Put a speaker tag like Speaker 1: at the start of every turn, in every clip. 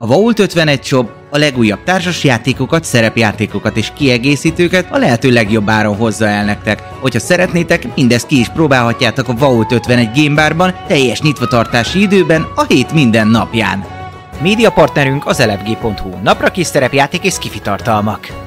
Speaker 1: A Vault 51 Shop a legújabb társasjátékokat, szerepjátékokat és kiegészítőket a lehető legjobb áron hozza el nektek. Hogyha szeretnétek, mindezt ki is próbálhatjátok a Vault 51 Game Barban teljes nyitvatartási időben a hét minden napján.
Speaker 2: Média partnerünk az elefg.hu, napra kis szerepjáték és kifitartalmak.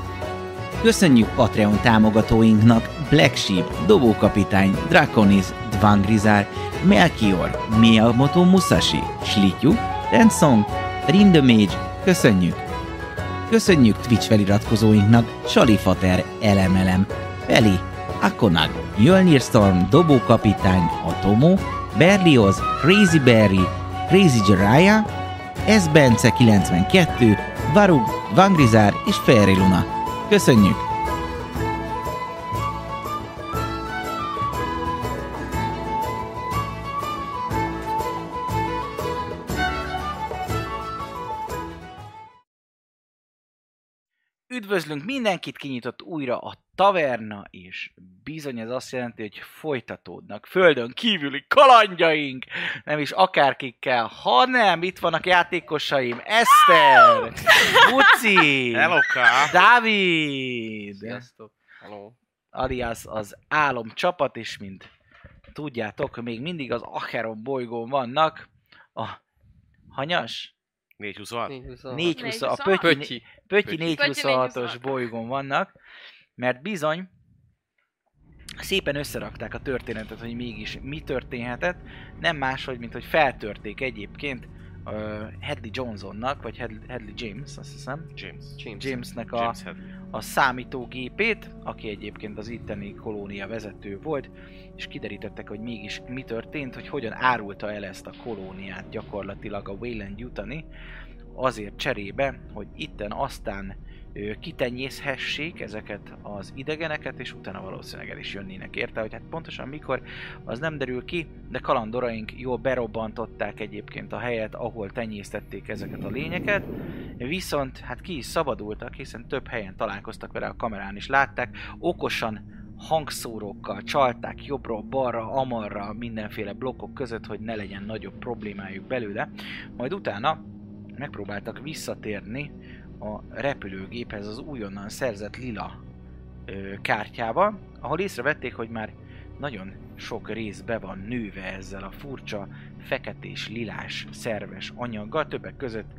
Speaker 1: Köszönjük Patreon támogatóinknak Black Sheep, Dobókapitány, Draconis, Dvangrizár, Melchior, Miyamoto Musashi, Slityu, Rensong, Rindemage, köszönjük! Köszönjük Twitch feliratkozóinknak Salifater, Elemelem, Feli, Akonag, Jölnir Storm, Dobókapitány, Atomo, Berlioz, Crazy Berry, Crazy Jiraiya, S. Bence 92, Varug, Vangrizár és Fairy Luna. Köszönjük!
Speaker 2: Üdvözlünk mindenkit, kinyitott újra a taverna, és bizony ez azt jelenti, hogy folytatódnak földön kívüli kalandjaink, nem is akárkikkel, hanem itt vannak játékosaim, Eszter, Buci,
Speaker 3: Eloká!
Speaker 2: Dávid,
Speaker 3: Hello.
Speaker 2: alias az álom csapat, és mint tudjátok, még mindig az Acheron bolygón vannak a hanyas?
Speaker 3: 426?
Speaker 2: 4 a
Speaker 4: 426?
Speaker 2: pötyi, Pötyi
Speaker 3: Pötyi
Speaker 2: 426-os
Speaker 4: 426.
Speaker 2: bolygón vannak, mert bizony szépen összerakták a történetet, hogy mégis mi történhetett. Nem máshogy, mint hogy feltörték egyébként uh, Hedley Johnsonnak, vagy Hedley, Hedley James, azt hiszem,
Speaker 3: James.
Speaker 2: Jamesnek a,
Speaker 3: James Hedley.
Speaker 2: a számítógépét, aki egyébként az itteni kolónia vezető volt, és kiderítettek, hogy mégis mi történt, hogy hogyan árulta el ezt a kolóniát gyakorlatilag a Wayland jutani, azért cserébe, hogy itten aztán ö, kitenyészhessék ezeket az idegeneket, és utána valószínűleg el is jönnének érte, hogy hát pontosan mikor, az nem derül ki, de kalandoraink jól berobbantották egyébként a helyet, ahol tenyésztették ezeket a lényeket, viszont hát ki is szabadultak, hiszen több helyen találkoztak vele, a kamerán is látták, okosan hangszórókkal csalták jobbra, balra, amarra, mindenféle blokkok között, hogy ne legyen nagyobb problémájuk belőle. Majd utána megpróbáltak visszatérni a repülőgéphez az újonnan szerzett lila ö, kártyával, ahol észrevették, hogy már nagyon sok rész be van nőve ezzel a furcsa feketés-lilás szerves anyaggal, többek között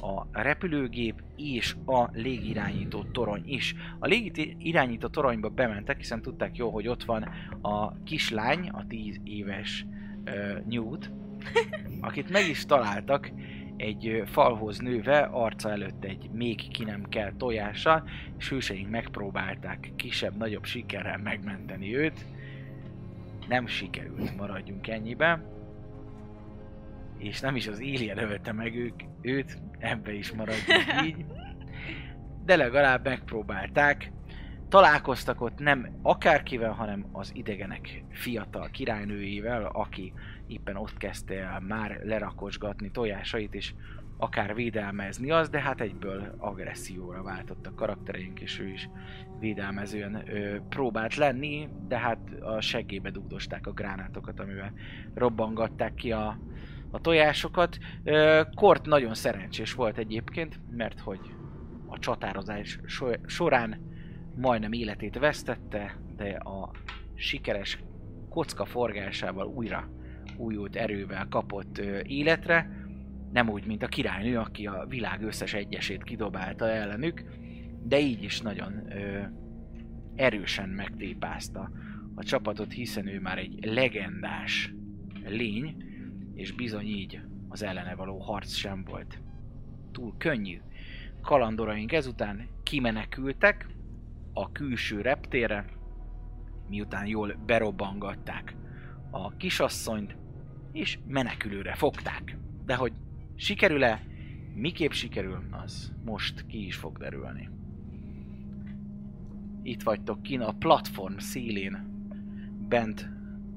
Speaker 2: a repülőgép és a légirányító torony is. A légirányító toronyba bementek, hiszen tudták jó, hogy ott van a kislány, a 10 éves ö, Newt, akit meg is találtak egy ö, falhoz nőve, arca előtt egy még ki nem kell tojással, és hőseink megpróbálták kisebb-nagyobb sikerrel megmenteni őt. Nem sikerült, maradjunk ennyiben. És nem is az Alien ölte meg ők, őt, ebbe is maradjunk így. De legalább megpróbálták. Találkoztak ott nem akárkivel, hanem az idegenek fiatal királynőjével, aki éppen ott kezdte el már lerakosgatni tojásait, és akár védelmezni az, de hát egyből agresszióra váltott a karaktereink, és ő is védelmezően ö, próbált lenni, de hát a seggébe dugdosták a gránátokat, amivel robbangatták ki a, a tojásokat. Ö, Kort nagyon szerencsés volt egyébként, mert hogy a csatározás so- során majdnem életét vesztette, de a sikeres kocka forgásával újra újult erővel kapott ö, életre, nem úgy, mint a királynő, aki a világ összes egyesét kidobálta ellenük, de így is nagyon ö, erősen megtépázta a csapatot, hiszen ő már egy legendás lény, és bizony így az ellene való harc sem volt túl könnyű. Kalandoraink ezután kimenekültek a külső reptérre, miután jól berobbangatták a kisasszonyt, és menekülőre fogták. De hogy sikerül-e
Speaker 4: Miképp sikerül, az most ki is fog derülni. Itt vagytok kin a platform szélén, bent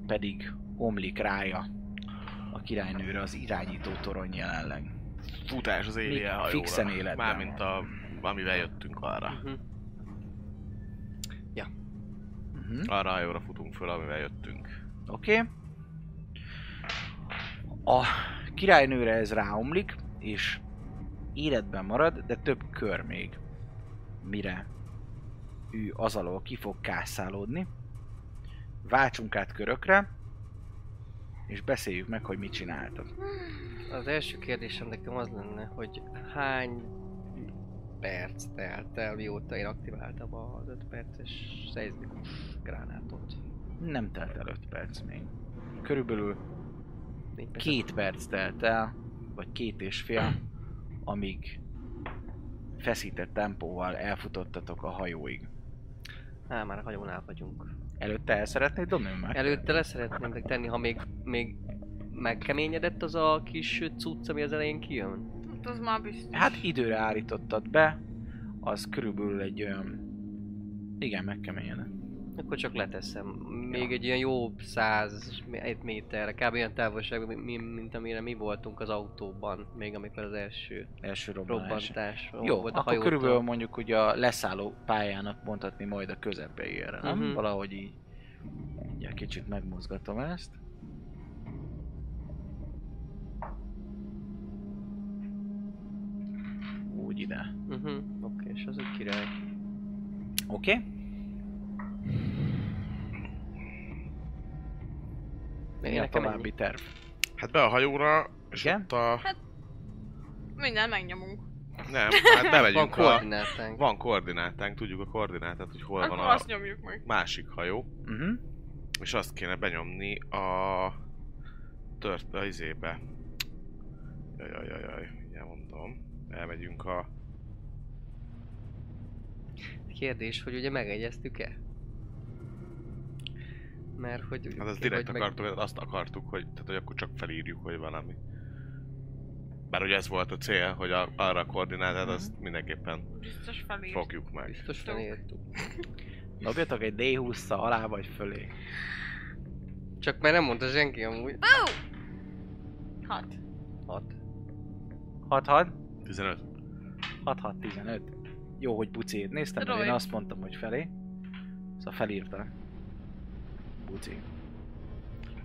Speaker 4: pedig omlik rája a királynőre az irányító torony jelenleg.
Speaker 3: Futás az
Speaker 4: Mi
Speaker 3: éli elhajóra.
Speaker 4: fixen életben
Speaker 3: Mármint a, amivel jöttünk arra.
Speaker 5: Uh-huh.
Speaker 4: Uh-huh.
Speaker 3: Arra a hajóra futunk föl, amivel jöttünk.
Speaker 4: Oké. Okay. A királynőre ez ráomlik, és életben marad, de több kör még. Mire ő az alól ki fog kászálódni. Váltsunk át körökre, és beszéljük meg, hogy mit csináltak.
Speaker 5: Az első kérdésem nekem az lenne, hogy hány perc telt el, mióta én aktiváltam az 5 perces szeizmikus gránátot.
Speaker 4: Nem telt el 5 perc még. Körülbelül
Speaker 5: Négy perc.
Speaker 4: két perc telt el, vagy két és fél, amíg feszített tempóval elfutottatok a hajóig.
Speaker 5: Á, már a hajónál vagyunk.
Speaker 4: Előtte el szeretnéd dobni? Meg?
Speaker 5: Előtte leszeretném tenni, ha még, még megkeményedett az a kis cucc, ami az elején kijön.
Speaker 6: Hát az már biztos.
Speaker 4: Hát időre állítottad be, az körülbelül egy olyan... Igen, megkeményedett.
Speaker 5: Akkor csak leteszem. Még
Speaker 4: Ja.
Speaker 5: egy ilyen jó száz mé- egy méterre, kb. olyan távolságban, mi- mi- mint amire mi voltunk az autóban, még amikor az első
Speaker 4: Első robbanás.
Speaker 5: robbantás
Speaker 4: Jó,
Speaker 5: volt
Speaker 4: volt
Speaker 5: a
Speaker 4: akkor
Speaker 5: hajótól.
Speaker 4: körülbelül mondjuk hogy a leszálló pályának mondhatni majd a közepére, nem?
Speaker 5: Mhm.
Speaker 4: Valahogy így. Ugye kicsit megmozgatom ezt. Úgy ide.
Speaker 5: Mhm, oké, és az egy király.
Speaker 4: Oké? Okay? Mi a
Speaker 5: nekem
Speaker 4: további terv?
Speaker 3: Hát be a hajóra, és
Speaker 4: Igen?
Speaker 3: ott a...
Speaker 6: Minden megnyomunk.
Speaker 3: Nem, hát
Speaker 5: Van
Speaker 3: bemegyünk a...
Speaker 5: koordinátánk.
Speaker 3: Van koordinátánk, tudjuk a koordinátát, hogy hol
Speaker 6: Akkor
Speaker 3: van a
Speaker 6: azt nyomjuk meg.
Speaker 3: másik hajó.
Speaker 4: Uh-huh.
Speaker 3: És azt kéne benyomni a... Tört... a izébe. Jajajajaj, mindjárt mondom. Elmegyünk a...
Speaker 5: Kérdés, hogy ugye megegyeztük-e? Mert hogy...
Speaker 3: Hát ezt
Speaker 5: hogy
Speaker 3: direkt
Speaker 5: meg-
Speaker 3: akartuk, azt akartuk, hogy, tehát, hogy akkor csak felírjuk, hogy valami. Bár ugye ez volt a cél, hogy a, arra a koordinátát,
Speaker 4: Mhm.
Speaker 3: azt mindenképpen
Speaker 6: Biztos felírt.
Speaker 3: fogjuk meg.
Speaker 5: Biztos felírtuk.
Speaker 4: Dobjatok egy D20-szal alá vagy fölé.
Speaker 5: Csak már nem mondta senki amúgy.
Speaker 6: Bú! Hat.
Speaker 5: Hat.
Speaker 4: 6-6?
Speaker 3: 15.
Speaker 4: 6-6-15. Jó, hogy buciét néztem, mert
Speaker 6: Roy.
Speaker 4: én azt mondtam, hogy felé. Szóval felírta. Buci.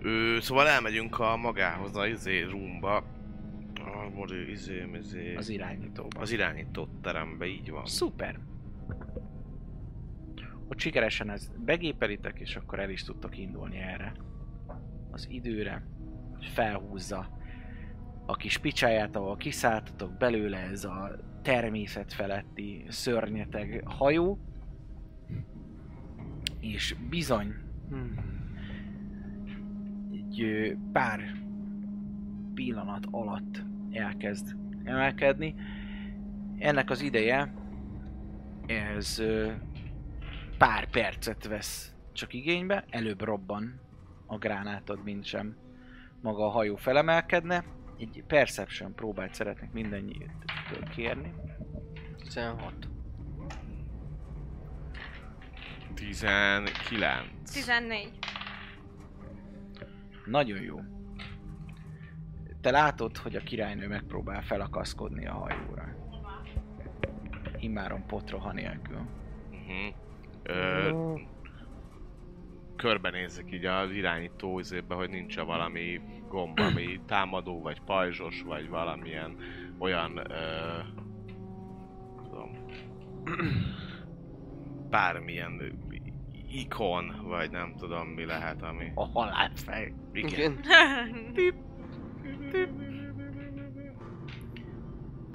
Speaker 3: Ő, szóval elmegyünk a magához, a izé roomba. A mori izé, izé...
Speaker 4: Az irányítóban.
Speaker 3: az irányító terembe, így van.
Speaker 4: Szuper! Ott sikeresen ezt begépelitek, és akkor el is tudtok indulni erre. Az időre. És Felhúzza a kis picsáját, ahol kiszálltatok belőle ez a természet feletti szörnyeteg hajó. És bizony, hmm, egy ö, pár pillanat alatt elkezd emelkedni. Ennek az ideje, ez ö, pár percet vesz csak igénybe, előbb robban a gránátod, mint sem maga a hajó felemelkedne. Egy perception próbált szeretnék mindennyiüktől kérni.
Speaker 5: 16.
Speaker 3: 19.
Speaker 6: 14.
Speaker 4: Nagyon jó. Te látod, hogy a királynő megpróbál felakaszkodni a hajóra. Immáron potroha nélkül.
Speaker 3: Uh-huh. Ö, körbenézzek így az irányító izébe, hogy nincs -e valami gomb, ami támadó, vagy pajzsos, vagy valamilyen olyan... Ö, tudom, bármilyen ikon, vagy nem tudom mi lehet, ami...
Speaker 4: A halálfej.
Speaker 3: Igen.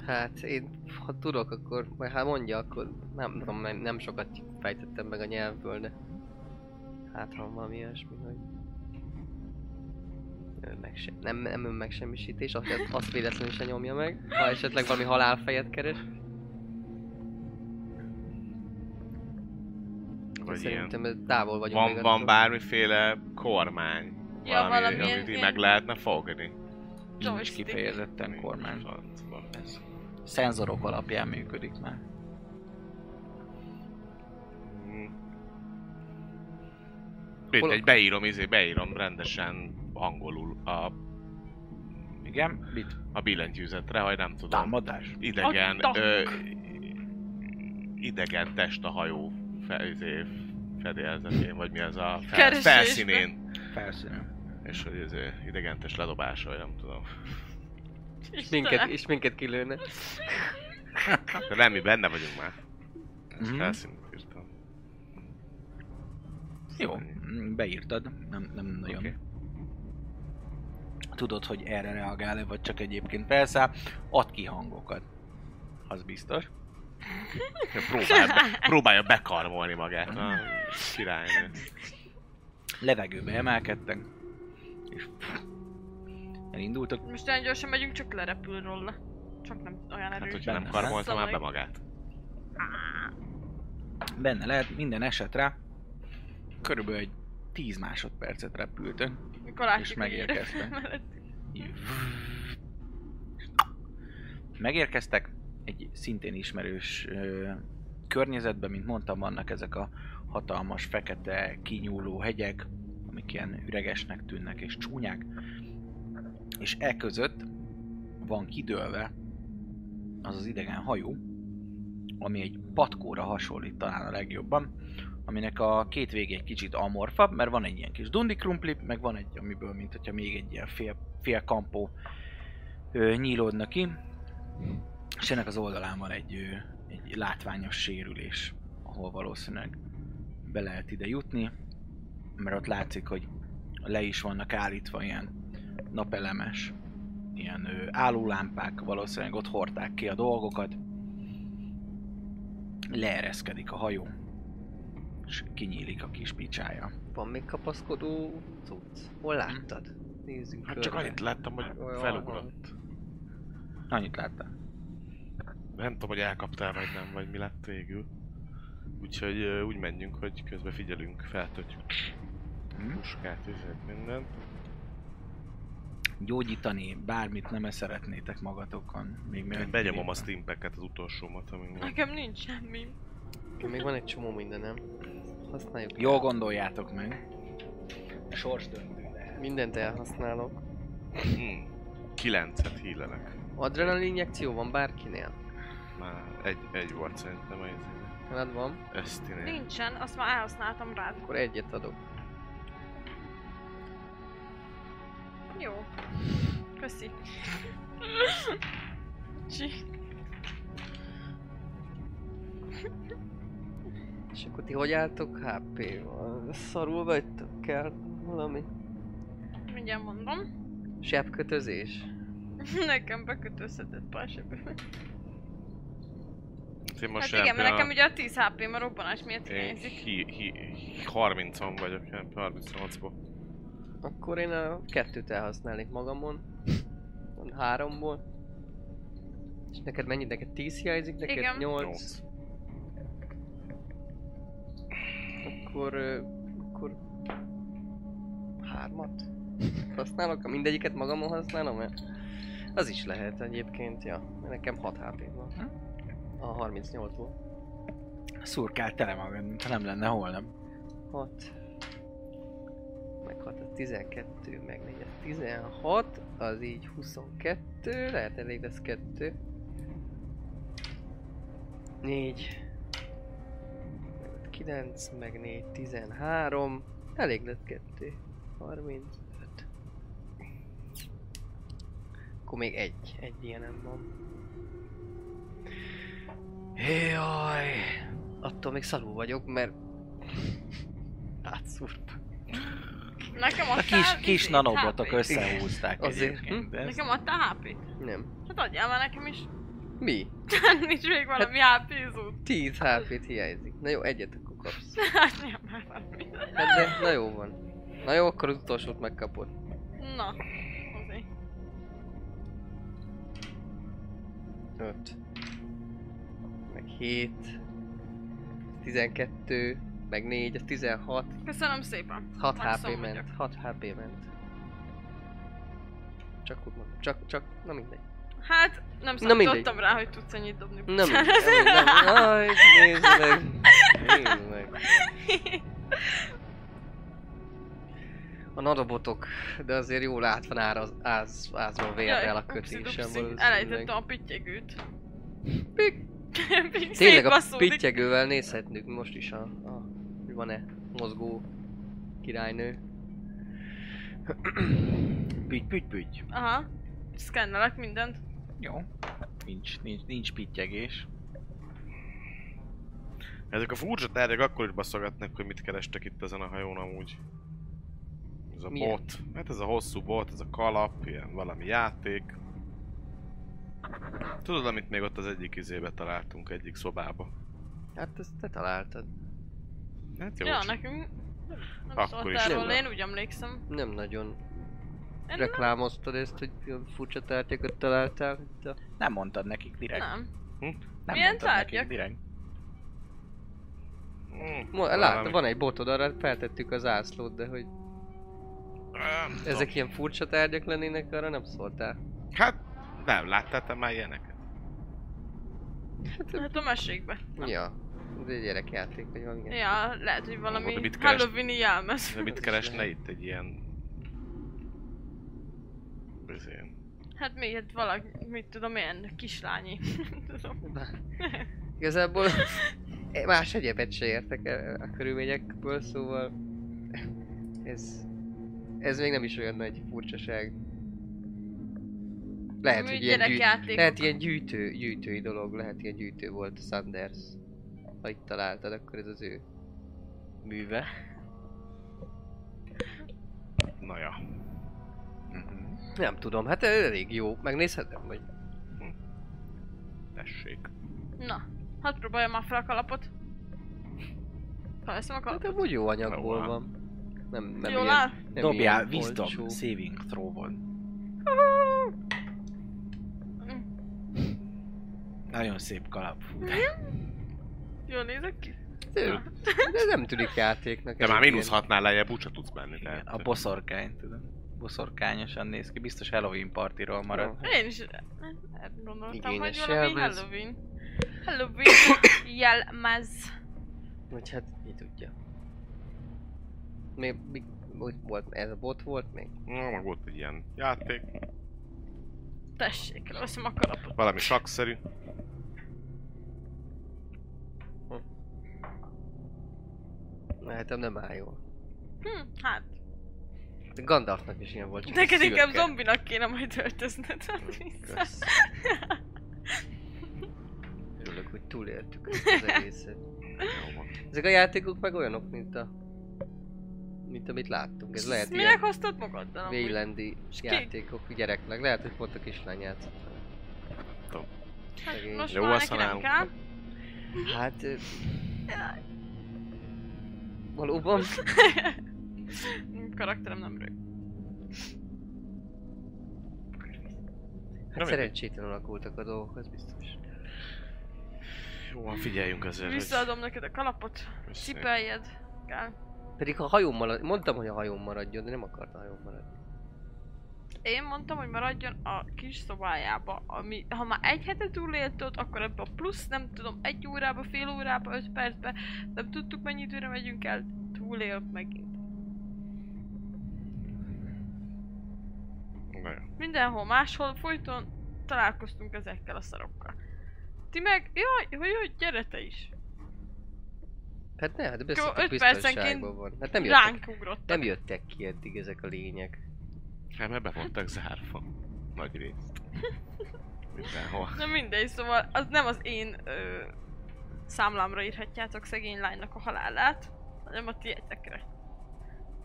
Speaker 5: Hát én, ha tudok, akkor, vagy ha mondja, akkor nem tudom, nem, nem sokat fejtettem meg a nyelvből, de hát ha valami ilyesmi, hogy ön meg se, nem, nem ön megsemmisítés, azt, azt véletlenül se nyomja meg, ha esetleg valami halálfejet keres.
Speaker 3: Vagy ilyen.
Speaker 5: Szerintem távol vagyunk
Speaker 3: Van,
Speaker 5: még
Speaker 3: van
Speaker 5: attól.
Speaker 3: bármiféle kormány,
Speaker 6: Ja,
Speaker 3: valami,
Speaker 6: valamilyen
Speaker 3: amit így
Speaker 6: ilyen-
Speaker 3: meg lehetne fogni.
Speaker 4: Nincs
Speaker 6: Joystick.
Speaker 4: kifejezetten kormány.
Speaker 3: Van- van ez.
Speaker 4: szenzorok alapján működik már. Mm.
Speaker 3: Mindegy, beírom, izé, beírom rendesen angolul a,
Speaker 4: Igen, mit?
Speaker 3: a billentyűzetre, ha nem tudom.
Speaker 4: Támadás.
Speaker 3: idegen,
Speaker 6: Adtak!
Speaker 3: ö, idegen test a hajó fe, izé, fedélzetén, vagy mi az a fel,
Speaker 6: Keresésben.
Speaker 3: felszínén.
Speaker 4: Felszínen.
Speaker 3: És hogy ez ö, idegen test ledobása, vagy nem tudom.
Speaker 5: És minket, és minket kilőne.
Speaker 3: De nem, mi benne vagyunk már. Ezt
Speaker 4: Mhm.
Speaker 3: felszínét írtam.
Speaker 4: Jó, mm, beírtad, nem, nem nagyon.
Speaker 3: Oké.
Speaker 4: Okay. Tudod, hogy erre reagál-e, vagy csak egyébként persze, ad ki hangokat. Az biztos.
Speaker 3: Próbál be, próbálja bekarmolni magát a királynő.
Speaker 4: Levegőbe emelkedtek, és elindultak.
Speaker 6: Most nagyon gyorsan megyünk, csak lerepül róla. Csak nem olyan
Speaker 3: Hát,
Speaker 6: erős.
Speaker 3: hogyha nem
Speaker 4: benne.
Speaker 3: karmolta már
Speaker 6: Szóval-
Speaker 3: be magát.
Speaker 4: Benne lehet minden esetre. Körülbelül egy 10 másodpercet repültök.
Speaker 6: Mikor látjuk,
Speaker 4: És
Speaker 6: hogy így
Speaker 4: megérkeztem.
Speaker 6: repül.
Speaker 4: Megérkeztek egy szintén ismerős ö, környezetbe, mint mondtam, vannak ezek a hatalmas, fekete, kinyúló hegyek, amik ilyen üregesnek tűnnek és csúnyák. És e között van kidőlve az az idegen hajó, ami egy patkóra hasonlít talán a legjobban, aminek a két vége egy kicsit amorfabb, mert van egy ilyen kis dundikrumpli, meg van egy, amiből, mint hogyha még egy ilyen fél, fél kampó ö, nyílódna ki, és ennek az oldalán van egy, ö, egy látványos sérülés, ahol valószínűleg be lehet ide jutni, mert ott látszik, hogy le is vannak állítva ilyen napelemes, ilyen ö, állólámpák, valószínűleg ott hordták ki a dolgokat, leereszkedik a hajó, és kinyílik a kis picsája.
Speaker 5: Van még kapaszkodó cucc? Hol láttad? Nézzünk
Speaker 3: Hát csak
Speaker 5: körbe.
Speaker 3: annyit láttam, hogy
Speaker 5: Olyan
Speaker 3: felugrott.
Speaker 4: Annyit láttam.
Speaker 3: Nem tudom, hogy elkaptál vagy nem, vagy mi lett végül. Úgyhogy ö, úgy menjünk, hogy közben figyelünk, feltöltjük
Speaker 4: Hm?
Speaker 3: puskát, izét, mindent.
Speaker 4: Gyógyítani bármit nem szeretnétek magatokon. Még
Speaker 3: Én
Speaker 4: mielőtt
Speaker 3: begyomom
Speaker 4: kilépne.
Speaker 3: a steam packet, az utolsómat, ami van.
Speaker 6: Nekem nincs semmi.
Speaker 5: Még van egy csomó mindenem. Használjuk.
Speaker 4: Jól
Speaker 5: el.
Speaker 4: gondoljátok meg. Sorsdöntő lehet.
Speaker 5: Mindent elhasználok.
Speaker 3: Hmm. Kilencet hílelek.
Speaker 5: Adrenalin injekció van bárkinél?
Speaker 3: Már egy, egy volt szerintem ez.
Speaker 5: Hát van,
Speaker 3: Ezt én
Speaker 6: Nincsen, azt már elhasználtam rád.
Speaker 5: akkor egyet adok.
Speaker 6: Jó. Köszi. Csi.
Speaker 5: És akkor ti hogy álltok HP-val? Szarul vagytok? Kell valami?
Speaker 6: Mindjárt mondom.
Speaker 5: Sebkötözés?
Speaker 6: Nekem bekötözhetett balsebőbe.
Speaker 3: Én
Speaker 6: Hát
Speaker 3: most
Speaker 6: igen, mert nekem
Speaker 3: a...
Speaker 6: ugye a 10 HP ma robbanás miatt
Speaker 3: Én
Speaker 6: hiányzik.
Speaker 3: hi, hi, hi, 30-on vagyok, 38-ban.
Speaker 5: Akkor én a kettőt elhasználnék magamon. Háromból. És neked mennyi? Neked 10 hiányzik? Neked
Speaker 6: Igen.
Speaker 5: 8? Akkor... ö, Akkor... Hármat? Használok? Mindegyiket magamon használom -e? Az is lehet egyébként, ja. Mert Nekem 6 HP van. A 38-ból.
Speaker 4: Szurkál tele magad, mintha nem lenne holnap.
Speaker 5: 6. Meg 6 az 12, meg 4 az 16, az így 22, lehet elég lesz 2. 4. Meg ott 9, meg 4, 13. Elég lett 2. 35. Akkor még egy, egy ilyenem van. Jaj! Attól még szalú vagyok, mert átszúrt.
Speaker 6: Nekem
Speaker 4: A
Speaker 6: adtál
Speaker 4: kis, kis
Speaker 6: izét,
Speaker 4: nanobotok
Speaker 6: HP-t?
Speaker 4: összehúzták
Speaker 5: Azért.
Speaker 4: egyébként. de ez-
Speaker 6: Nekem adtál HP-t?
Speaker 5: Nem.
Speaker 6: Hát adjál már nekem is.
Speaker 5: Mi?
Speaker 6: Nincs még
Speaker 5: Hát-
Speaker 6: valami hp zút.
Speaker 5: 10 HP-t hiányzik. Na jó, egyet akkor kapsz.
Speaker 6: Adjál már valamit.
Speaker 5: Hát de, na jó van. Na jó, akkor az utolsót megkapod.
Speaker 6: Na, azért.
Speaker 5: 5. Meg 7. 12. Meg 4, az 16.
Speaker 6: Köszönöm szépen.
Speaker 5: 6
Speaker 6: Majd
Speaker 5: HP
Speaker 6: szóval
Speaker 5: ment.
Speaker 6: mondjak.
Speaker 5: 6 HP ment. Csak úgy mondom. Csak, csak, na mindegy.
Speaker 6: Hát, nem
Speaker 5: Na mindegy.
Speaker 6: számítottam rá, hogy tudsz ennyit dobni.
Speaker 5: Na mindegy,
Speaker 6: bocsánat.
Speaker 5: nem, nem, aj, nézd meg. Nézd meg. A nanobotok, de azért jól át van áraz, áz, ázva
Speaker 6: Jaj,
Speaker 5: vérrel a
Speaker 6: upszi,
Speaker 5: kötésem
Speaker 6: dupszi,
Speaker 5: valószínűleg.
Speaker 6: Elejtettem a pittyegőt.
Speaker 5: Pik.
Speaker 6: Pik,
Speaker 5: Tényleg a
Speaker 6: szétbaszódik.
Speaker 5: pittyegővel nézhetnük most is a, a hogy van-e mozgó királynő.
Speaker 4: Pügy, pügy, pügy.
Speaker 6: Aha. Szkennelek mindent.
Speaker 4: Jó. Nincs, nincs, nincs pittyegés.
Speaker 3: Ezek a furcsa tárgyak akkor is baszogatnak, hogy mit kerestek itt ezen a hajón amúgy. Ez a
Speaker 5: Milyen?
Speaker 3: bot. Hát ez a hosszú bot, ez a kalap, ilyen valami játék. Tudod, amit még ott az egyik izébe találtunk, egyik szobába?
Speaker 5: Hát ezt te találtad.
Speaker 3: Hát jó,
Speaker 6: Ja,
Speaker 3: csak
Speaker 6: nekünk... Nem
Speaker 3: Akkor is
Speaker 6: szóltál róla,
Speaker 3: nem.
Speaker 6: én úgy emlékszem.
Speaker 5: Nem nagyon
Speaker 6: Én nem-
Speaker 5: reklámoztad ezt, hogy olyan furcsa tárgyakat találtál. itt a-
Speaker 4: Nem mondtad nekik direkt. Nem,
Speaker 6: Nem.
Speaker 4: nem
Speaker 6: Milyen
Speaker 4: mondtad
Speaker 6: tárgyak?
Speaker 4: nekik direkt.
Speaker 3: Mm,
Speaker 5: Mo-
Speaker 3: valami-
Speaker 5: Lát, van egy botod, arra feltettük az ászlót, de hogy
Speaker 3: Nem tudom.
Speaker 5: ezek ilyen furcsa tárgyak lennének, arra nem szóltál.
Speaker 3: Hát nem, láttál te már ilyeneket?
Speaker 6: Hát a mesékbe. Nem.
Speaker 5: Ja, ez egy gyerekjáték, vagy valami ilyen.
Speaker 6: Ja, lehet, hogy
Speaker 3: Oda
Speaker 6: valami
Speaker 3: mit keres-
Speaker 6: Halloween-i jelmez.
Speaker 3: De mit
Speaker 5: is
Speaker 3: keresne
Speaker 5: lehet.
Speaker 3: itt egy ilyen... Bizén.
Speaker 6: Hát miért valaki, mit tudom én, kislányi. tudom.
Speaker 5: Bá- Igazából más egyebet se értek el a körülményekből, szóval ez, ez még nem is olyan nagy furcsaság. Lehet,
Speaker 6: Amúgy
Speaker 5: hogy ilyen, gyűjt,
Speaker 6: gyerekjátékok.
Speaker 5: lehet ilyen gyűjtő, gyűjtői dolog, lehet ilyen gyűjtő volt Sanders. Ha itt találtad, akkor ez az ő műve.
Speaker 3: Na ja.
Speaker 4: Mhm.
Speaker 5: Nem tudom, hát elég jó. Megnézhetem, vagy
Speaker 3: Tessék.
Speaker 6: Na, hát próbáljam már fel a kalapot. Felveszem a
Speaker 5: hát
Speaker 6: kalapot.
Speaker 5: amúgy jó
Speaker 3: Jól
Speaker 5: anyagból
Speaker 3: áll.
Speaker 5: van. Nem, nem
Speaker 6: Jól
Speaker 5: ilyen,
Speaker 6: áll?
Speaker 5: nem
Speaker 4: Dobjál
Speaker 5: ilyen
Speaker 4: wisdom
Speaker 5: olcsó.
Speaker 4: saving throw-on. Nagyon szép kalap. Fú, de
Speaker 6: Jól nézek ki?
Speaker 5: De ez nem tűnik játéknak.
Speaker 3: De már
Speaker 5: egyébként.
Speaker 3: mínusz hatnál lejjebb úgyse tudsz menni,
Speaker 4: Igen,
Speaker 3: tehát...
Speaker 4: a boszorkány, tudom. Boszorkányosan néz ki, biztos Halloween partiról marad.
Speaker 5: Jó.
Speaker 6: Én is erre gondoltam, hogy
Speaker 5: Igényes
Speaker 6: valami
Speaker 5: jelmez.
Speaker 6: Halloween. Halloween jelmez.
Speaker 5: Vagy hát mi tudja. Még, mi, hogy volt, ez a bot volt még?
Speaker 3: Na, meg volt egy ilyen játék,
Speaker 6: Tessék, leveszem a kalapot.
Speaker 3: valami sakszerű.
Speaker 5: Lehetem nem áll jól.
Speaker 6: Hm, hát,
Speaker 5: De Gandalfnak is ilyen volt. csak
Speaker 6: neked
Speaker 5: a
Speaker 6: inkább
Speaker 5: szürke.
Speaker 6: zombinak kéne majd öltözned.
Speaker 5: Kösz. Örülök, hogy túléltük ezt az egészet.
Speaker 3: Jó van.
Speaker 5: Ezek a játékok meg olyanok, mint a... Mint amit láttunk. Ez lehet
Speaker 6: Minek
Speaker 5: ilyen
Speaker 6: hoztad magaddal amúgy?
Speaker 5: Wayland-i
Speaker 6: És ki-
Speaker 5: játékok gyereknek. Lehet, hogy pont a kislány játszott. vele.
Speaker 6: Hát,
Speaker 5: szegény.
Speaker 6: most
Speaker 3: Jó,
Speaker 6: már
Speaker 3: azt
Speaker 6: neki nem
Speaker 3: nálunk.
Speaker 6: kell.
Speaker 5: Hát... ö, Valóban?
Speaker 6: Karakterem nem rög.
Speaker 5: Hát
Speaker 3: mindegy.
Speaker 5: szerencsétlen alakultak a dolgok, az biztos.
Speaker 3: Jó van, figyeljünk azért, hogy-
Speaker 6: Visszaadom neked a kalapot,
Speaker 3: Köszönjük.
Speaker 6: cipeljed. Kell.
Speaker 5: Pedig a hajón marad... Mondtam, hogy a hajón maradjon, de nem akart a hajón maradni.
Speaker 6: Én mondtam, hogy maradjon a kis szobájába, ami, ha már egy hete túlélt ott, akkor ebbe a plusz, nem tudom, egy órába, fél órába, öt percbe, nem tudtuk mennyi időre megyünk el, túlél megint.
Speaker 3: Na jó.
Speaker 6: Mindenhol máshol folyton találkoztunk ezekkel a szarokkal. Ti meg, jaj, hogy jó, gyere te is.
Speaker 5: Hát ne, hát
Speaker 6: öt
Speaker 5: beszéltük
Speaker 6: percenként
Speaker 5: biztonságban van. Hát nem jöttek,
Speaker 6: Ránk ugrottak.
Speaker 5: nem jöttek ki eddig ezek a lények.
Speaker 3: Hát mert be voltak zárva. Nagy részt. Mindenhol.
Speaker 6: Na mindegy, szóval az nem az én ö, számlámra írhatjátok szegény lánynak a halálát, hanem a tietekre.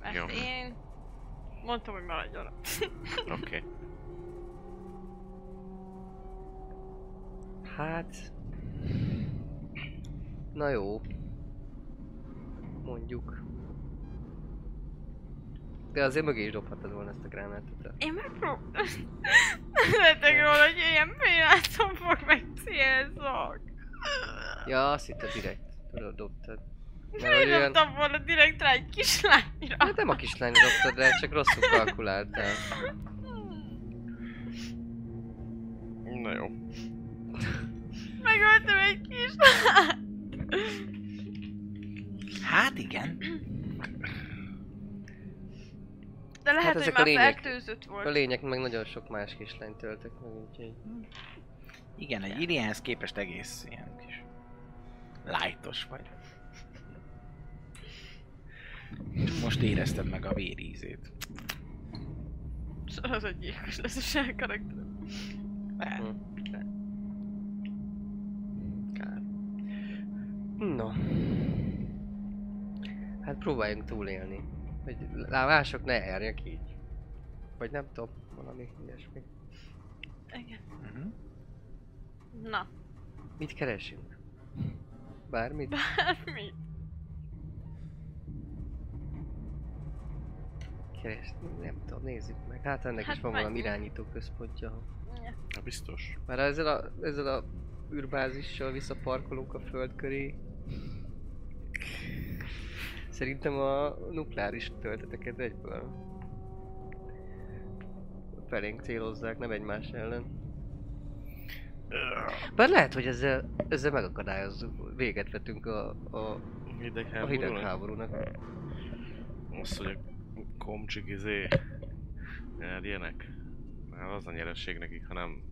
Speaker 6: Mert
Speaker 3: Jó.
Speaker 6: Jó. én mondtam, hogy maradjon ott.
Speaker 3: Oké. Okay.
Speaker 5: Hát... Na jó. Mondjuk. De azért mögé is dobhattad volna ezt a gránátot. de-
Speaker 6: Én megpróbálom. Lehetek róla, hogy ilyen pillanatom fog meg célzok.
Speaker 5: Ja, azt hittem direkt. Tudod, dobtad. Mert hogy
Speaker 6: Miért
Speaker 5: olyan-
Speaker 6: dobtam volna direkt rá egy kislányra?
Speaker 5: Hát nem a kislányra dobtad Hát- rá, csak rosszul kalkuláltál.
Speaker 3: Na jó.
Speaker 6: Megöltem egy kis.
Speaker 4: Hát igen.
Speaker 6: De lehet,
Speaker 5: Hát
Speaker 6: hogy
Speaker 5: ezek a
Speaker 6: már
Speaker 5: lények.
Speaker 6: fertőzött
Speaker 5: A
Speaker 6: volt.
Speaker 5: lények meg nagyon sok más kislányt töltök meg, úgyhogy...
Speaker 4: Igen, egy Ilienhez képest egész ilyen kis lájtos vagy. Most éreztem meg a vérízét.
Speaker 6: Szóval Az egy gyilkos lesz a saját karakterem.
Speaker 4: Hát,
Speaker 5: Kár. No. Hát próbáljunk túlélni. Hogy lá- mások ne erjek így. Vagy nem tudom, valami ilyesmi.
Speaker 6: Igen.
Speaker 4: mhm.
Speaker 6: Na,
Speaker 5: Mit keresünk? Bármit?
Speaker 6: mi?
Speaker 5: Keresni? Nem tudom, nézzük meg. Hát ennek
Speaker 6: Hát
Speaker 5: is van
Speaker 6: meg-
Speaker 5: valami irányító központja.
Speaker 6: Ja.
Speaker 3: Na, Hát Biztos.
Speaker 5: Már ezzel a, ezzel a űrbázissal visszaparkolunk a föld köré. Szerintem a nukleáris tölteteket egyből felénk célozzák, nem egymás ellen. Bár lehet, hogy ezzel, ezzel megakadályozzuk, véget vetünk a, a, a
Speaker 3: Hidegháború.
Speaker 5: hidegháborúnak.
Speaker 3: Azt, hogy a komcsik izé nyerjenek. Már az a nyereség nekik, ha nem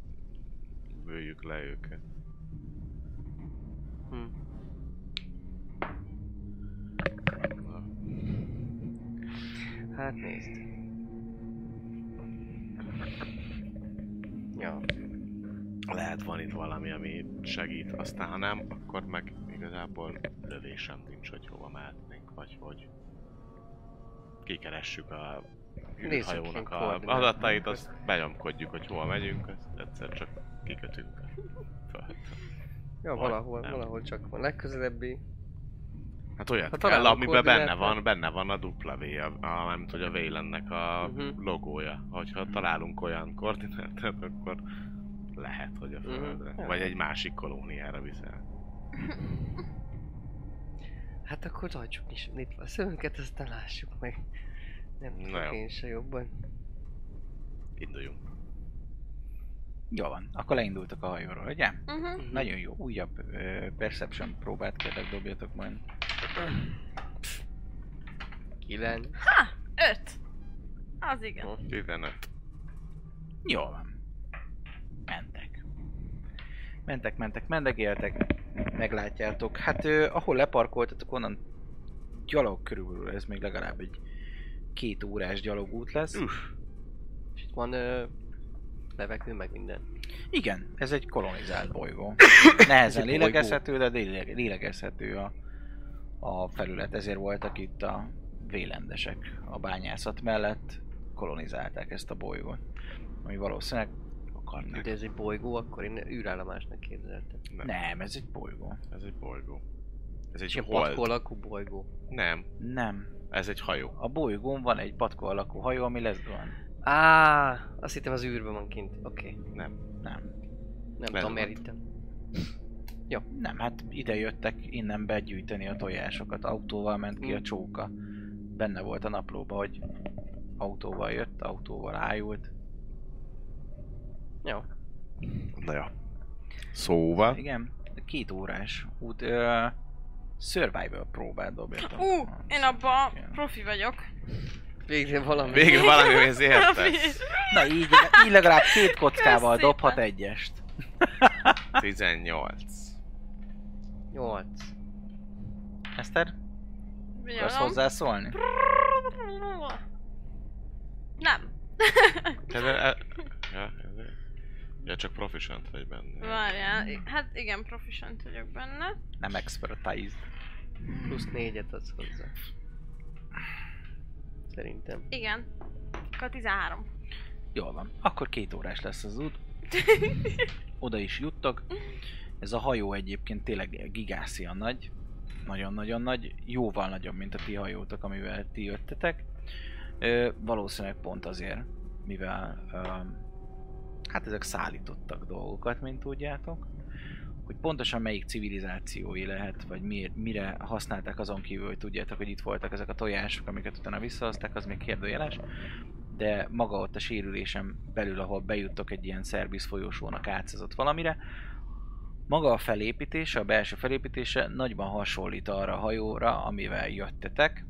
Speaker 3: bőjük le őket.
Speaker 5: Hm.
Speaker 3: Na,
Speaker 5: Hát nézd. Ja,
Speaker 3: lehet van itt valami, ami segít, aztán ha nem, akkor meg igazából lövésem nincs, hogy hova mehetnénk, vagy hogy kikeressük a
Speaker 5: Nézzük ki
Speaker 3: űrhajónak
Speaker 5: a
Speaker 3: a
Speaker 5: koordinátákat.
Speaker 3: adatait, azt benyomkodjuk, hogy hova megyünk, azt egyszer csak kikötünk. a földre.
Speaker 5: ja
Speaker 3: Vagy
Speaker 5: valahol,
Speaker 3: nem.
Speaker 5: valahol csak van. Legközelebbi
Speaker 3: Hát olyat
Speaker 5: Ha
Speaker 3: kell,
Speaker 5: találunk
Speaker 3: amiben benne
Speaker 5: koordinátát.
Speaker 3: van, benne van a W, a, a, nem hogy a Waylandnek a
Speaker 5: Mhm.
Speaker 3: logója. Hogyha találunk olyan koordinátát, akkor lehet, hogy a
Speaker 5: Mhm.
Speaker 3: Földre.
Speaker 5: Ja.
Speaker 3: Vagy egy másik kolóniára viszel.
Speaker 5: Hát akkor tartsuk is nyitva a szemünket, aztán lássuk meg. Nem
Speaker 3: Na
Speaker 5: tudok
Speaker 3: jó.
Speaker 5: én se jobban.
Speaker 3: Induljunk.
Speaker 4: Jó van, akkor leindultak a hajóról, ugye?
Speaker 5: Mhm.
Speaker 6: Uh-huh.
Speaker 4: Nagyon jó, újabb ö, perception próbát kérlek dobjatok majd.
Speaker 5: Kilenc.
Speaker 6: Öt. Az igen.
Speaker 3: Ó, 15.
Speaker 4: Jól van. Mentek. Mentek, mentek, mendegéltek. Meglátjátok. Hát ö, ahol leparkoltatok, onnan gyalog körülbelül ez még legalább egy két órás gyalogút lesz.
Speaker 3: Uff.
Speaker 5: És itt van ö, levegő, meg minden.
Speaker 4: Igen, ez egy kolonizált bolygó. Nehezen
Speaker 5: Ez egy bolygó.
Speaker 4: lélegezhető, de léleg- lélegezhető a, a felület. Ezért voltak itt a vélendesek a bányászat mellett. Kolonizálták ezt a bolygót. Ami valószínűleg akarnak.
Speaker 5: De ez egy bolygó, akkor én űrállomásnak képzeltem.
Speaker 4: Nem, ez egy bolygó.
Speaker 3: Ez egy bolygó. Ez egy
Speaker 5: És egy
Speaker 3: hold.
Speaker 5: patkó alakú bolygó.
Speaker 3: Nem,
Speaker 4: Nem,
Speaker 3: ez egy hajó.
Speaker 4: A bolygón van egy patkó alakú hajó, ami lesz van.
Speaker 5: Á, azt hittem az űrben van kint. Oké. Okay.
Speaker 4: Nem.
Speaker 5: Nem tudom miért
Speaker 3: Lezuhant.
Speaker 5: hittem.
Speaker 4: Nem, hát ide jöttek innen begyűjteni a tojásokat. Autóval ment ki a
Speaker 5: Mm.
Speaker 4: csóka. Benne volt a naplóba, hogy autóval jött, autóval ájult.
Speaker 5: Jó.
Speaker 3: Na ja. Szóval.
Speaker 4: Igen, két órás út. Ö, survival próbát dobjatok.
Speaker 6: Ú, én abban
Speaker 4: Igen.
Speaker 6: profi vagyok.
Speaker 5: Végre valami. Vég...
Speaker 3: Végre valami ez érte.
Speaker 4: Na így, így legalább két kockával
Speaker 6: Kösz szépen.
Speaker 4: dobhat egyest.
Speaker 3: 18.
Speaker 5: 8.
Speaker 4: Eszter, akarsz
Speaker 6: Vigyázom.
Speaker 4: hozzászólni?
Speaker 6: Nem.
Speaker 3: Ez, e, ja, ez, ja, csak proficient vagy benne.
Speaker 6: Várjál, i- hát igen, proficient vagyok benne.
Speaker 4: Nem expertized.
Speaker 5: Plusz 4-et adsz hozzá. Szerintem.
Speaker 6: Igen. Akkor 13.
Speaker 4: Jól van. Akkor két órás lesz az út. Oda is juttok. Ez a hajó egyébként tényleg gigászia nagy. Nagyon-nagyon nagy. Jóval nagyobb, mint a ti hajótok, amivel ti jöttetek. Ö, valószínűleg pont azért, mivel ö, hát ezek szállítottak dolgokat, mint tudjátok. Hogy pontosan melyik civilizációi lehet, vagy mi, mire használták azon kívül, hogy tudjátok, hogy itt voltak ezek a tojások, amiket utána visszahozták, az még kérdőjeles de maga ott a sérülésem belül, ahol bejuttok egy ilyen szerviz folyosónak átszázott valamire, maga a felépítése, a belső felépítése nagyban hasonlít arra a hajóra, amivel jöttetek,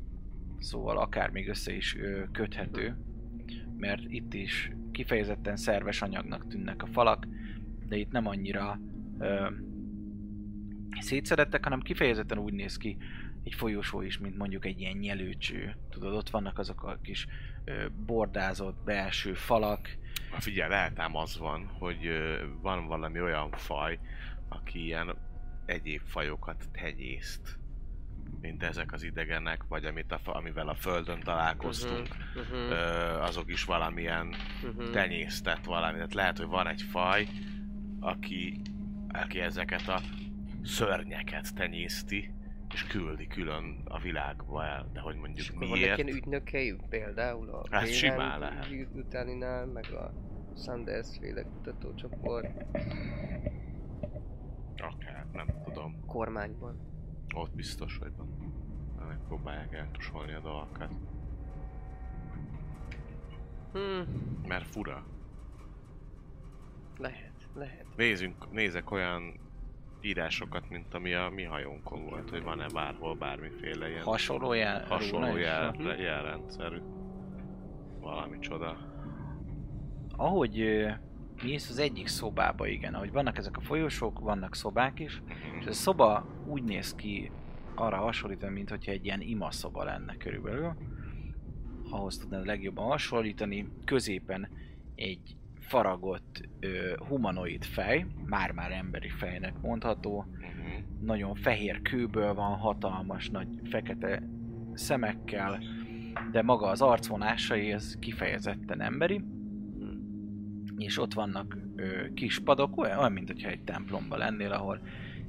Speaker 4: szóval akár még össze is ö, köthető, mert itt is kifejezetten szerves anyagnak tűnnek a falak, de itt nem annyira ö, szétszedettek, hanem kifejezetten úgy néz ki egy folyosó is, mint mondjuk egy ilyen nyelőcső. Tudod, ott vannak azok a kis ö, bordázott belső falak.
Speaker 3: Na figyelj, lehetám az van, hogy ö, van valami olyan faj, aki ilyen egyéb fajokat tenyészt, mint ezek az idegenek, vagy amit a, fa- amivel a földön találkoztunk,
Speaker 5: Uh-huh,
Speaker 3: ö, azok is valamilyen
Speaker 5: uh-huh.
Speaker 3: tenyésztett valami. Tehát lehet, hogy van egy faj, aki, aki ezeket a szörnyeket tenyészti, és küldi külön a világba el, de hogy mondjuk
Speaker 5: És akkor vannak
Speaker 3: miért.
Speaker 5: ilyen ügynökei, például a
Speaker 3: Hát
Speaker 5: Wayland
Speaker 3: simán lehet.
Speaker 5: ügy- utáninál, meg a Sanders féle kutatócsoport
Speaker 3: Akár, nem tudom.
Speaker 5: kormányban.
Speaker 3: Ott biztos, hogy van. Megpróbálják eltusolni a dolgokat.
Speaker 5: Hmm,
Speaker 3: Mert fura.
Speaker 5: lehet, lehet.
Speaker 3: Nézzünk, nézek olyan írásokat, mint ami a mi hajónkon volt, hogy van-e bárhol bármiféle ilyen
Speaker 4: Hasonló jel.
Speaker 3: hasonló
Speaker 4: rólás.
Speaker 3: jel, jelrendszerű. Valami csoda.
Speaker 4: Ahogy ö, mész az egyik szobába, igen, ahogy vannak ezek a folyosók, vannak szobák is, és a szoba úgy néz ki, arra hasonlítani, mint hogyha egy ilyen ima szoba lenne körülbelül. Ahhoz tudnád legjobban hasonlítani. Középen egy faragott ö, humanoid fej, már-már emberi fejnek mondható,
Speaker 3: Mhm.
Speaker 4: nagyon fehér kőből van, hatalmas nagy fekete szemekkel, de maga az arcvonásai, ez kifejezetten emberi. És ott vannak ö, kis padok, olyan, olyan mint hogyha egy templomba lennél, ahol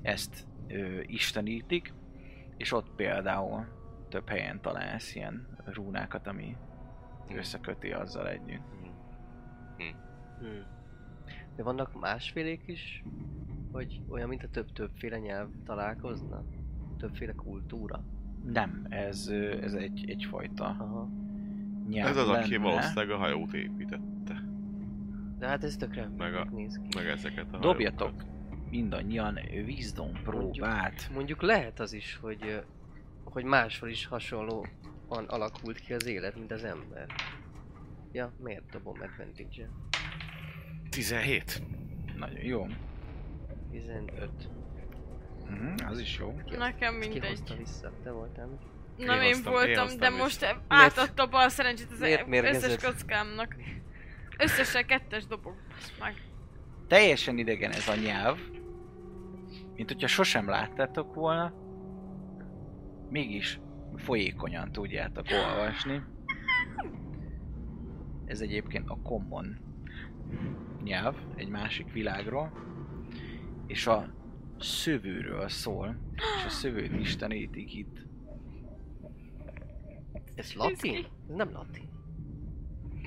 Speaker 4: ezt ö, istenítik, és ott például több helyen találsz ilyen rúnákat, ami összeköti azzal együtt.
Speaker 3: Mhm.
Speaker 5: Hmm. De vannak másfélék is? Vagy olyan, mint a több-többféle nyelv találkozna? Többféle kultúra?
Speaker 4: Nem, ez, ö, ez egy, egyfajta
Speaker 5: Aha.
Speaker 4: nyelv
Speaker 3: Ez az, aki
Speaker 4: lenne.
Speaker 3: valószínűleg a hajót építette.
Speaker 5: De hát ez tökre
Speaker 3: Meg a-
Speaker 5: néz ki.
Speaker 3: Meg ezeket a
Speaker 4: Dobjatok
Speaker 3: hajókat.
Speaker 4: mindannyian wisdom próbát.
Speaker 5: Mondjuk lehet az is, hogy, ö, hogy máshol is hasonlóan alakult ki az élet, mint az ember. Ja, miért dobom advantage
Speaker 3: 17.
Speaker 4: Nagyon jó.
Speaker 5: 15.
Speaker 4: Mhm, az is jó.
Speaker 5: Ki azt-
Speaker 6: Nekem
Speaker 5: ezt Ki hozta
Speaker 6: mindegy.
Speaker 5: vissza? Te voltál még?
Speaker 6: Nem én
Speaker 3: hoztam- én
Speaker 6: voltam,
Speaker 3: hoztam
Speaker 6: de
Speaker 3: vissza.
Speaker 6: most átadta bal szerencsét az
Speaker 5: miért
Speaker 6: összes
Speaker 5: mérgezed?
Speaker 6: kockámnak. Összesen kettes dobok, bassz meg.
Speaker 4: Teljesen idegen ez a nyelv. Mint hogyha sosem láttátok volna. Mégis folyékonyan tudjátok olvasni. Ez egyébként a common nyelv, egy másik világról. És a szövőről szól. És a szövőt istenítik itt.
Speaker 5: Ez latin? Ez nem latin.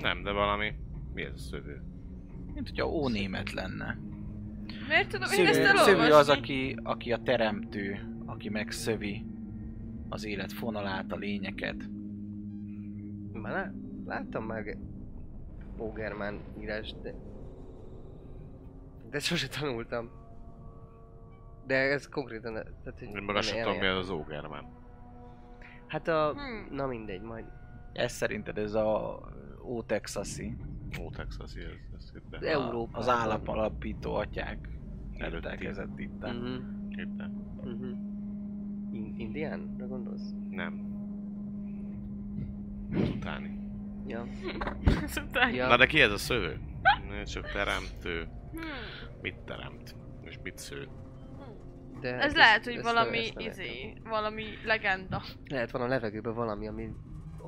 Speaker 3: Nem, de valami... Mi ez a szövő?
Speaker 4: Mint hogyha ónémet lenne.
Speaker 6: Miért tudom én ezt
Speaker 4: Szövő, szövő
Speaker 6: elolvasni?
Speaker 4: az, aki, aki a teremtő, aki megszövi az élet fonalát, a lényeket.
Speaker 5: Már lá- láttam meg Bogerman írás, de... De sose tanultam. De ez konkrétan... Tehát, hogy
Speaker 3: Én meg azt sem
Speaker 5: ilyen-
Speaker 3: tudom, mi ez az Ógermán.
Speaker 5: Hát a...
Speaker 6: Hmm.
Speaker 5: Na mindegy, majd.
Speaker 4: Ez szerinted ez a ó-texasi,
Speaker 3: Ó, Texas, ez, ez itt,
Speaker 5: De-
Speaker 3: de.
Speaker 5: Európában.
Speaker 4: az állapalapító atyák
Speaker 3: Előtti.
Speaker 4: rendelkezett itt.
Speaker 5: Mhm.
Speaker 3: Itt, de.
Speaker 5: Mhm. In- Indiánra gondolsz?
Speaker 3: Nem. Utáni.
Speaker 5: Ja.
Speaker 6: Szóval-
Speaker 5: ja.
Speaker 3: Na de ki ez a szövő? Ő Csak teremtő.
Speaker 6: Hmm.
Speaker 3: Mit teremt? És mit sző?
Speaker 5: de
Speaker 6: Ez
Speaker 5: ezt-
Speaker 6: lehet, hogy
Speaker 5: ezt
Speaker 6: valami,
Speaker 5: ezt nem értem.
Speaker 6: izé, valami legenda.
Speaker 5: Lehet van a levegőben valami, ami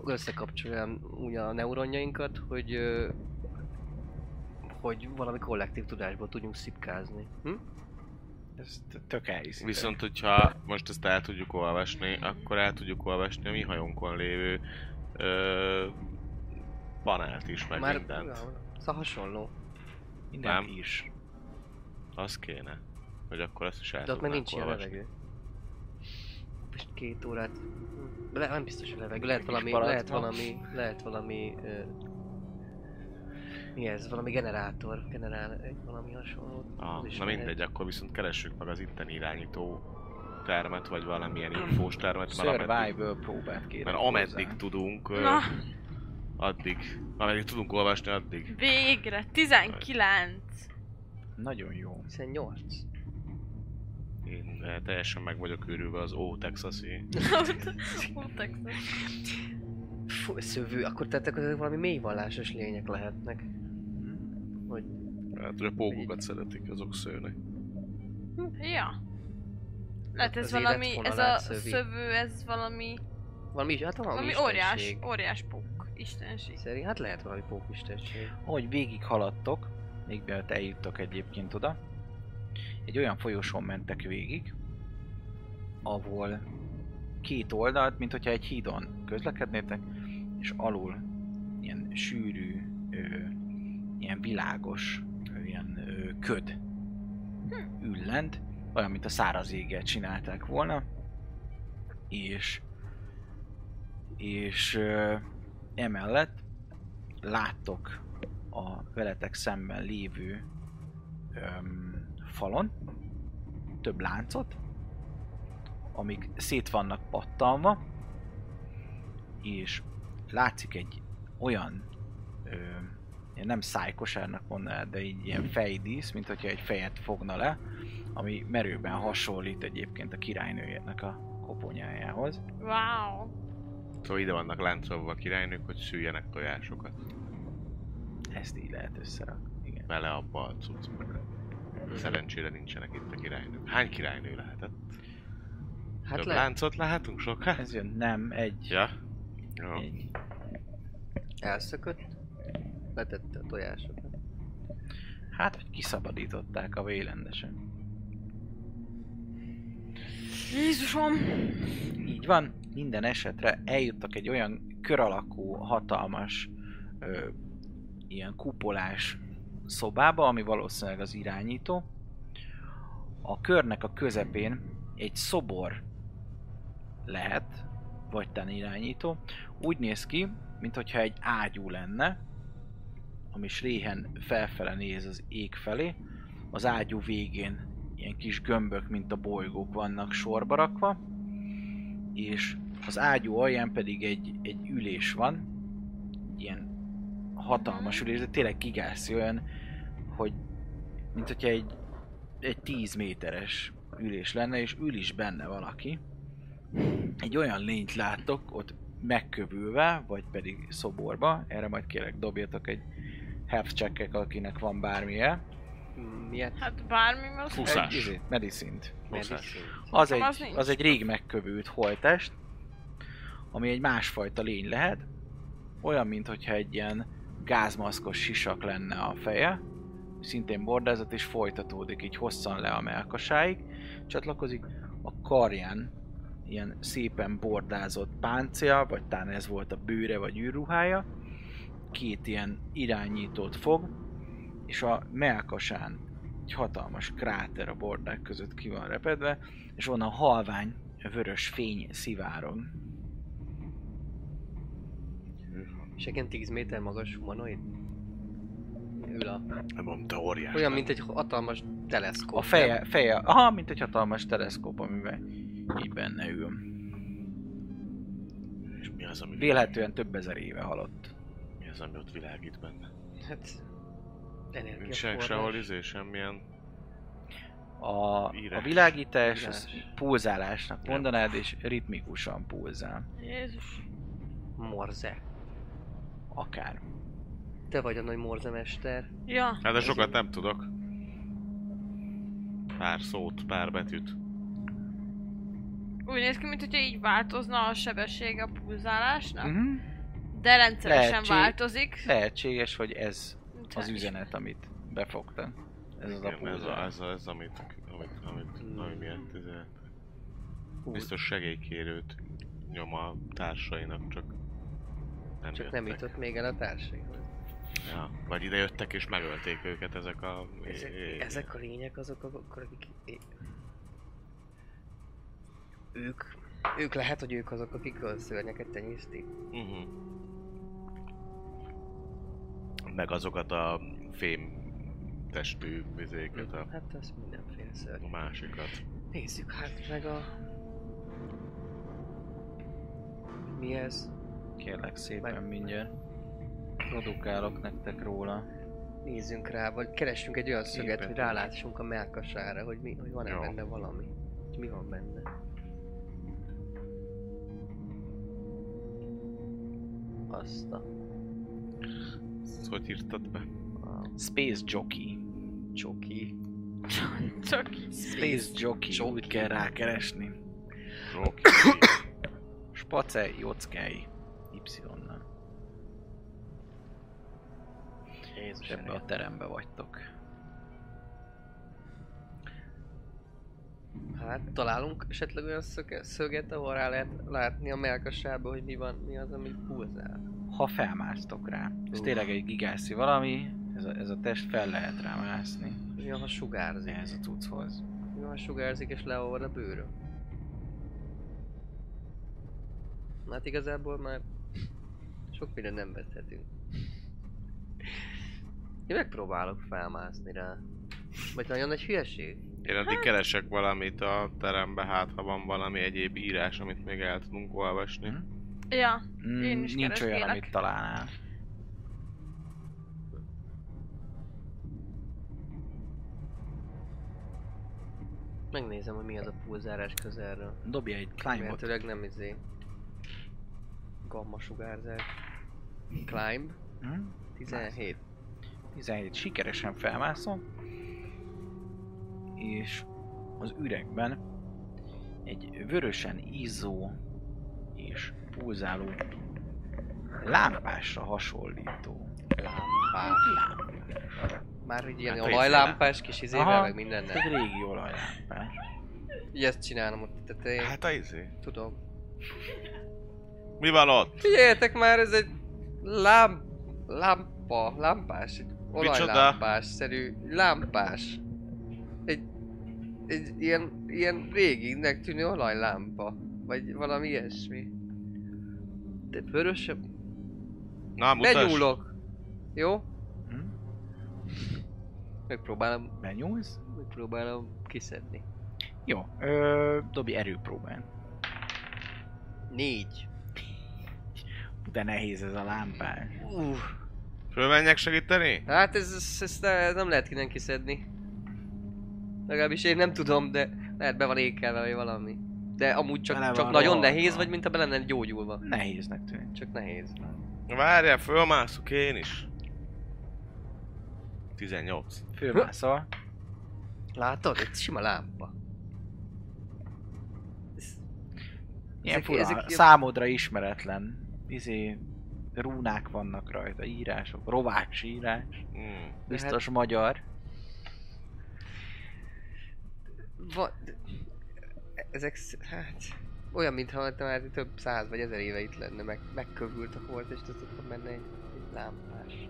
Speaker 5: összekapcsolja úgy a neuronjainkat, hogy ö, hogy valami kollektív tudásból tudjunk szipkázni. Hm?
Speaker 4: Ez tök elhiszitek.
Speaker 3: Viszont, hogyha most ezt el tudjuk olvasni, akkor el tudjuk olvasni a mi hajónkon lévő ö, panelt is, meg Már mindent.
Speaker 5: Ja, szóval hasonló.
Speaker 4: Minden
Speaker 3: nem.
Speaker 4: is.
Speaker 3: Az kéne. Hogy akkor azt is el
Speaker 5: De ott meg
Speaker 3: tudnánk
Speaker 5: nincs ilyen
Speaker 3: olvasni.
Speaker 5: levegő. Most két órát. hm, Le, nem biztos, hogy levegő. Lehet
Speaker 4: Egy
Speaker 5: valami,
Speaker 4: palack
Speaker 5: lehet
Speaker 4: van.
Speaker 5: valami, lehet valami ö, Mi ez? Valami generátor, generál egy valami hasonló.
Speaker 3: Ah, na mindegy, akkor viszont keressük meg az itteni irányító termet, vagy valamilyen infós termet, mert ameddig,
Speaker 4: Survival próbát kérek.
Speaker 3: mert ameddig tudunk, ö,
Speaker 6: Na.
Speaker 3: addig, ameddig tudunk olvasni, addig.
Speaker 6: Végre, 19.
Speaker 4: Nagyon jó.
Speaker 5: 18.
Speaker 3: Én eh, teljesen meg vagyok őrülve az Ó-Texasi
Speaker 6: Kontextus.
Speaker 5: Fú, szövő, akkor tehát akkor ezek valami mélyvallásos lények lehetnek.
Speaker 3: Hát, hogy a pókokat szeretik, azok szőnek.
Speaker 6: Ja. Lehet ez
Speaker 5: Az
Speaker 6: valami, ez a
Speaker 5: életvonalát szövi.
Speaker 6: szövő, ez valami,
Speaker 5: Valami is, hát valami,
Speaker 6: valami
Speaker 5: istenség.
Speaker 6: óriás, óriás pók, istenség.
Speaker 5: Szerint, hát lehet valami pókistenség.
Speaker 4: Ahogy végig haladtok, még mielőtt eljuttok egyébként oda, egy olyan folyosón mentek végig, ahol két oldalt, mint hogyha egy hídon közlekednétek, és alul ilyen sűrű, ö, ilyen világos, ö, ilyen ö, köd üllent, olyan, mint a száraz éget csinálták volna, és és ö, emellett láttok a veletek szemben lévő öm, falon több láncot, amik szét vannak pattanva, és látszik egy olyan, ö, én nem szájkosárnak mondanád, de így ilyen fejdísz, mint hogyha egy fejet fogna le, ami merőben hasonlít egyébként a királynőjének a koponyájához.
Speaker 6: Wow.
Speaker 3: Szóval ide vannak láncolva a királynők, hogy szüljenek tojásokat.
Speaker 4: Ezt így lehet összerakni. Igen.
Speaker 3: Bele abba a cuccba. Hmm. Szerencsére nincsenek itt a királynők. Hány királynő lehetett?
Speaker 5: Hát
Speaker 3: Több
Speaker 5: lehet,
Speaker 3: láncot látunk sok? Hát,
Speaker 4: Ez jön, nem, egy,
Speaker 3: Ja. Jó.
Speaker 4: egy
Speaker 5: elszökött, letette a tojásokat.
Speaker 4: Hát, hogy kiszabadították a vélendesen.
Speaker 6: Jézusom.
Speaker 4: Így van, minden esetre eljuttak egy olyan kör alakú, hatalmas, ö, ilyen kupolás szobába, ami valószínűleg az irányító. A körnek a közepén egy szobor lehet, vagy ten irányító. Úgy néz ki, mintha egy ágyú lenne, ami sréhen felfele néz az ég felé. Az ágyú végén ilyen kis gömbök, mint a bolygók vannak sorba rakva, és az ágyú alján pedig egy, egy ülés van, ilyen hatalmas ülés, de tényleg kigászi olyan, hogy mint hogyha egy, egy 10 méteres ülés lenne, és ül is benne valaki. Egy olyan lényt látok ott megkövülve, vagy pedig szoborba, erre majd kérek dobjatok egy health check akinek van bármilyen.
Speaker 5: Mm, Miért?
Speaker 6: Hát bármi most.
Speaker 3: Fusz. Húszás.
Speaker 4: Egy izé, medicint.
Speaker 3: Muszáj.
Speaker 4: Az egy,
Speaker 6: Nekem az nincs.
Speaker 4: az egy rég megkövült holtest, ami egy másfajta lény lehet. Olyan, mintha egy ilyen gázmaszkos sisak lenne a feje. Szintén bordázat és folytatódik így hosszan le a melkasáig. Csatlakozik a karján ilyen szépen bordázott páncél, vagy talán ez volt a bőre vagy űrruhája. Két ilyen irányítót fog, és a melkasán egy hatalmas kráter a bordák között ki van repedve, és onnan halvány vörös fény szivárog.
Speaker 5: És egy ilyen 10 méter magas humanoid? Ül a...
Speaker 3: Nem mondta óriás.
Speaker 5: Olyan, mint egy hatalmas teleszkóp.
Speaker 4: A feje, feje, aha, mint egy hatalmas teleszkóp, amiben így benne ül.
Speaker 3: És mi az, ami,
Speaker 4: Vélhetően több ezer éve halott.
Speaker 3: mi az, ami ott világít benne?
Speaker 5: nem? Hát...
Speaker 3: Nincsenek sehol izé, semmilyen...
Speaker 4: A, a
Speaker 3: Írás.
Speaker 4: világítás az
Speaker 5: Írás.
Speaker 4: pulzálásnak
Speaker 3: Ja.
Speaker 4: mondanád, és ritmikusan pulzál.
Speaker 6: Jézus.
Speaker 5: Morze.
Speaker 4: Akár.
Speaker 5: Te vagy a nagy morzemester.
Speaker 6: Ja.
Speaker 3: Hát de sokat nem tudok. Pár szót, pár betűt.
Speaker 6: Úgy néz ki, mint hogyha így változna a sebessége a pulzálásnak.
Speaker 4: Uh-huh.
Speaker 6: De rendszeresen
Speaker 4: Lehetség-
Speaker 6: változik.
Speaker 4: Lehetséges, hogy ez az
Speaker 6: Tehát-
Speaker 4: üzenet, amit befogtad. Ez az a
Speaker 3: Igen, ez, a,
Speaker 4: pulzál.
Speaker 3: ez, a, ez amit, amit, amit,
Speaker 5: Mm.
Speaker 3: ami miatt izé,
Speaker 5: Úr,
Speaker 3: biztos segélykérőt nyom a társainak, csak nem
Speaker 5: csak
Speaker 3: jöttek.
Speaker 5: nem jutott még el a társaihoz.
Speaker 3: Ja. Vagy ide jöttek és megölték őket ezek a...
Speaker 5: Ezek,
Speaker 3: é-
Speaker 5: ezek a lények azok, akkor akik... é- Ők... Ők lehet, hogy ők azok, akik a szörnyeket tenyésztik.
Speaker 3: Mhm. meg azokat a fém testű vizéket, a
Speaker 5: Hát ez mindenféle szörny.
Speaker 3: a másikat.
Speaker 5: Nézzük hát meg a... Mi ez?
Speaker 4: Kérlek
Speaker 5: Meg-
Speaker 4: szépen mindjárt. Produkálok nektek róla.
Speaker 5: Nézzünk rá, vagy keressünk egy olyan szöget,
Speaker 4: Képet.
Speaker 5: hogy rálátsunk a melkasára, hogy, mi, hogy van-e
Speaker 3: Jó.
Speaker 5: benne valami. Hogy mi van benne. Azt a...
Speaker 3: Ezt hogy írtad be?
Speaker 5: a
Speaker 4: Space Jockey.
Speaker 5: csoki.
Speaker 6: Csak így.
Speaker 4: Space Jockey.
Speaker 5: Jockey.
Speaker 4: Úgy kell rákeresni.
Speaker 3: Rocky.
Speaker 4: Space Jockey. Y-nal. És
Speaker 5: Jézus,
Speaker 4: ebbe a terembe vagytok.
Speaker 5: Hát találunk esetleg olyan szöge, szöget, ahol rá lehet látni a melkasába, hogy mi van, mi az, ami pulzál.
Speaker 4: Ha felmásztok rá. Ez
Speaker 5: Uf.
Speaker 4: tényleg egy gigászi valami. Ez a, ez a test fel lehet rá mászni.
Speaker 5: Mi van, ha sugárzik?
Speaker 4: Ez a cucchoz.
Speaker 5: Mi van, ha sugárzik és leolvad a bőröm? Hát igazából már sok mindent nem vethetünk. Én megpróbálok felmászni rá. Vagy nagyon nagy hülyeség?
Speaker 3: Én addig keresek valamit a terembe, hát ha van valami egyéb írás, amit még el tudunk olvasni.
Speaker 4: Hm?
Speaker 6: Ja,
Speaker 4: Mm,
Speaker 6: Én is
Speaker 4: nincs olyan,
Speaker 6: kereskélek.
Speaker 4: amit találnál.
Speaker 5: Megnézem, hogy mi az a pulzárás közelről.
Speaker 4: Dobj egy climbot.
Speaker 5: Remélhetőleg nem izé... Gamma sugárzás. Climb.
Speaker 4: Hm?
Speaker 5: 17.
Speaker 4: 17 sikeresen felmászol, és az üregben egy vörösen izzó és pulzáló lámpásra hasonlító
Speaker 5: Lámpás.
Speaker 4: lámpa.
Speaker 5: Már így ilyen
Speaker 3: Hát,
Speaker 5: olajlámpás kis izével,
Speaker 4: Aha.
Speaker 5: meg
Speaker 4: Ez
Speaker 5: mindennel.
Speaker 4: egy régi olajlámpás.
Speaker 5: Így ezt csinálom ott a tetején. Hát.
Speaker 3: Hát a izé.
Speaker 5: Tudom.
Speaker 3: Mi van ott?
Speaker 5: Figyeljetek már, ez egy lám... lámpa, lámpás, egy olajlámpás szerű lámpás. Egy, egy ilyen, ilyen réginek tűnő olajlámpa. Vagy valami ilyesmi. De vörösebb...
Speaker 3: Na, mutasd!
Speaker 5: Benyúlok! Jó?
Speaker 4: Hm?
Speaker 5: Megpróbálom,
Speaker 4: Benyúlsz?
Speaker 5: megpróbálom kiszedni.
Speaker 4: Jó, ö, dobj erőpróbán.
Speaker 5: Négy.
Speaker 4: De nehéz ez a lámpás.
Speaker 5: Uff.
Speaker 3: Fölmenjek segíteni?
Speaker 5: Hát ez, ez, ezt ne, nem lehet innen kiszedni. Legalábbis én nem tudom, de lehet be van ékelve vagy valami. De amúgy
Speaker 4: Bele
Speaker 5: csak, csak
Speaker 4: van
Speaker 5: nagyon
Speaker 4: rohadva.
Speaker 5: nehéz vagy, mint a bele lenne gyógyulva.
Speaker 4: Nehéznek tűnik.
Speaker 5: Csak nehéz.
Speaker 3: Várjál, fölmászok én is. 18.
Speaker 4: Fölmászol.
Speaker 5: Látod? Egy sima lámpa. Ez-
Speaker 4: Ilyen
Speaker 5: Ezek-
Speaker 4: fura,
Speaker 5: ezek ilyen-
Speaker 4: számodra ismeretlen izé, rúnák vannak rajta, írások, rovács írás,
Speaker 3: Hmm.
Speaker 4: biztos
Speaker 5: hát-
Speaker 4: magyar.
Speaker 5: Va, de- ezek, sz- hát... Olyan, mintha már több száz vagy ezer éve itt lenne, meg, megkövült a holt, és tudod, ott menne egy, egy lámpás.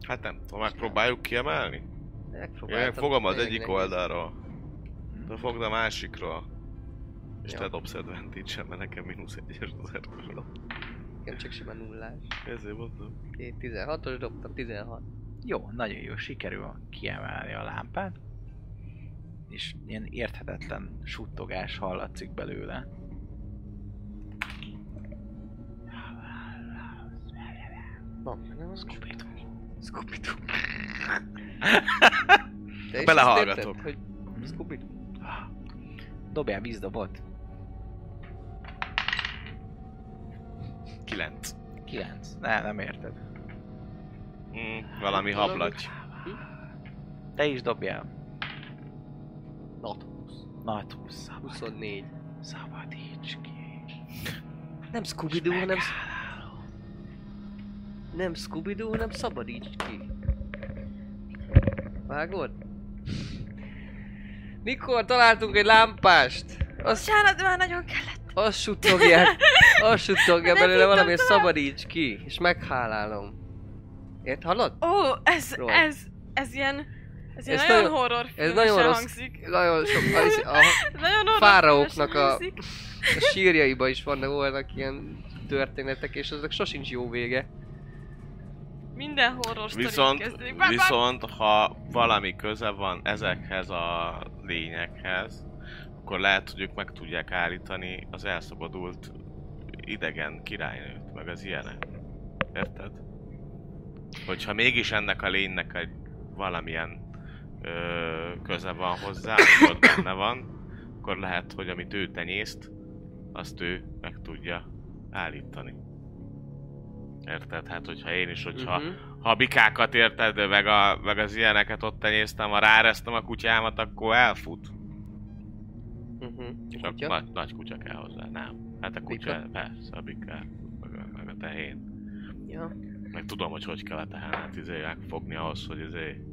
Speaker 3: Hát nem tudom, megpróbáljuk kiemelni? Én
Speaker 5: Megpróbáltam,
Speaker 3: fogom az
Speaker 5: tényleg
Speaker 3: egyik
Speaker 5: nehéz.
Speaker 3: oldalról. Te fogd a másikról. És
Speaker 5: Jó.
Speaker 3: te dobsz advantage mert nekem mínusz egyes az erről.
Speaker 5: Igen, csak sima nullás.
Speaker 3: Ezért mondom.
Speaker 5: Két 16-os dobtam, 16.
Speaker 4: Jó, nagyon jó, sikerül kiemelni a lámpát, és ilyen érthetetlen suttogás hallatszik belőle.
Speaker 5: Van benne az Scooby-Doo. Te is
Speaker 3: Belehallgatok.
Speaker 5: azt érted, Hogy scooby
Speaker 4: Dobjál vízdobot.
Speaker 3: 9.
Speaker 4: 9. Ne, nem érted.
Speaker 3: Mm, valami hablagy.
Speaker 4: Te is dobjál.
Speaker 5: Not 20.
Speaker 4: Nagy 20. Szabad,
Speaker 5: 24.
Speaker 4: szabadíts ki.
Speaker 5: Nem Scooby-Doo, hanem... Nem Scooby-Doo, hanem szabadíts ki. Vágod? Mikor találtunk egy lámpást? Azt,
Speaker 6: Bocsánat, már nagyon kellett.
Speaker 5: azt suttogja, azt suttogja
Speaker 6: Nem
Speaker 5: belőle
Speaker 6: hittem
Speaker 5: valami, hogy
Speaker 6: tovább.
Speaker 5: szabadíts ki, és meghálálom. Ért, hallod?
Speaker 6: Ó, ez,
Speaker 5: Ról.
Speaker 6: ez, ez ilyen... Ez, ilyen
Speaker 5: Ez
Speaker 6: nagyon,
Speaker 5: nagyon-
Speaker 6: horror
Speaker 5: Ez nagyon rossz,
Speaker 6: hangzik.
Speaker 5: nagyon sok, a, a,
Speaker 6: Nagyon horror
Speaker 5: fáraóknak a-
Speaker 6: hangzik.
Speaker 5: a sírjaiba is vannak olyanak ilyen történetek, és azok sosincs jó vége.
Speaker 6: Minden horror sztorin
Speaker 3: Viszont,
Speaker 6: kezdődik. Bá, bá,
Speaker 3: viszont ha valami köze van ezekhez a lényekhez, akkor lehet, hogy ők meg tudják állítani az elszabadult idegen királynőt, meg az ilyenek. Érted? Hogyha mégis ennek a lénynek egy valamilyen ö, köze van hozzá, vagy ott benne van, akkor lehet, hogy amit ő tenyészt, azt ő meg tudja állítani. Érted? Hát, hogyha én is, hogyha
Speaker 5: Mhm.
Speaker 3: ha a bikákat érted, meg, a, meg az ilyeneket ott tenyésztem, ha ráreztem a kutyámat, akkor elfut.
Speaker 5: Mhm.
Speaker 3: Csak
Speaker 5: Kutya?
Speaker 3: Nagy, nagy kutya kell hozzá, nem. Hát a kutya,
Speaker 5: Bika?
Speaker 3: persze, a biká, meg, meg a tehén.
Speaker 5: Ja.
Speaker 3: Meg tudom, hogy hogy kell a tehenet izé megfogni ahhoz, hogy izé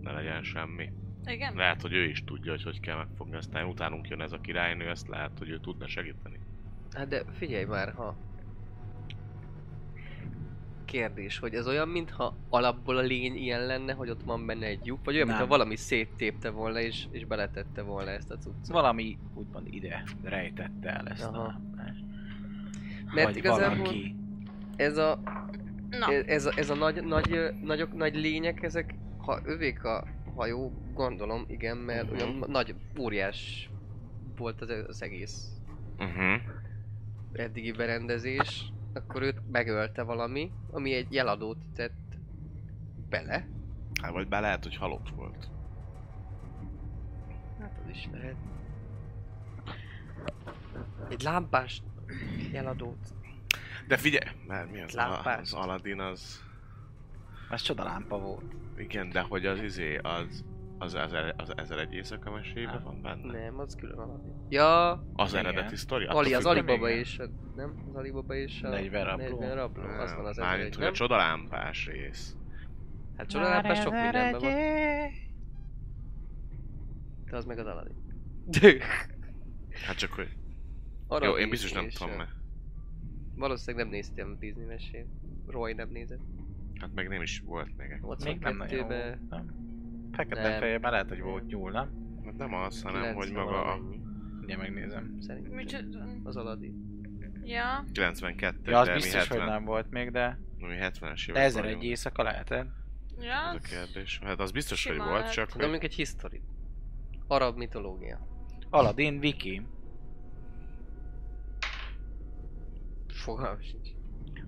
Speaker 3: ne legyen semmi.
Speaker 6: Igen?
Speaker 3: Lehet, hogy ő is tudja, hogy hogy kell megfogni, aztán utánunk jön ez a királynő, ezt lehet, hogy ő tudna segíteni.
Speaker 5: Hát de figyelj már, ha... Kérdés, hogy ez olyan, mintha alapból a lény ilyen lenne, hogy ott van benne egy lyuk, vagy olyan,
Speaker 4: Nem.
Speaker 5: mintha valami széttépte volna és, és beletette volna ezt a cuccot.
Speaker 4: Szóval Valami úgymond ide rejtette el ezt
Speaker 5: Aha.
Speaker 4: a...
Speaker 5: Mert
Speaker 4: vagy
Speaker 5: igazából-
Speaker 4: valaki.
Speaker 5: Ez a,
Speaker 6: Na,
Speaker 5: E- Ez a, ez a nagy, nagy, ö, nagyok, nagy lények, ezek, ha övék a hajó, gondolom, igen, mert olyan ma- nagy, óriás volt az, az egész
Speaker 3: Uh-huh.
Speaker 5: eddigi berendezés, akkor őt megölte valami, ami egy jeladót tett bele.
Speaker 3: Hát vagy be lehet, hogy halott volt.
Speaker 5: Hát az is lehet. Egy lámpás jeladót.
Speaker 3: De figyelj, mert mi az,
Speaker 5: Lámpás.
Speaker 3: az Aladdin az...
Speaker 4: Az csodalámpa volt.
Speaker 3: Igen, de hogy az izé, az, az, az, az ezer egy éjszaka mesében van benne?
Speaker 5: Nem, az külön valami. Ja,
Speaker 3: Az
Speaker 4: Igen.
Speaker 3: eredeti sztori? Attól
Speaker 5: Ali, az
Speaker 3: függ,
Speaker 5: Alibaba
Speaker 3: igen.
Speaker 5: is, a- nem? Az Alibaba is a...
Speaker 4: 40 rabló.
Speaker 5: 40 rabló, az van
Speaker 3: Mármint,
Speaker 5: az ezer egy,
Speaker 3: hogy a
Speaker 5: nem?
Speaker 3: csodalámpás rész.
Speaker 5: Hát csodálatban sok mindenben van. De az meg az Aladdin.
Speaker 3: Hát csak hogy...
Speaker 5: Arra
Speaker 3: Jó, én
Speaker 5: Disney
Speaker 3: biztos nem
Speaker 5: is,
Speaker 3: tudom
Speaker 5: ö,
Speaker 3: mert
Speaker 5: Valószínűleg nem néztem a Disney mesét. Roy nem nézett.
Speaker 3: Hát meg nem is volt még. egy.
Speaker 4: Még nem nagyon
Speaker 5: 82-be...
Speaker 4: volt, nem? Fekete
Speaker 5: Nem.
Speaker 4: fejében lehet, hogy volt nyúl, nem?
Speaker 3: Hát nem az, hanem
Speaker 5: 90
Speaker 3: hogy maga a
Speaker 5: valamennyi,
Speaker 4: Ugye megnézem.
Speaker 5: Szerintem.
Speaker 6: micsoda?
Speaker 5: Az Aladdin.
Speaker 6: Ja,
Speaker 3: 92
Speaker 4: Ja, az
Speaker 3: de mi
Speaker 4: biztos,
Speaker 3: 70,
Speaker 4: hogy nem volt még, de
Speaker 3: Mi 70-es évek.
Speaker 4: 1001
Speaker 3: vagyunk.
Speaker 4: éjszaka lehetett.
Speaker 6: ja.
Speaker 3: Ez a kérdés. Hát az biztos, hogy
Speaker 6: Simán
Speaker 3: volt,
Speaker 6: lehet.
Speaker 3: csak
Speaker 5: Tudom,
Speaker 3: hogy...
Speaker 5: mondjuk egy history. Arab mitológia.
Speaker 4: Aladdin Wiki.
Speaker 5: Fogalmam sincs.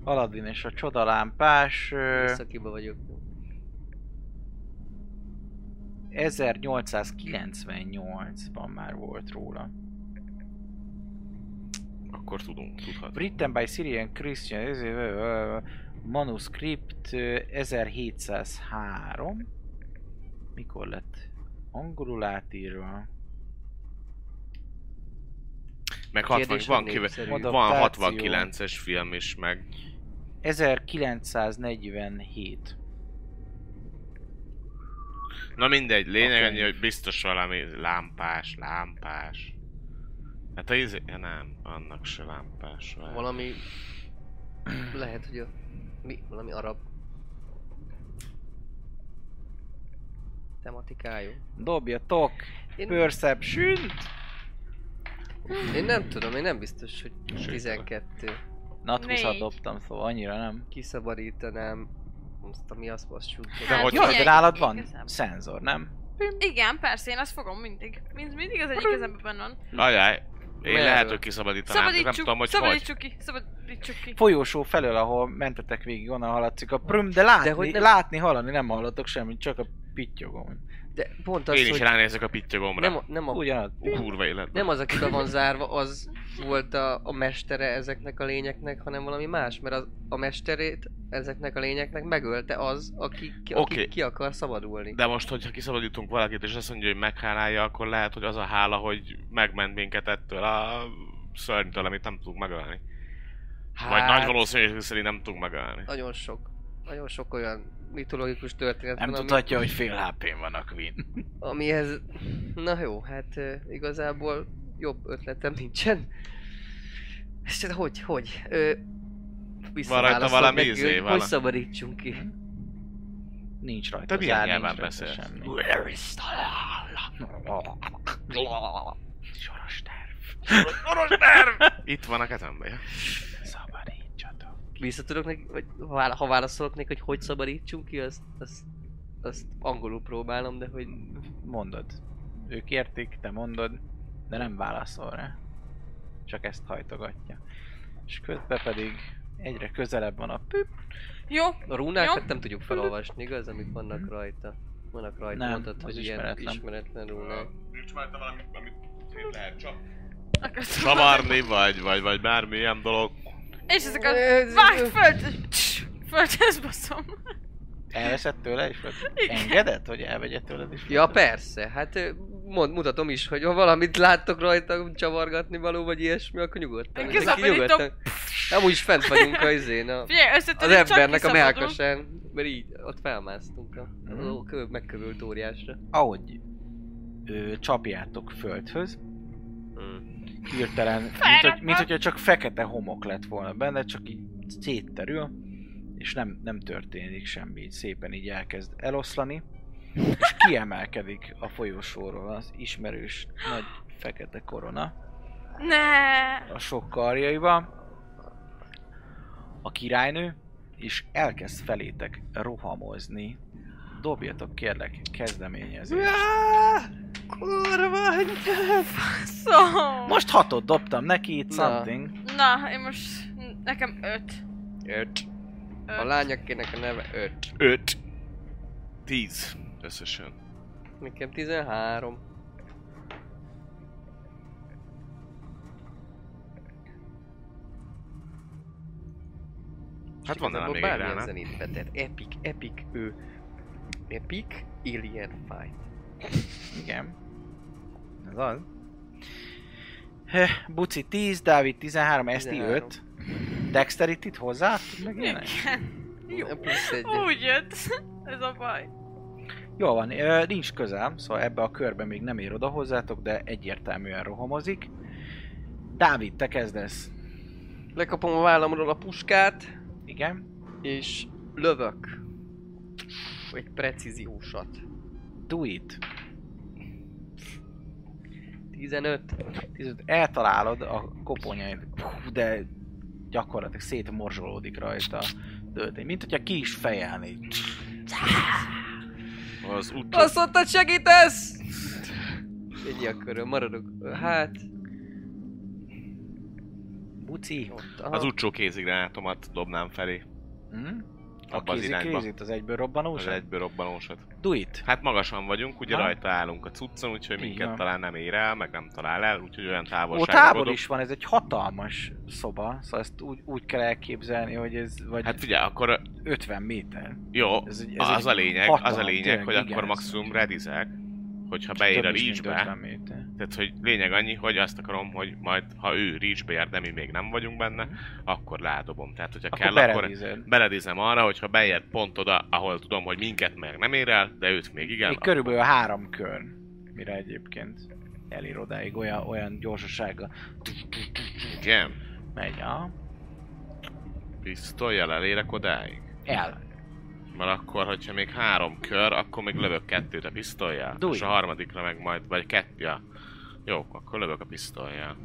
Speaker 4: Aladdin és a csodalámpás ö,
Speaker 5: Északiba vagyok.
Speaker 4: 1898-ban már volt róla.
Speaker 3: Akkor tudunk, tudhat.
Speaker 4: Written by Syrian Christian ez, ö, ö, Manuscript ö, 1703. Mikor lett angolul átírva?
Speaker 3: Meg 60,
Speaker 5: Kérdés,
Speaker 3: van,
Speaker 5: hogy
Speaker 3: kive...
Speaker 5: népszerű.
Speaker 3: van
Speaker 4: Adaptáció.
Speaker 3: 69-es film is, meg
Speaker 4: 1947.
Speaker 3: Na mindegy, lényeg
Speaker 4: Oké.
Speaker 3: annyi, hogy biztos valami lámpás, lámpás. Hát a izé... ja, nem, annak se lámpás. várj.
Speaker 5: Valami... Lehet, hogy a... Mi? Valami arab... tematikájú.
Speaker 4: Dobjatok!
Speaker 5: Én,
Speaker 4: Perception!
Speaker 5: én nem tudom, én nem biztos, hogy
Speaker 3: Sőt,
Speaker 5: 12.
Speaker 4: Nat 20
Speaker 6: Négy.
Speaker 4: dobtam, szóval annyira nem.
Speaker 5: kiszabarítanám azt, ami azt azt
Speaker 6: De
Speaker 5: De
Speaker 6: Hát, hogy-
Speaker 4: Jaj, de
Speaker 6: figyelj,
Speaker 4: nálad van
Speaker 6: igazából.
Speaker 4: szenzor, nem?
Speaker 6: Igen, persze, én azt fogom mindig. Mind, mindig az egyik kezemben benne van.
Speaker 3: Ajaj, én
Speaker 5: Merről?
Speaker 3: lehet, hogy kiszabadítanám, csak nem
Speaker 6: Szabadítsuk,
Speaker 3: tudom, hogy hogy.
Speaker 6: szabadítsuk ki, szabadítsuk ki.
Speaker 4: folyósó felől, ahol mentetek végig, onnan haladszik a prüm, de látni, de
Speaker 5: De hogy nem-
Speaker 4: látni hallani nem hallottok semmit, csak a pittyogom.
Speaker 5: De pont az,
Speaker 3: Én is
Speaker 5: hogy
Speaker 3: ránézek a pittyogomra.
Speaker 5: nem,
Speaker 3: Nem,
Speaker 5: a- nem, a,
Speaker 4: Ugyanaz.
Speaker 3: Kurva életben.
Speaker 5: nem az, aki be van zárva, az volt a, a mestere ezeknek a lényeknek, hanem valami más, mert az, a mesterét ezeknek a lényeknek megölte az, aki, ki, aki
Speaker 3: Oké.
Speaker 5: ki akar szabadulni.
Speaker 3: De most, hogyha kiszabadítunk valakit, és azt mondja, hogy meghálálja, akkor lehet, hogy az a hála, hogy megment minket ettől a szörnytől, amit nem tudunk megölni. Hát... Vagy nagy valószínűség szerint nem tudunk megölni.
Speaker 5: Nagyon sok, nagyon sok olyan mitológikus történet
Speaker 4: Nem
Speaker 5: van, ami-
Speaker 4: tudhatja, hogy fél hp van a Queen.
Speaker 5: amihez... Na jó, hát ö, igazából jobb ötletem nincsen. És hát hogy, hogy? Ö,
Speaker 3: Van rajta
Speaker 5: visszaválaszol
Speaker 3: valami
Speaker 5: neki,
Speaker 3: izé,
Speaker 5: hogy
Speaker 3: valami-
Speaker 5: Hogy szabadítsunk ki?
Speaker 4: Nincs rajta
Speaker 3: Te milyen
Speaker 4: zár, nincs
Speaker 3: nyelven
Speaker 4: rajta
Speaker 3: beszélsz?
Speaker 4: semmi. Soros terv.
Speaker 3: Orosz terv! Itt van a kezemben.
Speaker 4: Szabadítsatok ki.
Speaker 5: vissza tudok neki, vagy vála- ha válaszolok neki, hogy hogy szabadítsunk ki, azt, azt, azt angolul próbálom, de hogy
Speaker 4: Mondod. Ők értik, te mondod, de nem válaszol rá. Csak ezt hajtogatja. És közben pedig egyre közelebb van a püp.
Speaker 6: Jó,
Speaker 5: a
Speaker 6: Jó.
Speaker 5: rúnákat nem tudjuk felolvasni, igaz, amik vannak rajta. Vannak rajta,
Speaker 4: Nem,
Speaker 5: mondtad,
Speaker 4: az
Speaker 5: hogy
Speaker 4: ismeretlen.
Speaker 5: ilyen ismeretlen rúnák.
Speaker 3: Nincs már valami, amit szét lehet csak
Speaker 6: akkor
Speaker 3: kavarni, vagy, vagy, vagy bármilyen dolog.
Speaker 6: És ezek a vágd föld, Cs, földhez baszom.
Speaker 4: Elveszed tőle, és vagy engedett, hogy elvegye tőled is?
Speaker 5: Ja, persze, hát ö, mond, mutatom is, hogy ha valamit láttok rajta csavargatni való, vagy ilyesmi, akkor nyugodtan.
Speaker 6: Én
Speaker 5: Ezek
Speaker 6: kiszabadítom.
Speaker 5: Nem úgy is fent vagyunk a izén, a,
Speaker 6: Figyelj,
Speaker 5: az
Speaker 6: összetudod, csak
Speaker 5: embernek a
Speaker 6: kiszabadunk.
Speaker 5: melkasán. Mert így, ott felmásztunk a,
Speaker 4: Mhm.
Speaker 5: a kö, megkövült óriásra.
Speaker 4: Ahogy ö, csapjátok földhöz, hirtelen, mint,
Speaker 6: Felrabbant.
Speaker 4: hogy, mint hogyha csak fekete homok lett volna benne, csak így szétterül, és nem, nem történik semmi, így szépen így elkezd eloszlani, és kiemelkedik a folyosóról az ismerős nagy fekete korona
Speaker 6: Ne.
Speaker 4: a sok karjaiba, a királynő, és elkezd felétek rohamozni. Dobjatok kérlek kezdeményezést.
Speaker 5: Kurva,
Speaker 6: Szó.
Speaker 4: Most hatot dobtam neki, itt
Speaker 5: Na.
Speaker 4: something.
Speaker 6: Na, én most... Nekem öt.
Speaker 5: Öt.
Speaker 6: öt.
Speaker 5: A lányakének a neve öt.
Speaker 3: 5. 10 összesen.
Speaker 5: Nekem 13.
Speaker 3: Hát
Speaker 5: És
Speaker 3: van nálam
Speaker 5: igazából
Speaker 3: még egy
Speaker 5: bármilyen
Speaker 3: gránát.
Speaker 5: zenét vetett. Epic, epic, ő. Epic Alien Fight.
Speaker 4: Igen. Ez az. Heh, Buci 10, Dávid 13, Eszti
Speaker 5: 13.
Speaker 4: 5. Dexterity-t hozzá? Meg ilyenek?
Speaker 6: Igen. Jó.
Speaker 5: Plusz egy.
Speaker 6: Úgy jött. Ez a baj.
Speaker 4: Jó van, ö, nincs közel, szóval ebbe a körbe még nem ér oda hozzátok, de egyértelműen rohamozik. Dávid, te kezdesz.
Speaker 5: Lekapom a vállamról a puskát,
Speaker 4: Igen.
Speaker 5: és lövök. Egy precíziósat.
Speaker 4: Do it.
Speaker 5: 15.
Speaker 4: 15. Eltalálod a koponyáid, Hú, de gyakorlatilag szétmorzsolódik rajta a töltény. Mint hogyha ki is fejelni.
Speaker 3: Az utolsó.
Speaker 5: Azt mondtad segítesz! Ennyi a köröm, maradok. Hát,
Speaker 4: Buci.
Speaker 5: ott. Aha.
Speaker 3: Az utcsó kézigránátomat dobnám felé.
Speaker 4: Hm? A
Speaker 3: Abba az
Speaker 4: kézi
Speaker 3: irányba.
Speaker 4: kézit, az egyből
Speaker 3: Az
Speaker 4: robbanós?
Speaker 3: egyből robbanósat.
Speaker 4: Do it.
Speaker 3: Hát magasan vagyunk, ugye
Speaker 4: Ha?
Speaker 3: rajta állunk a cuccon, úgyhogy
Speaker 4: Így van.
Speaker 3: minket talán nem ér el, meg nem talál el, úgyhogy olyan
Speaker 4: Ó,
Speaker 3: távolságra
Speaker 4: tábor
Speaker 3: dobok.
Speaker 4: is van, ez egy hatalmas szoba, szóval ezt úgy, úgy kell elképzelni, hogy ez vagy
Speaker 3: Hát
Speaker 4: hát,
Speaker 3: figyelj, akkor
Speaker 4: 50 méter.
Speaker 3: jó,
Speaker 4: Ez, egy-
Speaker 3: az
Speaker 4: egy
Speaker 3: a lényeg, az a
Speaker 4: hatalmas,
Speaker 3: lényeg,
Speaker 4: tényleg
Speaker 3: hogy akkor
Speaker 4: gigánsz.
Speaker 3: maximum redizek, hogyha
Speaker 4: Több
Speaker 3: beír a
Speaker 4: is, mint
Speaker 3: reachbe.
Speaker 4: 50 méter.
Speaker 3: Tehát, hogy lényeg annyi, hogy azt akarom, hogy majd, ha ő reachbe jár, de mi még nem vagyunk benne, akkor rádobom. Tehát, hogyha
Speaker 4: Mhm. Akkor
Speaker 3: kell, akkor
Speaker 4: beredízed.
Speaker 3: beledizem arra, hogyha beér pont oda, ahol tudom, hogy minket meg nem ér el, de őt még igen,
Speaker 4: Még körülbelül a három kör, mire egyébként elér odáig olyan, olyan gyorsasággal
Speaker 3: igen,
Speaker 4: megy, a
Speaker 3: pisztolyjal elérek odáig.
Speaker 4: El.
Speaker 3: Mert akkor, hogyha még három kör, akkor még lövök kettőt a pisztolyjal.
Speaker 4: Dúj.
Speaker 3: És a harmadikra meg majd, vagy kettő. Ja. Jó, akkor lövök a pisztolyjal.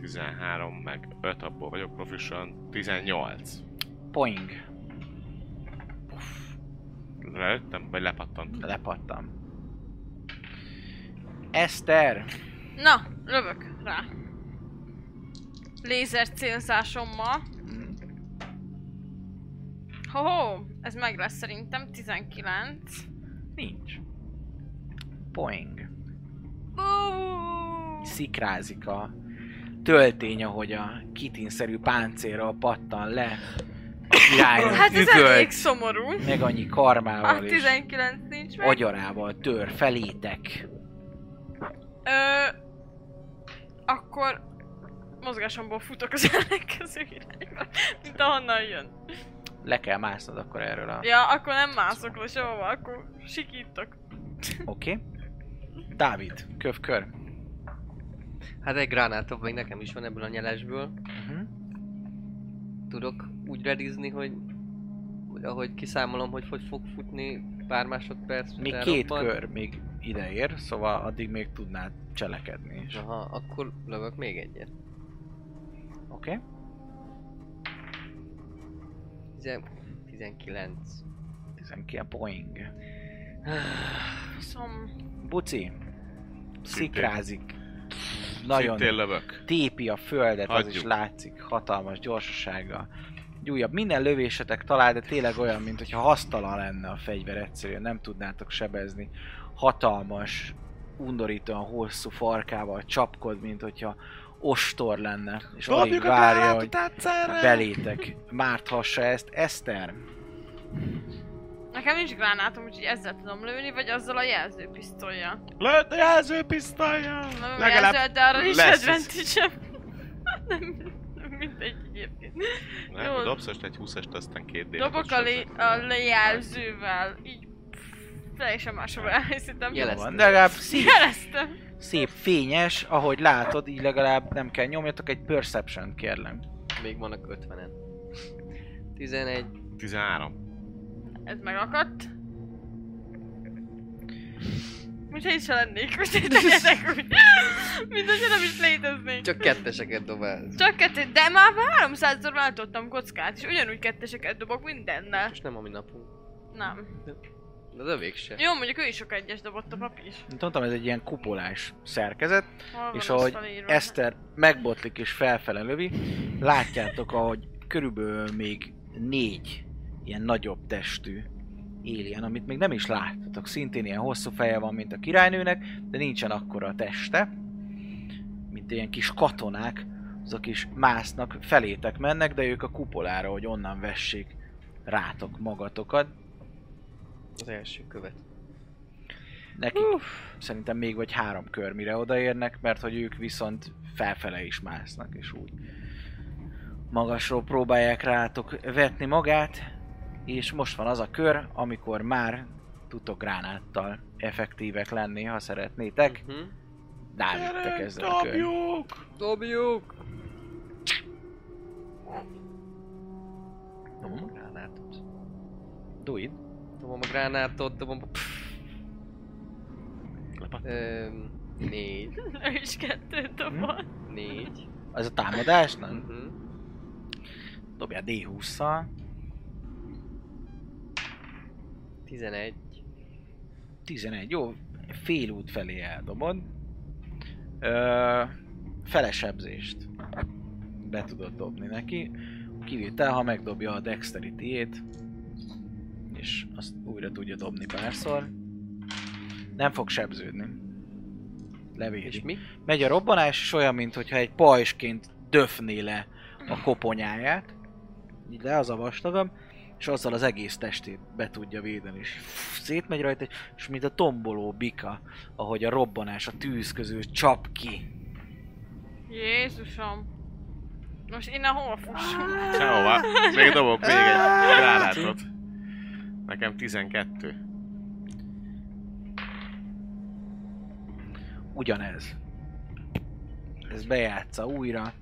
Speaker 3: 13, meg 5 abból vagyok proficient. 18.
Speaker 4: Poing.
Speaker 3: Leüttem, vagy lepattant.
Speaker 4: Lepattam. Eszter!
Speaker 6: Na, lövök rá. Lézer célzásommal.
Speaker 4: Mm,
Speaker 6: Hoho, ez meg lesz szerintem, 19.
Speaker 4: Nincs. Poing.
Speaker 6: Bú!
Speaker 4: szikrázik a töltény, ahogy a kitinszerű páncélról pattan le a királyon
Speaker 6: Hát ez elég Hát
Speaker 4: üvölt,
Speaker 6: szomorú.
Speaker 4: meg annyi
Speaker 6: A
Speaker 4: karmával és
Speaker 6: 19 nincs meg.
Speaker 4: agyarával tör felétek.
Speaker 6: Ö, akkor mozgásomból futok az ellenkező irányba, mint ahonnan jön.
Speaker 4: Le kell másznod akkor erről a...
Speaker 6: Ja, akkor nem mászok le sehova, akkor sikítok.
Speaker 4: Oké. Okay. Dávid, kövkör.
Speaker 5: Hát egy gránátom még nekem is van ebből a nyelesből.
Speaker 4: Uh-huh.
Speaker 5: Tudok úgy redizni, hogy, hogy ahogy kiszámolom, hogy hogy fog futni pár másodperc.
Speaker 4: Még
Speaker 5: után
Speaker 4: két
Speaker 5: robban.
Speaker 4: kör még ideér, szóval addig még tudnád cselekedni is.
Speaker 5: Aha, akkor lövök még egyet.
Speaker 4: Oké? Okay?
Speaker 5: Tizen- 19.
Speaker 4: 19 poing.
Speaker 6: Viszont
Speaker 4: Buci.
Speaker 3: Szintén.
Speaker 4: Szikrázik. Nagyon
Speaker 3: Szintén lövök.
Speaker 4: tépi a földet, az is
Speaker 3: Hagyjuk.
Speaker 4: látszik hatalmas gyorsasággal. Egy újabb, minden lövésetek talál, de tényleg olyan, mint hogyha hasztalan lenne a fegyver egyszerűen, nem tudnátok sebezni. Hatalmas, undorítóan hosszú farkával csapkod, mint hogyha ostor lenne, és alig várja, hogy belétek márthassa ezt. Eszter,
Speaker 6: nekem nincs gránátom, úgyhogy ezzel tudom lőni, vagy azzal a jelzőpisztolyjal.
Speaker 3: Lőd a jelzőpisztolya!
Speaker 6: Nem
Speaker 3: Legalább
Speaker 6: jelző, de arra is
Speaker 3: lesz ez.
Speaker 6: advantage Nem, mindegy egyébként.
Speaker 3: Nem,
Speaker 6: Jól.
Speaker 3: dobsz most egy 20-est, aztán két d
Speaker 6: Dobok a, lé, a lejelzővel, így pff, teljesen máshova elhelyeztem.
Speaker 4: jó
Speaker 5: Jeleztem.
Speaker 4: van, de legalább szív,
Speaker 6: Jeleztem.
Speaker 4: szép fényes, ahogy látod, így legalább nem kell nyomjatok egy perception kérlek.
Speaker 5: Még vannak 50-en. 11.
Speaker 3: 13.
Speaker 6: Ez megakadt. Úgyhogy is lennék, úgyhogy tegyetek úgy. Mint hogyha nem is léteznék.
Speaker 5: Csak ketteseket dobálsz.
Speaker 6: Csak kettő, de már 300-szor váltottam kockát, és ugyanúgy ketteseket dobok mindennel.
Speaker 5: És nem a mi napunk.
Speaker 6: Nem.
Speaker 5: De dövék se.
Speaker 6: Jó, mondjuk ő is sok egyes dobott a pap is.
Speaker 4: Mint mondtam, ez egy ilyen kupolás szerkezet.
Speaker 6: Hol van
Speaker 4: És
Speaker 6: az
Speaker 4: ahogy
Speaker 6: felírva?
Speaker 4: Eszter megbotlik és felfele lövi, látjátok, ahogy körülbelül még négy ilyen nagyobb testű alien, amit még nem is láttatok. Szintén ilyen hosszú feje van, mint a királynőnek, de nincsen akkora a teste, mint ilyen kis katonák, azok is másznak, felétek mennek, de ők a kupolára, hogy onnan vessék rátok magatokat.
Speaker 5: Az első követ.
Speaker 4: Nekik szerintem még vagy három kör mire odaérnek, mert hogy ők viszont felfele is másznak, és úgy magasról próbálják rátok vetni magát, és most van az a kör, amikor már tudtok gránáttal effektívek lenni, ha szeretnétek.
Speaker 5: Mhm.
Speaker 4: Dávid, te kezded a kör.
Speaker 5: Dobjuk! Dobom
Speaker 4: Mhm.
Speaker 5: a gránátot.
Speaker 4: Do it.
Speaker 5: Dobom a gránátot, dobom a... Öm, négy.
Speaker 6: Ő is
Speaker 4: Hm?
Speaker 6: kettőt dobott.
Speaker 5: Négy.
Speaker 4: Ez a támadás? Nem?
Speaker 5: Mhm.
Speaker 4: Dobjál D20-szal.
Speaker 5: Tizenegy.
Speaker 4: 11, jó, fél út felé eldobod. Ö, felesebzést be tudod dobni neki, kivétel, ha megdobja a dexterity-ét, és azt újra tudja dobni párszor. Nem fog sebződni.
Speaker 5: És
Speaker 4: Levédi.
Speaker 5: mi?
Speaker 4: Megy a robbanás, és olyan, mintha egy pajsként döfné le a koponyáját, így le az a vastagam, és azzal az egész testét be tudja védeni, és szétmegy rajta, és mint a tomboló bika, ahogy a robbanás a tűz közül csap ki.
Speaker 6: Jézusom. Most innen hova fussunk?
Speaker 3: Sehová. Még dobok még egy gránátot. Nekem 12.
Speaker 4: Ugyanez. Ez bejátsza újra.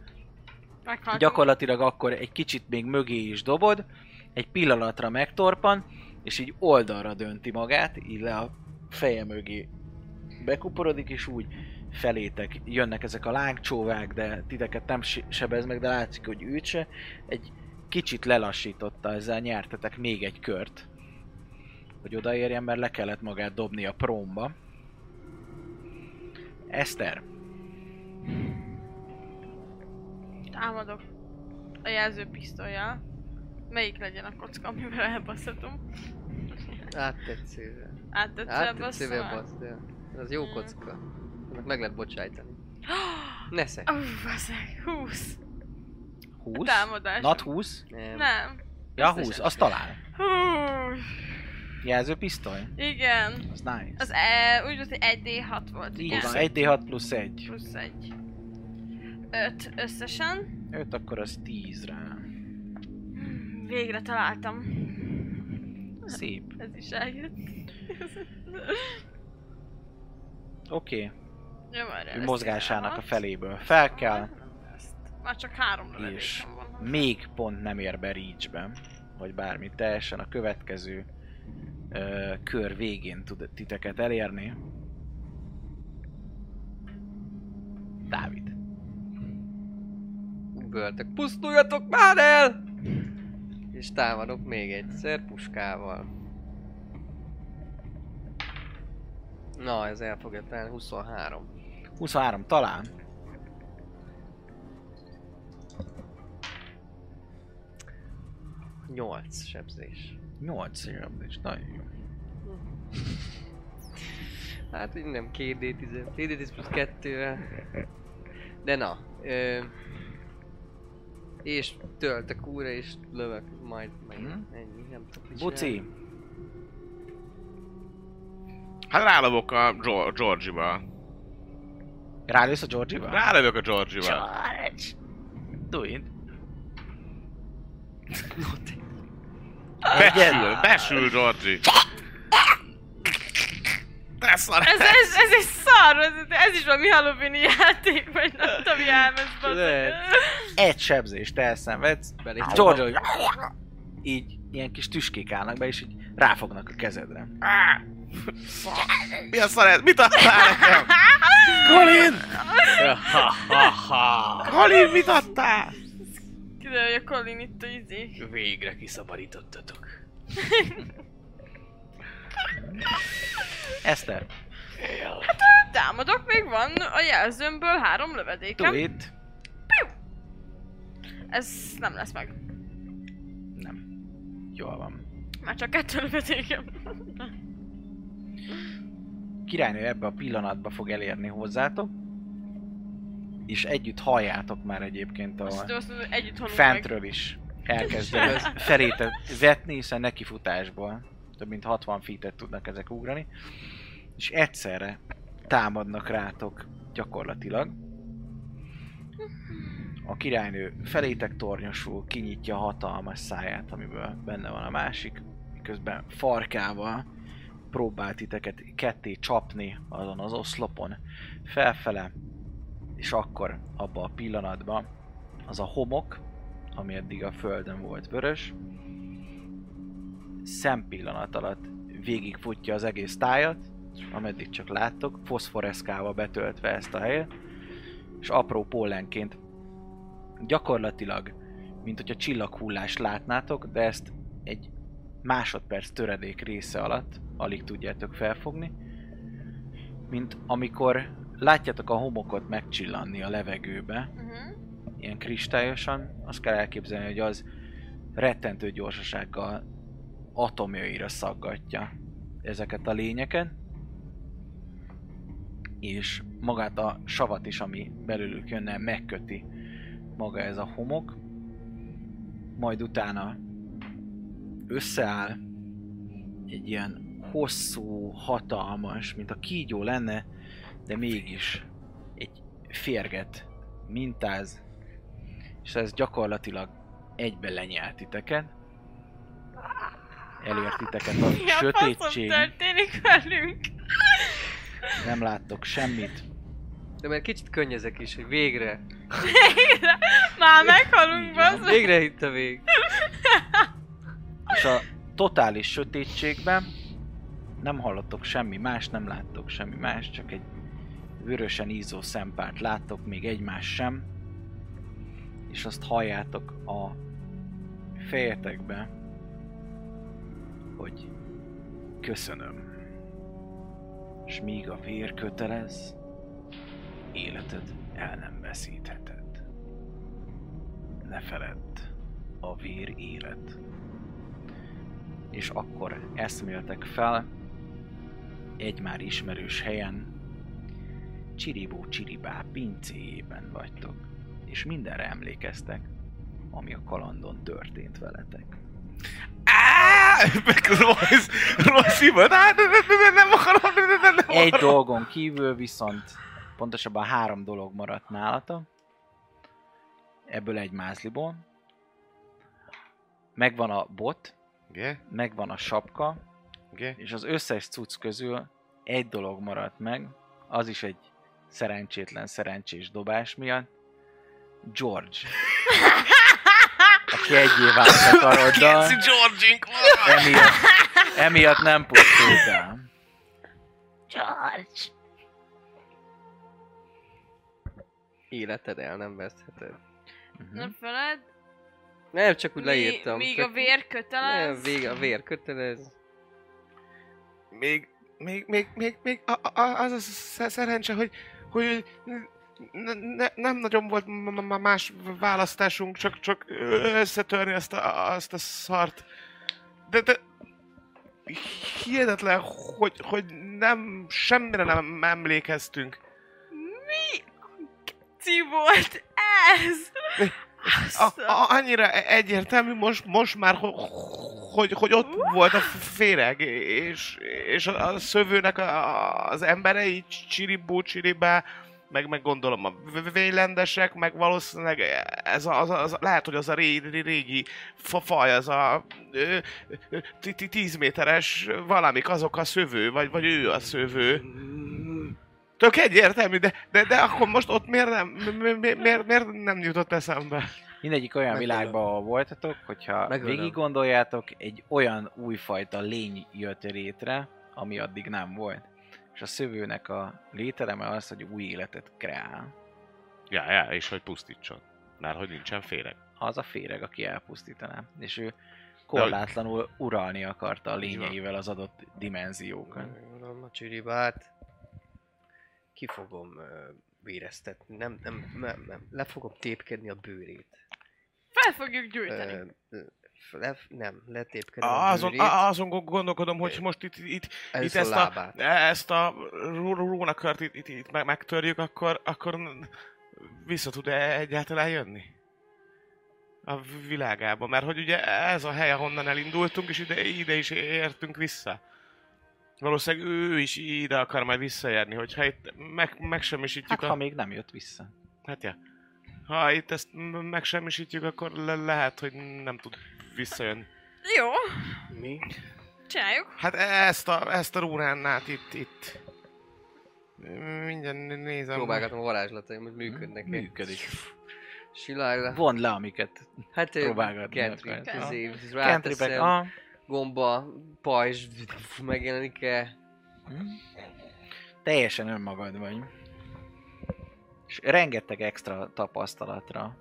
Speaker 6: Meghaltunk.
Speaker 4: Gyakorlatilag akkor egy kicsit még mögé is dobod, egy pillanatra megtorpan, és így oldalra dönti magát, így le a feje mögé bekuporodik, és úgy felétek jönnek ezek a lángcsóvák, de titeket nem se- sebez meg, de látszik, hogy őt se. Egy kicsit lelassította, ezzel nyertetek még egy kört, hogy odaérjen, mert le kellett magát dobni a prómba. Eszter,
Speaker 6: Támadok. A jelző pisztolyjal. Melyik legyen a kocka, amivel elbaszatom?
Speaker 5: Áttetszővel.
Speaker 4: Hát,
Speaker 6: Áttetszővel
Speaker 5: Áttetszővel
Speaker 6: basszol?
Speaker 5: bassz, de... Ez jó
Speaker 6: Mm.
Speaker 5: kocka. Annak meg lehet bocsájtani. Nesze.
Speaker 6: Ó, baszeg, 20.
Speaker 4: 20?
Speaker 6: Támadás.
Speaker 4: Nat 20?
Speaker 5: Nem.
Speaker 6: Nem.
Speaker 4: Ja,
Speaker 5: Összesen.
Speaker 4: 20, az talál.
Speaker 6: Hú,
Speaker 4: Jelző pisztoly?
Speaker 6: igen.
Speaker 4: Az nice.
Speaker 6: Az e, úgy volt, hogy 1D6 volt,
Speaker 4: Így
Speaker 6: ugye?
Speaker 4: van, 1d6 plusz 1.
Speaker 6: Plusz 1. 5 összesen.
Speaker 4: 5, akkor az 10 rá.
Speaker 6: Hmm, Végre találtam.
Speaker 4: Szép.
Speaker 6: Ez is eljött.
Speaker 4: Oké,
Speaker 6: Jó, erre
Speaker 4: okay.
Speaker 6: lesz
Speaker 4: mozgásának a
Speaker 6: tizenhat.
Speaker 4: feléből fel kell.
Speaker 6: Már csak három
Speaker 4: És
Speaker 6: lövedékem van.
Speaker 4: Még pont nem ér be reachbe, vagy bármi teljesen a következő ö, kör végén tud titeket elérni. Dávid.
Speaker 5: Böltek. Pusztuljatok már el! És támadok még egyszer puskával. Na, ez el fogja találni, 23.
Speaker 4: 23 talán.
Speaker 5: Nyolc sebzés.
Speaker 4: 8 és nagyon jó.
Speaker 5: Hát így nem 2D10, 2D10 plusz 2 De na. Ö, és töltök újra és lövök majd megint.
Speaker 4: Mhm.
Speaker 5: Ennyi, nem tudok mit
Speaker 4: Buci,
Speaker 5: csinálni.
Speaker 3: Hát rálövök a Gio- Georgie-ba.
Speaker 4: rálősz a Georgie-val?
Speaker 3: Rálövök a Georgie-ba.
Speaker 4: George! Do it.
Speaker 3: Besül, besül Georgie. Te szar!
Speaker 6: Ez, ez, ez egy szar, ez, ez is valami Halloween játék, vagy nem tudom, jelmezben.
Speaker 5: Lehet.
Speaker 4: Egy sebzést elszenvedsz,
Speaker 5: Belé
Speaker 4: George, hogy így ilyen kis tüskék állnak be, és így ráfognak a kezedre.
Speaker 3: Á! Mi a szar ez? Mit adtál nekem? Colin! Colin, mit adtál?
Speaker 6: Kiderül, hogy a Colin itt a izé.
Speaker 7: Végre kiszabadítottatok.
Speaker 4: Eszter,
Speaker 6: Támadok, Hát, még van a jelzőmből három
Speaker 4: do
Speaker 6: lövedékem.
Speaker 4: it.
Speaker 6: Ez nem lesz meg.
Speaker 4: Nem. Jól van.
Speaker 6: Már csak kettő lövedékem.
Speaker 4: Királynő ebbe a pillanatba fog elérni hozzátok, és együtt halljátok már egyébként
Speaker 6: Azt
Speaker 4: a
Speaker 6: tudom, azt mondom, hogy együtt honunk meg.
Speaker 4: fentről is elkezdeni felét vetni, hiszen nekifutásból több mint 60 feet tudnak ezek ugrani, és egyszerre támadnak rátok gyakorlatilag. A királynő felétek tornyosul, kinyitja a hatalmas száját, amiből benne van a másik, miközben farkával próbál titeket ketté csapni azon az oszlopon felfele, és akkor abba a pillanatban az a homok, ami eddig a földön volt vörös, szempillanat alatt végigfutja az egész tájat, ameddig csak láttok, foszforeszkával betöltve ezt a helyet, és apró pollenként gyakorlatilag, mint hogyha csillaghullást látnátok, de ezt egy másodperc töredék része alatt alig tudjátok felfogni, mint amikor látjátok a homokot megcsillanni a levegőbe,
Speaker 6: Mhm.
Speaker 4: ilyen kristályosan, azt kell elképzelni, hogy az rettentő gyorsasággal atomjaira szaggatja ezeket a lényeket, és magát a savat is, ami belőlük jönne, megköti maga ez a homok, majd utána összeáll egy ilyen hosszú, hatalmas, mint a kígyó lenne, de mégis egy férget mintáz, és ez gyakorlatilag egybe lenyelt titeket. Elért titeket a
Speaker 6: Mi a faszom
Speaker 4: sötétség,
Speaker 6: történik velünk?
Speaker 4: nem láttok semmit.
Speaker 5: De mert kicsit könnyezek is, hogy végre.
Speaker 6: Már meghalunk,
Speaker 4: Így van.
Speaker 6: bazd meg.
Speaker 5: Végre itt a vég.
Speaker 4: És a totális sötétségben nem hallottok semmi más, nem láttok semmi más, csak egy vörösen ízó szempárt láttok, még egymás sem. És azt halljátok a fejetekbe, hogy köszönöm. És míg a vér kötelez, életed el nem veszítheted. Ne feledd, a vér élet és akkor eszméltek fel egy már ismerős helyen, Csiribó Csiribá pincéjében vagytok, és mindenre emlékeztek, ami a kalandon történt veletek.
Speaker 3: Á! Royce, Royce hívod? Á, ne, ne, ne, nem akarom, ne, ne, ne, nem
Speaker 4: Egy
Speaker 3: akarom.
Speaker 4: dolgon kívül viszont, pontosabban három dolog maradt nálatok, ebből egy mázliból, megvan a bot,
Speaker 3: Ge?
Speaker 4: megvan a sapka,
Speaker 3: Ge?
Speaker 4: És az összes cucc közül egy dolog maradt meg, az is egy szerencsétlen szerencsés dobás miatt, George. Aki egyé vált a karoddal,
Speaker 3: Keci Georgink!
Speaker 4: emiatt, emiatt nem pusztult el.
Speaker 5: Életed el nem vesztheted.
Speaker 4: Mhm.
Speaker 6: Ne feled,
Speaker 5: Nem, csak úgy
Speaker 6: Mi-
Speaker 5: leírtam.
Speaker 6: Míg
Speaker 5: csak...
Speaker 6: a vér kötelez.
Speaker 5: Nem, vég, a vér kötelez.
Speaker 3: Még, még, még, még, még a, a, a- az a sz- szerencse, hogy, hogy ne, ne, nem nagyon volt m- m- más választásunk, csak, csak összetörni azt a, azt a szart. De, de hihetetlen, hogy, hogy nem, semmire nem emlékeztünk.
Speaker 6: Mi ci volt ez?
Speaker 3: A, a, annyira e- egyértelmű most, most már, ho- hogy, hogy ott volt a féreg, és, és a, a szövőnek a, a- az emberei csiribú csiribá, meg, meg gondolom a vélendesek, meg valószínűleg ez a, az, a- az, a- lehet, hogy az a régi, régi fa- faj, az a ö, ö, ti- ti- tíz méteres valamik, azok a szövő, vagy, vagy ő a szövő. Tök egyértelmű, de, de, de akkor most ott miért nem, mi, mi, miért, miért nem jutott eszembe?
Speaker 4: Mindegyik olyan
Speaker 5: Megölöm.
Speaker 4: világban, ahol voltatok, hogyha
Speaker 5: Megölöm.
Speaker 4: végig gondoljátok, egy olyan újfajta lény jött létre, ami addig nem volt. És a szövőnek a lételeme az, hogy új életet kreál.
Speaker 3: Ja, ja, és hogy pusztítson. Mert hogy nincsen féreg.
Speaker 4: Az a féreg, aki elpusztítaná. És ő korlátlanul uralni akarta a
Speaker 3: Így van.
Speaker 4: lényeivel az adott dimenziókat.
Speaker 5: Gondolom a csiribát. Ki fogom ö, véreztetni. Nem, nem, nem, nem. Le fogom tépkedni a bőrét.
Speaker 6: Fel fogjuk gyújtani.
Speaker 5: Ö, ö, le, nem, letépkedem a,
Speaker 3: Ah, Azon,
Speaker 5: bőrét.
Speaker 3: á, azon gond- gondolkodom, hogy most itt, itt, itt
Speaker 5: Először
Speaker 3: ezt, a,
Speaker 5: lábát.
Speaker 3: ezt a ró- ró- rónakört itt, itt, itt meg- megtörjük, akkor, akkor n- vissza tud -e egyáltalán jönni? A v- világába, mert hogy ugye ez a hely, ahonnan elindultunk, és ide, ide is értünk vissza. Valószínűleg ő is ide akar majd visszajárni, hogyha itt meg, megsemmisítjük
Speaker 4: Hát
Speaker 3: a...
Speaker 4: ha még nem jött vissza.
Speaker 3: Hát ja. Ha itt ezt m- megsemmisítjük, akkor le- lehet, hogy nem tud visszajönni.
Speaker 6: Jó,
Speaker 5: Mi?
Speaker 6: csináljuk.
Speaker 3: Hát ezt a, ezt a rúránát itt, itt. Mindjárt né- nézem.
Speaker 5: Próbálgatom a varázslataim, hogy működnek
Speaker 4: Működik.
Speaker 5: Silágra.
Speaker 4: Vond le, amiket
Speaker 5: Hát ő
Speaker 4: próbálgatni
Speaker 5: Gentry,
Speaker 4: akarsz.
Speaker 5: izé,
Speaker 4: kentripek.
Speaker 5: ráteszem,
Speaker 4: Ah.
Speaker 5: gomba, pajzs, megjelenik-e?
Speaker 4: Teljesen önmagad vagy. És rengeteg extra tapasztalatra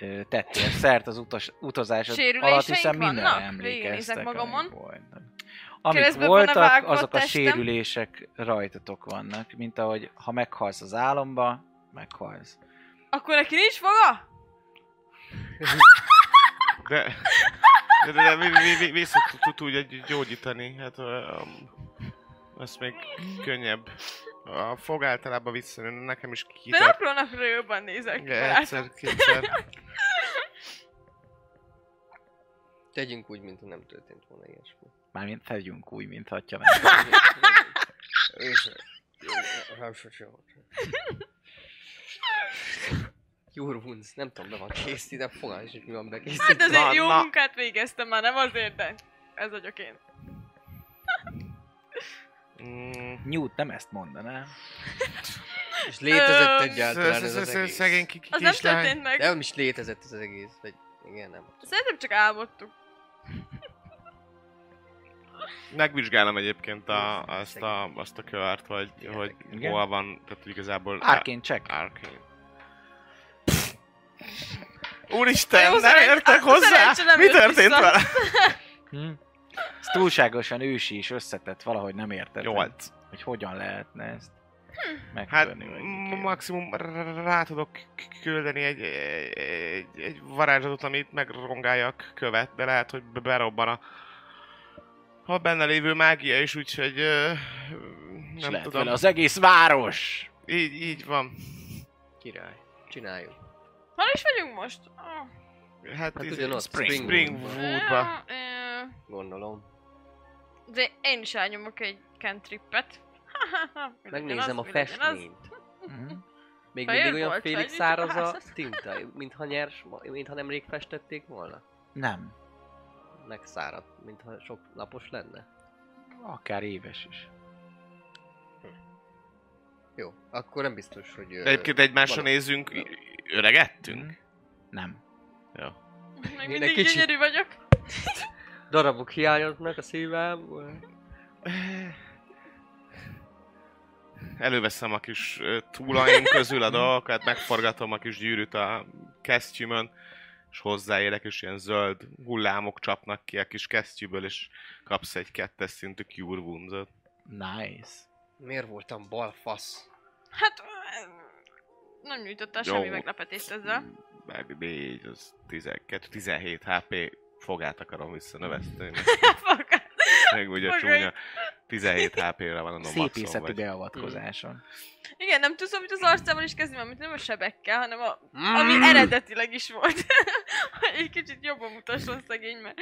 Speaker 4: ö, tettél szert az utas, utazásod alatt,
Speaker 6: Sérüléseink
Speaker 4: hiszen mindenre
Speaker 6: vannak?
Speaker 4: emlékeztek.
Speaker 6: Végignézek
Speaker 4: amik
Speaker 6: magamon.
Speaker 4: voltak. Amik
Speaker 6: Keresztbe van a
Speaker 4: voltak,
Speaker 6: vágva
Speaker 4: azok a
Speaker 6: testem.
Speaker 4: sérülések rajtatok vannak, mint ahogy ha meghalsz az álomba, meghalsz.
Speaker 6: Akkor neki nincs foga?
Speaker 3: De, de, de, de vi, vi, vi, vissza tud- tud úgy egy- gyógyítani. Hát um, ez még könnyebb. A fog általában visszajön, nekem is
Speaker 6: De
Speaker 3: kitart.
Speaker 6: napról napra jobban nézek.
Speaker 3: Ja,
Speaker 6: barátom.
Speaker 3: egyszer, kétszer.
Speaker 5: Tegyünk úgy, mintha nem történt volna ilyesmi.
Speaker 4: Mármint tegyünk úgy, mint ha nem.
Speaker 5: És- Nem sose volt. Jurvunc, nem tudom, be van kész ide, fogalmam is, hogy mi van
Speaker 6: Hát
Speaker 5: bekészítve.
Speaker 6: azért
Speaker 3: Na,
Speaker 6: jó
Speaker 3: na.
Speaker 6: munkát végeztem már, nem azért, de ez vagyok én.
Speaker 3: Mm,
Speaker 4: Newt nem ezt mondaná.
Speaker 5: És létezett
Speaker 6: Öm,
Speaker 5: egyáltalán ez
Speaker 3: sz-
Speaker 5: az
Speaker 3: sz-
Speaker 5: egész.
Speaker 3: Szegény ki- ki-
Speaker 6: Az nem
Speaker 3: kislány.
Speaker 6: történt meg.
Speaker 5: Nem is létezett ez az egész, vagy igen, nem.
Speaker 6: Szerintem csak álmodtuk.
Speaker 3: Megvizsgálom egyébként a, azt, a, azt a kört, hogy, hogy
Speaker 4: Igen.
Speaker 3: hol van, tehát hogy igazából...
Speaker 4: Arkane check.
Speaker 3: Arcane. Úristen,
Speaker 6: Jó,
Speaker 3: nem
Speaker 6: szerencs-
Speaker 3: értek
Speaker 6: a
Speaker 3: hozzá!
Speaker 6: szerencse nem
Speaker 3: Mi
Speaker 6: jött
Speaker 3: történt
Speaker 6: vissza.
Speaker 3: vele?
Speaker 4: Hm? Ez túlságosan ősi és összetett, valahogy nem érted.
Speaker 3: Nyolc.
Speaker 4: Hogy hogyan lehetne ezt
Speaker 5: Hm.
Speaker 3: Hát
Speaker 4: megtörni. vagy mi kell.
Speaker 3: maximum r- rá tudok k- küldeni egy, egy, egy varázslatot, amit megrongálja a követ, de lehet, hogy be- berobban a, a benne lévő mágia is, úgyhogy ö,
Speaker 4: És
Speaker 3: nem
Speaker 4: lehet
Speaker 3: tudom.
Speaker 4: vele az egész város!
Speaker 3: Így, így van.
Speaker 5: Király. Csináljuk.
Speaker 6: Hol is vagyunk most? Ah.
Speaker 3: Hát,
Speaker 5: Hát
Speaker 3: izé-
Speaker 5: ugyanott,
Speaker 4: Spring-
Speaker 5: Springwoodban,
Speaker 3: Springwoodba.
Speaker 6: Ah, eh,
Speaker 5: gondolom.
Speaker 6: De én is elnyomok egy kentrippet.
Speaker 5: Megnézem a festményt.
Speaker 4: Mhm.
Speaker 5: Még
Speaker 6: Fehér
Speaker 5: mindig olyan
Speaker 6: volt,
Speaker 5: félig
Speaker 6: vagy mit
Speaker 5: száraz a
Speaker 6: akarsz?
Speaker 5: tinta, mintha nyers, ma- mintha nemrég festették volna.
Speaker 4: Nem.
Speaker 5: Megszáradt, mintha sok lapos lenne.
Speaker 4: Akár éves is.
Speaker 5: Jó, akkor nem biztos, hogy... ö,
Speaker 3: Egyébként egymásra
Speaker 5: valami-
Speaker 3: nézzünk, i- öregettünk.
Speaker 4: Nem.
Speaker 6: Még
Speaker 5: Én
Speaker 6: mindig
Speaker 5: egy kicsit-
Speaker 6: gyönyörű vagyok.
Speaker 5: Darabok hiányoznak a szívából.
Speaker 3: Előveszem a kis ö, túlaim közül a dolgokat, megforgatom a kis gyűrűt a kesztyümön, és hozzáérek, és ilyen zöld hullámok csapnak ki a kis kesztyűből, és kapsz egy kettes szintű Cure Wounds-ot.
Speaker 4: Nice.
Speaker 5: Miért voltam balfasz?
Speaker 6: Hát... ö, Nem nyújtottál
Speaker 3: Jó.
Speaker 6: semmi meglepetést ezzel.
Speaker 3: Meg 4, az 12, 17 HP, fogát akarom visszanöveszteni.
Speaker 6: Fuck.
Speaker 3: Meg ugye
Speaker 6: Fogai.
Speaker 3: csúnya 17 HP-re van a
Speaker 4: Szép
Speaker 3: maxon
Speaker 4: északi
Speaker 3: vagy.
Speaker 4: beavatkozáson.
Speaker 6: Igen, nem tudsz amit az arcával is kezdeni, mert nem a sebekkel, hanem a, ami
Speaker 3: Mm.
Speaker 6: eredetileg is volt. Hogy egy kicsit jobban mutasson szegény, mert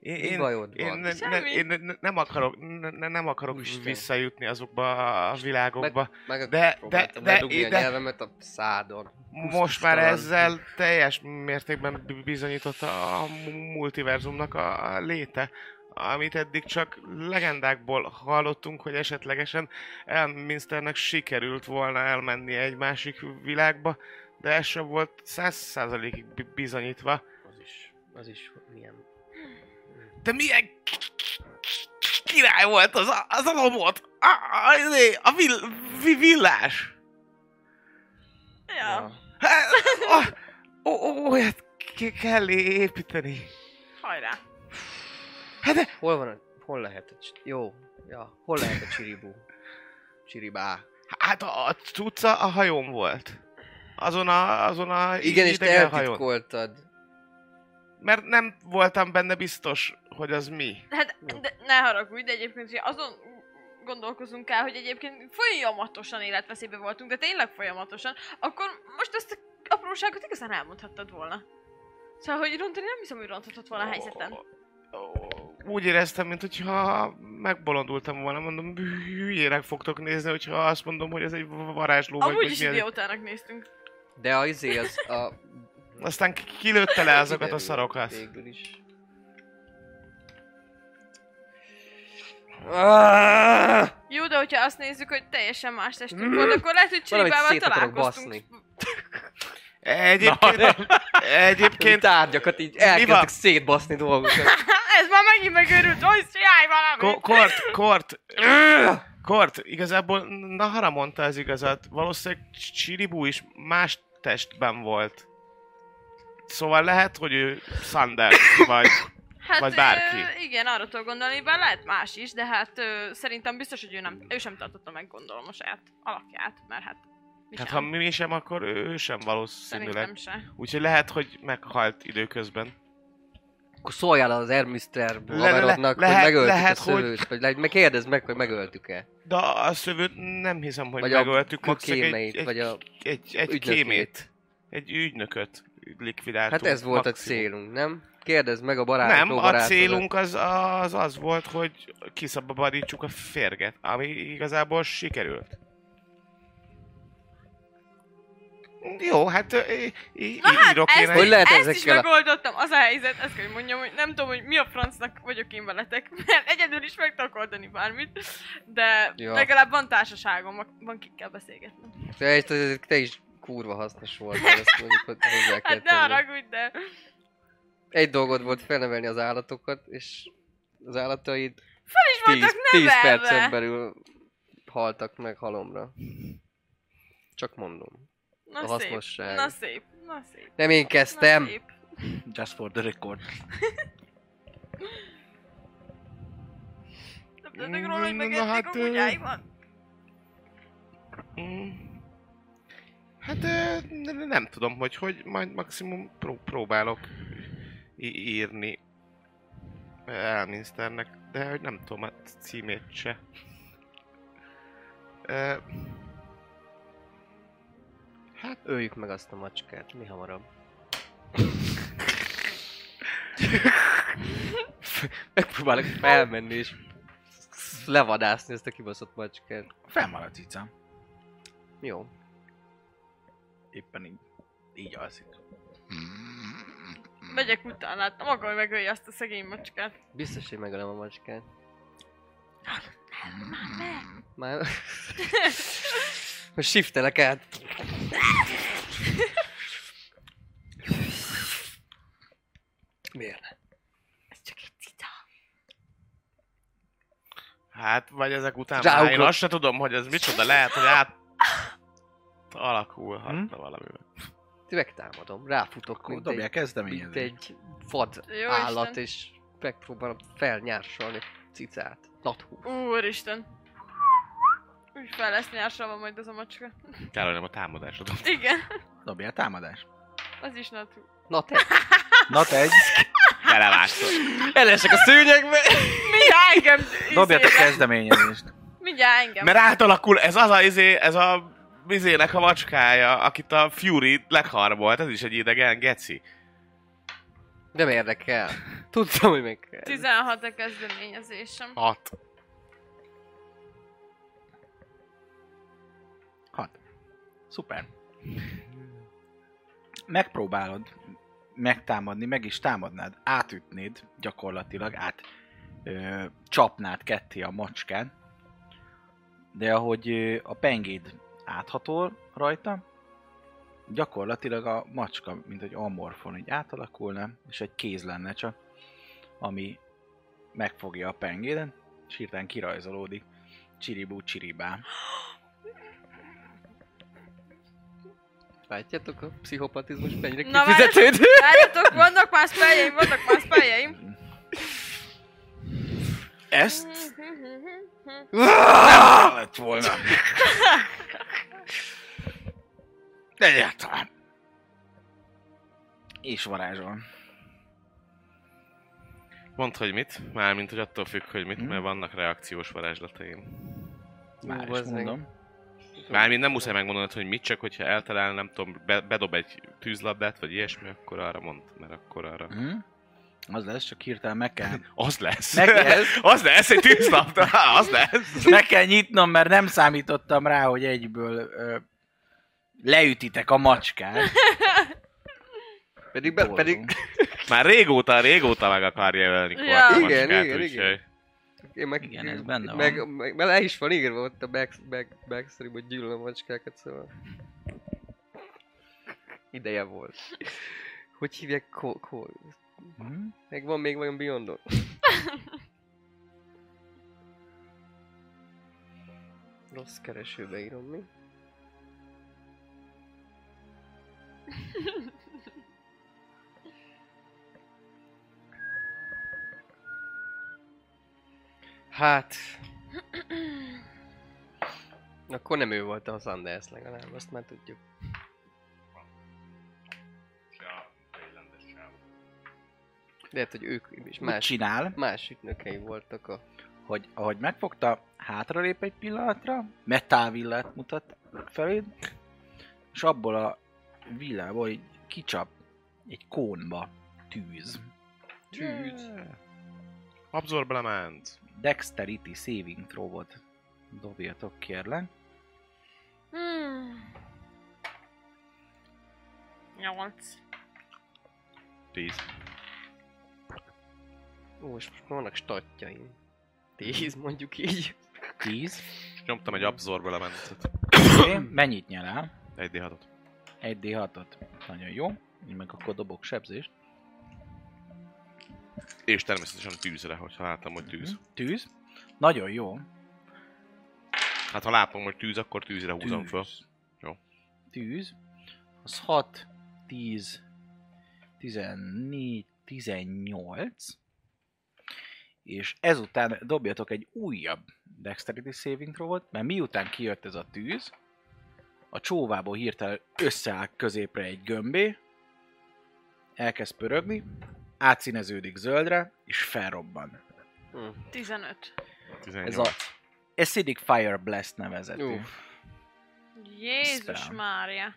Speaker 3: Én,
Speaker 5: Mi
Speaker 3: én,
Speaker 5: bajod
Speaker 3: én,
Speaker 5: van?
Speaker 3: ne, ne,
Speaker 6: Semmi.
Speaker 3: én ne, nem akarok, ne, ne- nem akarok
Speaker 5: Úristen.
Speaker 3: visszajutni azokba a világokba.
Speaker 5: Meg a-
Speaker 3: De-
Speaker 5: próbáltam
Speaker 3: de- de-
Speaker 5: ledugni a
Speaker 3: de-
Speaker 5: nyelvemet a szádon.
Speaker 3: Most már
Speaker 5: Kusztustalan.
Speaker 3: ezzel teljes mértékben b- bizonyította a multiverzumnak a a léte, amit eddig csak legendákból hallottunk, hogy esetlegesen Elminsternek sikerült volna elmenni egy másik világba, de ez sem volt száz százalékig bi- bizonyítva.
Speaker 5: Az is, az is milyen...
Speaker 3: Te milyen k- k- k- király volt az, a- az a lobot? A, a, izé, a vill, vi, villás?
Speaker 6: ja,
Speaker 3: Hát, a- ó- ó- Olyat ki kell építeni.
Speaker 6: hajrá.
Speaker 3: Hát de,
Speaker 5: Hol van a... Hol lehet a... csi- Jó. Ja, hol lehet a csiribú? Csiribá.
Speaker 3: hát a, a cucca a hajón volt. Azon a, azon a
Speaker 5: Igen, és te
Speaker 3: idegen hajón.
Speaker 5: eltitkoltad.
Speaker 3: Mert nem voltam benne biztos, hogy az mi.
Speaker 6: Hát, de ne haragudj, de egyébként ugye azon gondolkozunk el, hogy egyébként folyamatosan életveszélybe voltunk, de tényleg folyamatosan, akkor most ezt a apróságot igazán elmondhattad volna. Szóval, hogy rontani nem hiszem, hogy ronthatott volna a helyzeten.
Speaker 3: Ó, ó, Úgy éreztem, mint hogyha megbolondultam volna, mondom, hülyének fogtok nézni, hogyha azt mondom, hogy ez egy varázsló, vagy-
Speaker 6: Amúgy
Speaker 3: vagy
Speaker 6: is
Speaker 3: milyen-
Speaker 6: idiótának néztünk.
Speaker 5: De a izé az a...
Speaker 3: Aztán ki- kilőtte le azokat a
Speaker 5: Kiderült
Speaker 3: szarokat.
Speaker 5: Végül is. Ah!
Speaker 6: Jó, de hogyha azt nézzük, hogy teljesen más testünk
Speaker 3: Mm.
Speaker 6: volt, akkor lehet, hogy
Speaker 5: Valamit
Speaker 6: Csillibával
Speaker 5: szét akarok
Speaker 6: találkoztunk.
Speaker 3: Egyébként,
Speaker 5: Két
Speaker 3: egyébként
Speaker 5: tárgyakat így
Speaker 3: Mi
Speaker 5: elkezdtek
Speaker 3: van?
Speaker 5: szétbaszni dolgokat.
Speaker 6: Ez már megint megőrült, hogy csinálj
Speaker 3: ko-
Speaker 6: valamit!
Speaker 3: kort, kort, kort, igazából Nahara mondta az igazat. Valószínűleg Csiribú is más testben volt. Szóval lehet, hogy ő Sander, vagy...
Speaker 6: Hát,
Speaker 3: vagy bárki.
Speaker 6: Ö, igen, arra tudok gondolni, bár lehet más is, de hát ö, szerintem biztos, hogy ő, nem, ő sem tartotta meg gondolom a saját alakját, mert hát mi
Speaker 3: Hát
Speaker 6: sem.
Speaker 3: ha mi sem, akkor ő, ő sem valószínűleg.
Speaker 6: Szerintem se.
Speaker 3: Úgyhogy lehet, hogy meghalt időközben.
Speaker 5: Akkor szóljál az Ermister
Speaker 3: Le- le-
Speaker 5: haverodnak, hogy
Speaker 3: lehet-
Speaker 5: megöltük
Speaker 3: lehet,
Speaker 5: a
Speaker 3: hogy-
Speaker 5: szövőt, vagy le- meg kérdezd meg, hogy megöltük-e.
Speaker 3: De a szövőt nem hiszem, hogy
Speaker 5: Vagy a
Speaker 3: megöltük. max csak
Speaker 5: kémeit,
Speaker 3: egy,
Speaker 5: vagy a
Speaker 3: egy, egy, egy
Speaker 5: ügynökét.
Speaker 3: kémét. Egy ügynököt likvidáltunk.
Speaker 5: Hát ez volt a
Speaker 3: maximum.
Speaker 5: célunk, nem? Kérdezd meg a barátokat.
Speaker 3: Nem, a célunk az, az az volt, hogy kiszabadítsuk a férget, ami igazából sikerült. Jó, hát ö, í- í- írok én
Speaker 6: ezt,
Speaker 5: Hogy
Speaker 6: hogy
Speaker 3: egy...
Speaker 5: lehet
Speaker 6: ezt is
Speaker 5: ezekkel a-
Speaker 6: megoldottam, az a helyzet, ezt kell, hogy mondjam, hogy nem tudom, hogy mi a francnak vagyok én veletek, mert egyedül is meg tudok oldani bármit, de
Speaker 5: Ja.
Speaker 6: ja. legalább van társaságom, van kikkel beszélgetni.
Speaker 5: Te, te, te is kurva hasznos voltál, ezt mondjuk hogy hozzá kell
Speaker 6: Hát ne
Speaker 5: tenni.
Speaker 6: haragudj, de...
Speaker 5: Egy dolgod volt felnevelni az állatokat, és az állataid
Speaker 6: Fel
Speaker 5: 10,
Speaker 6: is voltak
Speaker 5: 10
Speaker 6: nevelve!
Speaker 5: percen belül haltak meg halomra. Csak mondom.
Speaker 6: Na
Speaker 5: a
Speaker 6: szép,
Speaker 5: hasznosság.
Speaker 6: na szép, na szép.
Speaker 5: Nem én
Speaker 6: na
Speaker 5: kezdtem.
Speaker 6: szép.
Speaker 4: Just for the record.
Speaker 6: Nem tudnak róla, hogy
Speaker 3: Na, na,
Speaker 6: megették a
Speaker 3: hát, ö,
Speaker 6: kutyáimat.
Speaker 3: Mm. Hát ö, n- n- nem tudom, hogy hogy, majd maximum pró- próbálok í- írni Elminsternek, de hogy nem tudom a címét se. Ö,
Speaker 5: Hát öljük meg azt a macskát, mi hamarabb. Megpróbálok felmenni és levadászni ezt a kibaszott macskát.
Speaker 4: Fennmaradt a cica.
Speaker 5: Jó.
Speaker 4: Éppen így, így alszik.
Speaker 6: Megyek utána, nem akarom megölje azt a szegény macskát.
Speaker 5: Biztos, hogy megölöm a macskát. Már... Most shiftelek át. Miért? ne?
Speaker 6: Ez csak egy cica.
Speaker 3: Hát, vagy ezek után
Speaker 5: Ráugrott.
Speaker 3: már én azt se tudom, hogy ez micsoda, lehet, hogy át alakulhatna
Speaker 4: Hm?
Speaker 3: valamivel.
Speaker 5: megtámadom, ráfutok,
Speaker 4: Akkor
Speaker 5: mint
Speaker 4: dobja
Speaker 5: egy, mint
Speaker 4: kezdeményezést.
Speaker 5: egy vad
Speaker 6: Jó
Speaker 5: állat,
Speaker 6: Isten.
Speaker 5: és megpróbálom felnyársolni cicát. Nathú.
Speaker 6: Úristen. Úgy fel lesz nyársalva majd az a macska.
Speaker 3: Kár, nem a támadásodat.
Speaker 6: Igen,
Speaker 4: Dobjál támadás.
Speaker 6: az is natú.
Speaker 5: Na te!
Speaker 4: Na te egy.
Speaker 3: Belevágtad.
Speaker 5: Elesek a szőnyegbe!
Speaker 6: Mindjárt engem
Speaker 4: Dobjad a
Speaker 6: izébe.
Speaker 4: kezdeményezést.
Speaker 6: Izé, Mindjárt engem.
Speaker 3: Mert átalakul, ez az a izé, ez a izének a macskája, akit a Fury legharmolt, ez is egy idegen geci.
Speaker 5: Nem érdekel. Tudtam, hogy meg kell.
Speaker 6: 16 a kezdeményezésem.
Speaker 3: Hat.
Speaker 4: Hat. Szuper. Megpróbálod megtámadni, meg is támadnád, átütnéd gyakorlatilag, át ö, csapnád ketté a macskán, de ahogy ö, a pengéd áthatol rajta, gyakorlatilag a macska, mint egy amorfon, így átalakulna, és egy kéz lenne csak, ami megfogja a pengéden, és hirtelen kirajzolódik. Csiribú csiribá.
Speaker 5: Látjátok a pszichopatizmus mennyire
Speaker 6: Na,
Speaker 5: kifizetődő?
Speaker 6: Várjatok, vannak más spelljeim, vannak más spelljeim.
Speaker 4: Ezt lett volna. Egyáltalán. És varázsol.
Speaker 3: Mondd, hogy mit, mármint, hogy attól függ, hogy mit,
Speaker 4: Mhm.
Speaker 3: mert vannak reakciós varázslataim.
Speaker 4: Már
Speaker 5: Ú,
Speaker 4: is
Speaker 5: bazd meg.
Speaker 4: mondom.
Speaker 3: Mármint nem muszáj megmondanod, hogy mit, csak hogyha eltalál, nem tudom, be, bedob egy tűzlabdát, vagy ilyesmi, akkor arra mond, mert akkor arra...
Speaker 4: Mhm. Az lesz, csak hirtelen meg kell,
Speaker 3: Az lesz!
Speaker 4: meg, kell,
Speaker 3: az lesz, egy tűzlabda! Az lesz!
Speaker 4: meg kell nyitnom, mert nem számítottam rá, hogy egyből ö, leütitek a macskát.
Speaker 5: Pedig, be, pedig
Speaker 3: Már régóta, régóta meg akarja ölni
Speaker 6: Ja.
Speaker 3: Quark a
Speaker 5: Igen,
Speaker 3: macskát,
Speaker 5: igen,
Speaker 3: úgyhogy-
Speaker 5: igen. én meg,
Speaker 4: Igen, ez benne
Speaker 5: meg,
Speaker 4: van.
Speaker 5: Meg, meg, le is van írva ott a back, back, backstory, hogy gyűlölöm a macskákat, szóval... Ideje volt. Hogy hívják ko, ko,
Speaker 4: Mhm.
Speaker 5: Meg van még vajon Beyondon? Rossz keresőbe írom mi? Hát... Akkor nem ő volt a Sanders legalább, azt már tudjuk. Lehet, hogy ők is
Speaker 4: Mit
Speaker 5: más,
Speaker 4: csinál?
Speaker 5: más ügynökei voltak a...
Speaker 4: hogy ahogy megfogta, hátralép egy pillanatra, metálvillát mutat feléd, és abból a villából így kicsap egy kónba tűz.
Speaker 5: Tűz.
Speaker 3: Abszorbelement.
Speaker 4: Dexterity saving throw volt. Dobjatok kérlek.
Speaker 6: Hmm. Nyolc.
Speaker 3: 10.
Speaker 5: Ó, és most már vannak statjaim. Tíz, mondjuk így.
Speaker 4: 10.
Speaker 3: És nyomtam egy abszorbelement
Speaker 4: Okay. Mennyit nyel el?
Speaker 3: 1D6-ot.
Speaker 4: 1d6-ot. Nagyon jó. Én meg akkor dobok sebzést.
Speaker 3: És természetesen tűzre, hogyha látom, hogy
Speaker 4: Mhm.
Speaker 3: tűz.
Speaker 4: Tűz. Nagyon jó.
Speaker 3: Hát ha látom, hogy tűz, akkor tűzre húzom föl. Jó.
Speaker 4: Tűz. Az 6, 10, 14, 18. És ezután dobjatok egy újabb Dexterity Saving throw-ot, mert miután kijött ez a tűz, a csóvából hirtelen összeáll középre egy gömbé, elkezd pörögni, átszíneződik zöldre, és felrobban.
Speaker 5: Hm.
Speaker 6: 15.
Speaker 3: 18.
Speaker 4: Ez a Acidic Fire Blast nevezetű.
Speaker 5: Jó.
Speaker 6: Jézus
Speaker 4: Spell.
Speaker 6: Mária.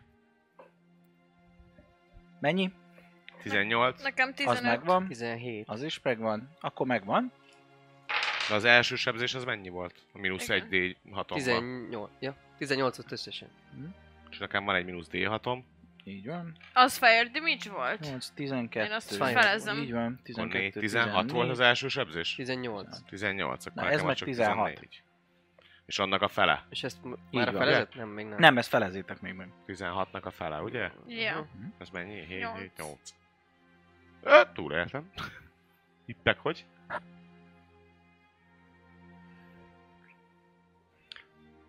Speaker 4: Mennyi?
Speaker 3: 18.
Speaker 6: Nekem 15.
Speaker 4: Az megvan.
Speaker 5: 17.
Speaker 4: Az is megvan. Akkor megvan.
Speaker 3: De az első sebzés az mennyi volt? A mínusz
Speaker 6: Igen.
Speaker 3: 1 D6-om.
Speaker 5: 18. Ja, 18 ot összesen.
Speaker 3: És nekem van egy mínusz D6-om.
Speaker 4: Így van.
Speaker 6: Az fire damage volt.
Speaker 4: 8, 12.
Speaker 6: Én azt
Speaker 5: Fine.
Speaker 6: felezem.
Speaker 4: Így van,
Speaker 3: Akkor
Speaker 4: 12,
Speaker 3: négy- 16 volt az e- első sebzés?
Speaker 5: 18.
Speaker 3: 18, akkor
Speaker 4: Na, ez
Speaker 3: nekem
Speaker 4: meg
Speaker 3: az csak
Speaker 4: 16.
Speaker 3: 14. És annak a fele?
Speaker 5: És ezt m-
Speaker 4: Így
Speaker 5: már
Speaker 4: van.
Speaker 5: a felezett? Nem, még nem.
Speaker 4: Nem, ezt felezétek még meg.
Speaker 3: 16-nak a fele, ugye?
Speaker 6: Ja.
Speaker 3: Ez mennyi? 7,
Speaker 6: Nyolc.
Speaker 3: 7, 8. Öt, túléltem. Ippek hogy?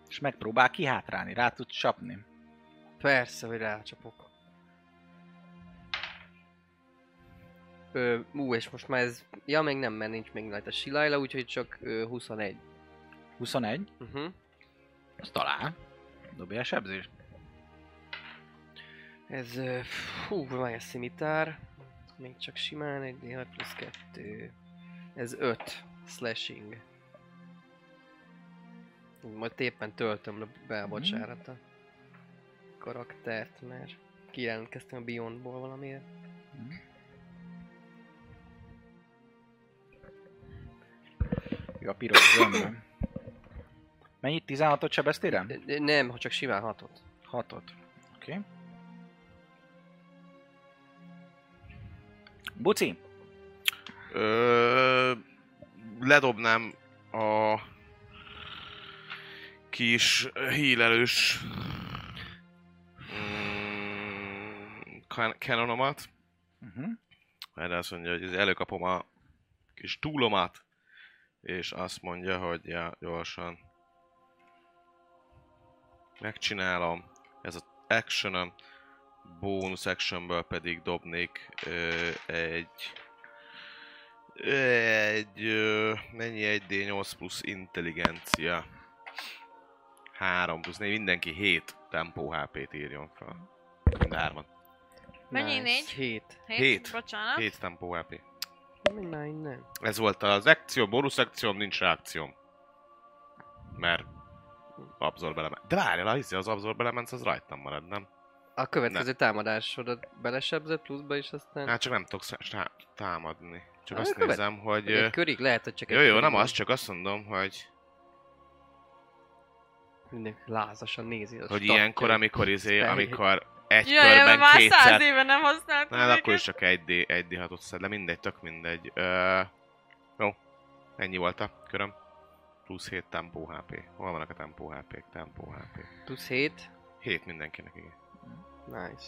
Speaker 4: És megpróbál kihátrálni, rá tudsz csapni.
Speaker 5: Persze, hogy rácsapok. Ö, ú, és most már ez... Ja, még nem, mert nincs még rajta Silaila, úgyhogy csak ö, 21.
Speaker 4: 21?
Speaker 5: Uh-huh.
Speaker 4: Az talál. Dobja a sebzést.
Speaker 5: Ez... ö, Fú, van egy szimitár. Még csak simán egy D6 plusz 2. Ez 5. Slashing. Majd éppen töltöm le- be
Speaker 6: Mhm.
Speaker 5: a bocsánat a karaktert, mert kijelentkeztem a Beyondból valamire.
Speaker 4: Jó, a piros zömbben. Mennyit? 16-ot sebeztél?
Speaker 5: Ö, ö, Nem, ha csak simán hatot.
Speaker 4: 6-ot. Oké. Okay. Buci,
Speaker 3: Ö, ledobnám a kis hílelős mm, kan- kanonomat.
Speaker 4: uh-huh.
Speaker 3: Erre azt mondja, hogy előkapom a kis túlomat, és azt mondja, hogy ja, gyorsan megcsinálom. Ez az actionem, bónusz actionből pedig dobnék ö, egy egy, ö, mennyi egy D8 plusz intelligencia? 3 plusz 4, mindenki 7 tempó HP-t írjon fel. Mind a hárman.
Speaker 6: Mennyi? Négy?
Speaker 5: 7.
Speaker 3: Hét.
Speaker 6: Bocsánat.
Speaker 3: 7 tempó HP.
Speaker 5: Nine, nem.
Speaker 3: Ez volt az akció, bónusz akcióm, nincs reakcióm. Mert abszorb element. De várjál, az, az abszorb element az rajtam marad, nem?
Speaker 5: A következő támadásodat belesebzett pluszba, és aztán...
Speaker 3: Hát csak nem tudok szá- sá- támadni. Csak
Speaker 5: Hát
Speaker 3: azt
Speaker 5: akkor be-
Speaker 3: nézem, hogy...
Speaker 5: Vagy egy
Speaker 3: ö,
Speaker 5: körig lehet, hogy csak
Speaker 3: Jó,
Speaker 5: egy
Speaker 3: jó, nem
Speaker 5: körig
Speaker 3: az, csak azt mondom, hogy,
Speaker 5: Mindenki lázasan nézi. a
Speaker 3: hogy
Speaker 5: statjait.
Speaker 3: ilyenkor, amikor izé,
Speaker 5: Fejét.
Speaker 3: amikor egy
Speaker 6: Jaj, mert
Speaker 3: körben
Speaker 6: már száz
Speaker 3: kétszer...
Speaker 6: éve nem használtam.
Speaker 3: Na, de akkor
Speaker 6: őket.
Speaker 3: is csak egy d 1 d 6 szed le, mindegy, tök mindegy. Ö, jó, ennyi volt a köröm. Plusz 7 tempó HP. Hol vannak a tempó HP-k? Tempó HP.
Speaker 5: Plusz 7.
Speaker 3: 7 mindenkinek, igen.
Speaker 5: Nice.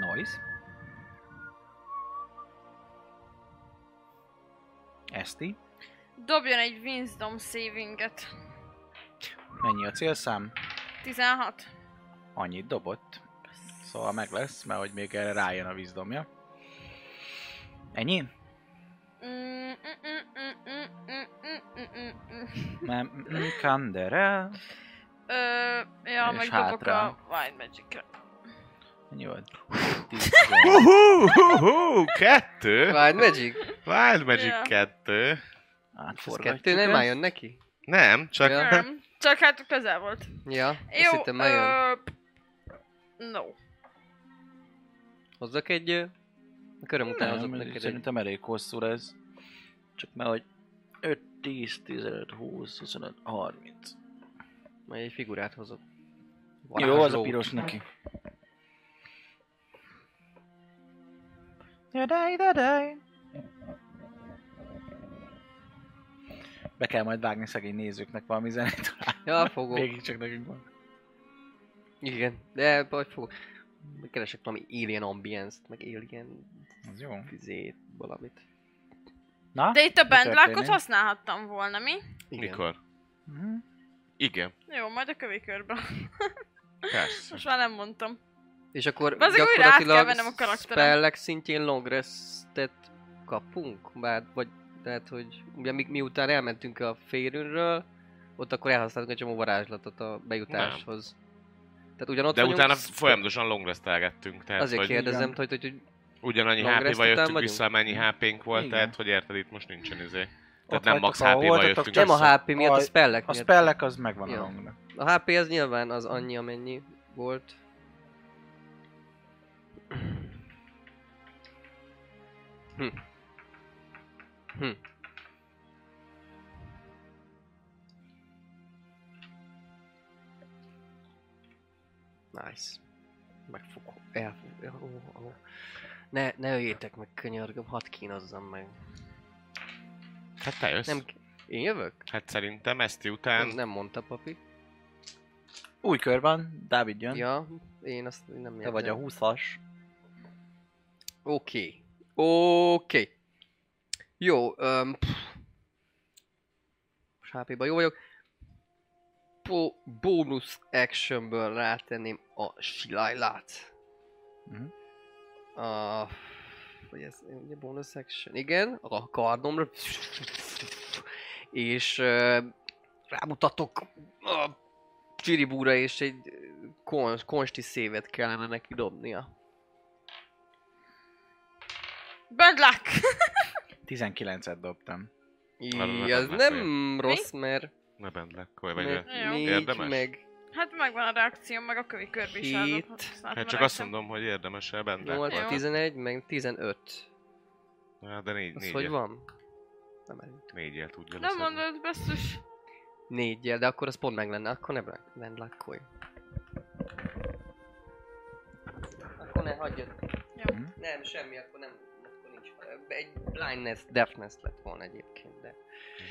Speaker 4: Noise. Eszti.
Speaker 6: Dobjon egy Wisdom savinget.
Speaker 4: Mennyi a célszám?
Speaker 6: 16.
Speaker 4: Annyit dobott. Szóval meg lesz, mert hogy még erre rájön a vízdomja. Ennyi?
Speaker 6: Mm, mm, mm, mm, mm, mm, mm, mm, mm.
Speaker 4: Nem, mm, Kandere.
Speaker 6: Ö, ja,
Speaker 4: És
Speaker 6: meg dobok
Speaker 4: hátra.
Speaker 6: a Wild Magic-re.
Speaker 4: Ennyi volt.
Speaker 3: Uhú, uhú, kettő!
Speaker 5: Wild Magic?
Speaker 3: Wild Magic
Speaker 6: Ja.
Speaker 3: kettő.
Speaker 5: Ez
Speaker 4: Átforgatjuk
Speaker 5: kettő nem
Speaker 4: ezt.
Speaker 5: álljon neki?
Speaker 3: Nem, csak...
Speaker 5: Ja.
Speaker 6: Nem. Csak hát közel volt.
Speaker 5: Ja, azt
Speaker 6: Jó,
Speaker 5: hittem álljon.
Speaker 6: ö, No.
Speaker 5: Hozzak egy... ö, A köröm után
Speaker 4: Nem,
Speaker 5: hozok
Speaker 4: ez
Speaker 5: neked egy...
Speaker 4: szerintem elég hosszú lesz. Csak mert, hogy 5, 10, 15, 20, 25, 30.
Speaker 5: Majd egy figurát hozok.
Speaker 4: Jó, az a
Speaker 5: Varázslót.
Speaker 4: piros neki. Be kell majd vágni szegény nézőknek valami zenét.
Speaker 5: Ja, fogok.
Speaker 4: Végig csak nekünk van.
Speaker 5: Igen, de majd fogok. Keresek valami alien ambience-t, meg alien
Speaker 4: Az jó.
Speaker 5: fizét, valamit.
Speaker 4: Na?
Speaker 6: De itt a
Speaker 4: mi
Speaker 6: bandlákot
Speaker 4: történik?
Speaker 6: használhattam volna, mi?
Speaker 5: Igen.
Speaker 3: Mikor?
Speaker 4: Mhm.
Speaker 3: Igen,
Speaker 6: Jó, majd a kövi körben.
Speaker 3: persze.
Speaker 6: Most már nem mondtam.
Speaker 5: És akkor
Speaker 6: Bazeg, újra át kell
Speaker 5: gyakorlatilag
Speaker 6: vennem a karakterem.
Speaker 5: spellek szintjén long restet kapunk? Bár, vagy tehát, hogy ugye mi, miután elmentünk a férőnről, ott akkor elhasználtunk egy csomó varázslatot a bejutáshoz. Tehát ugyanott
Speaker 3: De
Speaker 5: vagyunk,
Speaker 3: utána
Speaker 5: spe-
Speaker 3: folyamatosan longresztelgettünk, tehát
Speaker 5: Azért
Speaker 3: hogy
Speaker 5: kérdezem, hogy, hogy, hogy
Speaker 3: ugyanannyi
Speaker 5: longrest
Speaker 3: HP-val
Speaker 5: után
Speaker 3: jöttünk
Speaker 5: vagyunk?
Speaker 3: vissza, amennyi HP-nk volt,
Speaker 4: Igen.
Speaker 3: tehát hogy érted, itt most nincsen izé. Tehát
Speaker 4: Ott vagytok,
Speaker 3: nem max
Speaker 4: ahol
Speaker 3: HP-val
Speaker 4: voltatok,
Speaker 3: jöttünk
Speaker 4: csak
Speaker 5: nem a
Speaker 3: vissza.
Speaker 5: HP miatt, a
Speaker 4: Aj,
Speaker 5: spellek
Speaker 4: A
Speaker 5: miatt.
Speaker 4: spellek az megvan a
Speaker 5: Jó.
Speaker 4: hangnak.
Speaker 5: A HP az nyilván az annyi, amennyi volt. Hm. Hm. Nice. Megfogom. El... Ó, ó. Ne, ne öljétek meg, könyörgöm, hadd kínozzam meg.
Speaker 3: Hát te jössz.
Speaker 5: Nem, én jövök?
Speaker 3: Hát szerintem ezt
Speaker 5: Nem,
Speaker 3: után
Speaker 5: nem mondta papi.
Speaker 4: Új kör van, Dávid jön.
Speaker 5: Ja, én azt nem
Speaker 4: Te
Speaker 5: jegyzem.
Speaker 4: vagy a 20-as.
Speaker 5: Oké. Oké. Jó, öm... pff. Most HP-ban jó vagyok. Bo- bonus actionből rátenném a silájlát.
Speaker 4: Mhm.
Speaker 5: A... Hogy ez, ugye bonus action? Igen, a kardomra. És ö, rámutatok a csiribúra, és egy ö, kon, konsti szévet kellene neki dobnia.
Speaker 6: Bad luck!
Speaker 4: 19-et dobtam.
Speaker 3: Arra
Speaker 5: Így,
Speaker 3: nem
Speaker 5: az
Speaker 3: lett
Speaker 5: nem
Speaker 6: olyan.
Speaker 5: rossz, mert,
Speaker 3: Ne bent le, komoly vagy.
Speaker 5: mert
Speaker 3: ö,
Speaker 6: Jó.
Speaker 5: négy,
Speaker 3: Érdemes?
Speaker 5: meg
Speaker 6: Hát megvan a reakció, meg a kövi körbe is
Speaker 5: Hét.
Speaker 6: állok. aztán
Speaker 3: Hát csak
Speaker 6: melegszem.
Speaker 3: azt mondom, hogy érdemes el bent le.
Speaker 5: 8,
Speaker 6: Jó.
Speaker 5: 11, meg 15.
Speaker 3: Hát de négy,
Speaker 5: Az hogy
Speaker 3: négyet,
Speaker 5: van? Nem elég.
Speaker 3: négyel tudja
Speaker 6: Nem
Speaker 3: leszedni.
Speaker 6: mondod, basszus.
Speaker 5: Négyel, de akkor az pont meg lenne, akkor nem lenne, nem lakkolj. Akkor ne hagyjad.
Speaker 6: Jó.
Speaker 3: Hm?
Speaker 4: Mhm.
Speaker 5: Nem, semmi, akkor nem, akkor nincs. Egy blindness, deafness lett volna egyébként, de,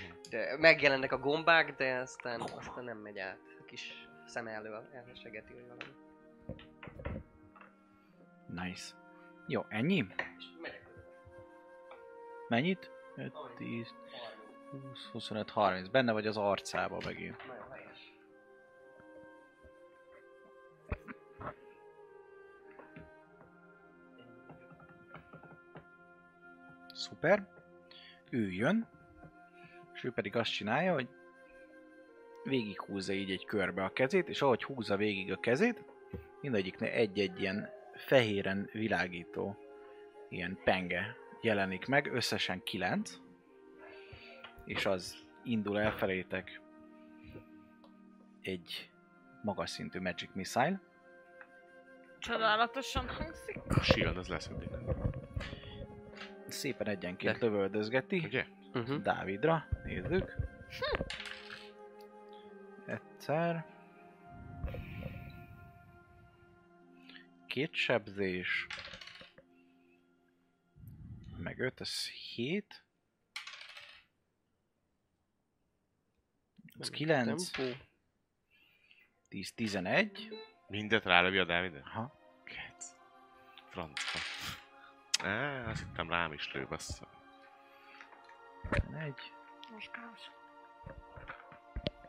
Speaker 3: Hm.
Speaker 5: de megjelennek a gombák, de aztán, aztán nem megy át. A kis szem elő elsegeti, hogy valami.
Speaker 4: Nice. Jó, ennyi?
Speaker 5: És megyek
Speaker 4: Mennyit? 5, 10, 20, 25, 30. Benne vagy az arcába megint.
Speaker 5: Nagyon helyes.
Speaker 4: Szuper. Ő jön, és ő pedig azt csinálja, hogy végighúzza így egy körbe a kezét, és ahogy húzza végig a kezét, mindegyiknél egy-egy ilyen fehéren világító ilyen penge jelenik meg, összesen kilenc, és az indul el felétek egy magas szintű Magic Missile,
Speaker 6: Csodálatosan hangzik.
Speaker 3: A shield az leszedik.
Speaker 4: szépen egyenként
Speaker 5: De-
Speaker 4: lövöldözgeti,
Speaker 3: Ugye?
Speaker 5: Uh-huh.
Speaker 4: Dávidra, nézzük.
Speaker 6: Hm.
Speaker 4: Egyszer. Két sebzés. Meg öt, ez hét. Ez kilenc,
Speaker 5: Tempó.
Speaker 4: tíz, tizenegy.
Speaker 3: Mindet rálövi a Dávid?
Speaker 4: Aha.
Speaker 3: Francba. Á, azt hittem rám is lő, bassza.
Speaker 4: Tizenegy.
Speaker 6: Most káos.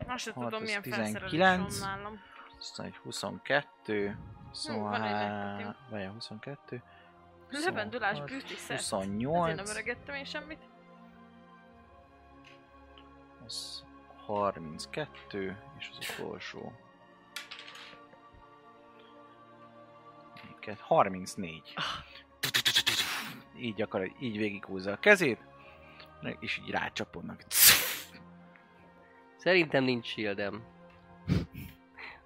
Speaker 6: Most se
Speaker 4: Hat,
Speaker 6: tudom,
Speaker 4: az
Speaker 6: milyen
Speaker 4: 19.
Speaker 6: felszerelés van nálam.
Speaker 4: Azt mondja, hogy 22.
Speaker 6: Hm, van egy
Speaker 4: Szóval...
Speaker 6: megkötő.
Speaker 4: Várjál, 22.
Speaker 6: Levendulás,
Speaker 4: 26,
Speaker 6: bűziszer.
Speaker 4: 28.
Speaker 6: Ezért nem öregettem én semmit.
Speaker 4: az 32, és az utolsó. Minket- 34. Így akar, így végighúzza a kezét, és így rácsapodnak.
Speaker 5: Szerintem nincs shieldem.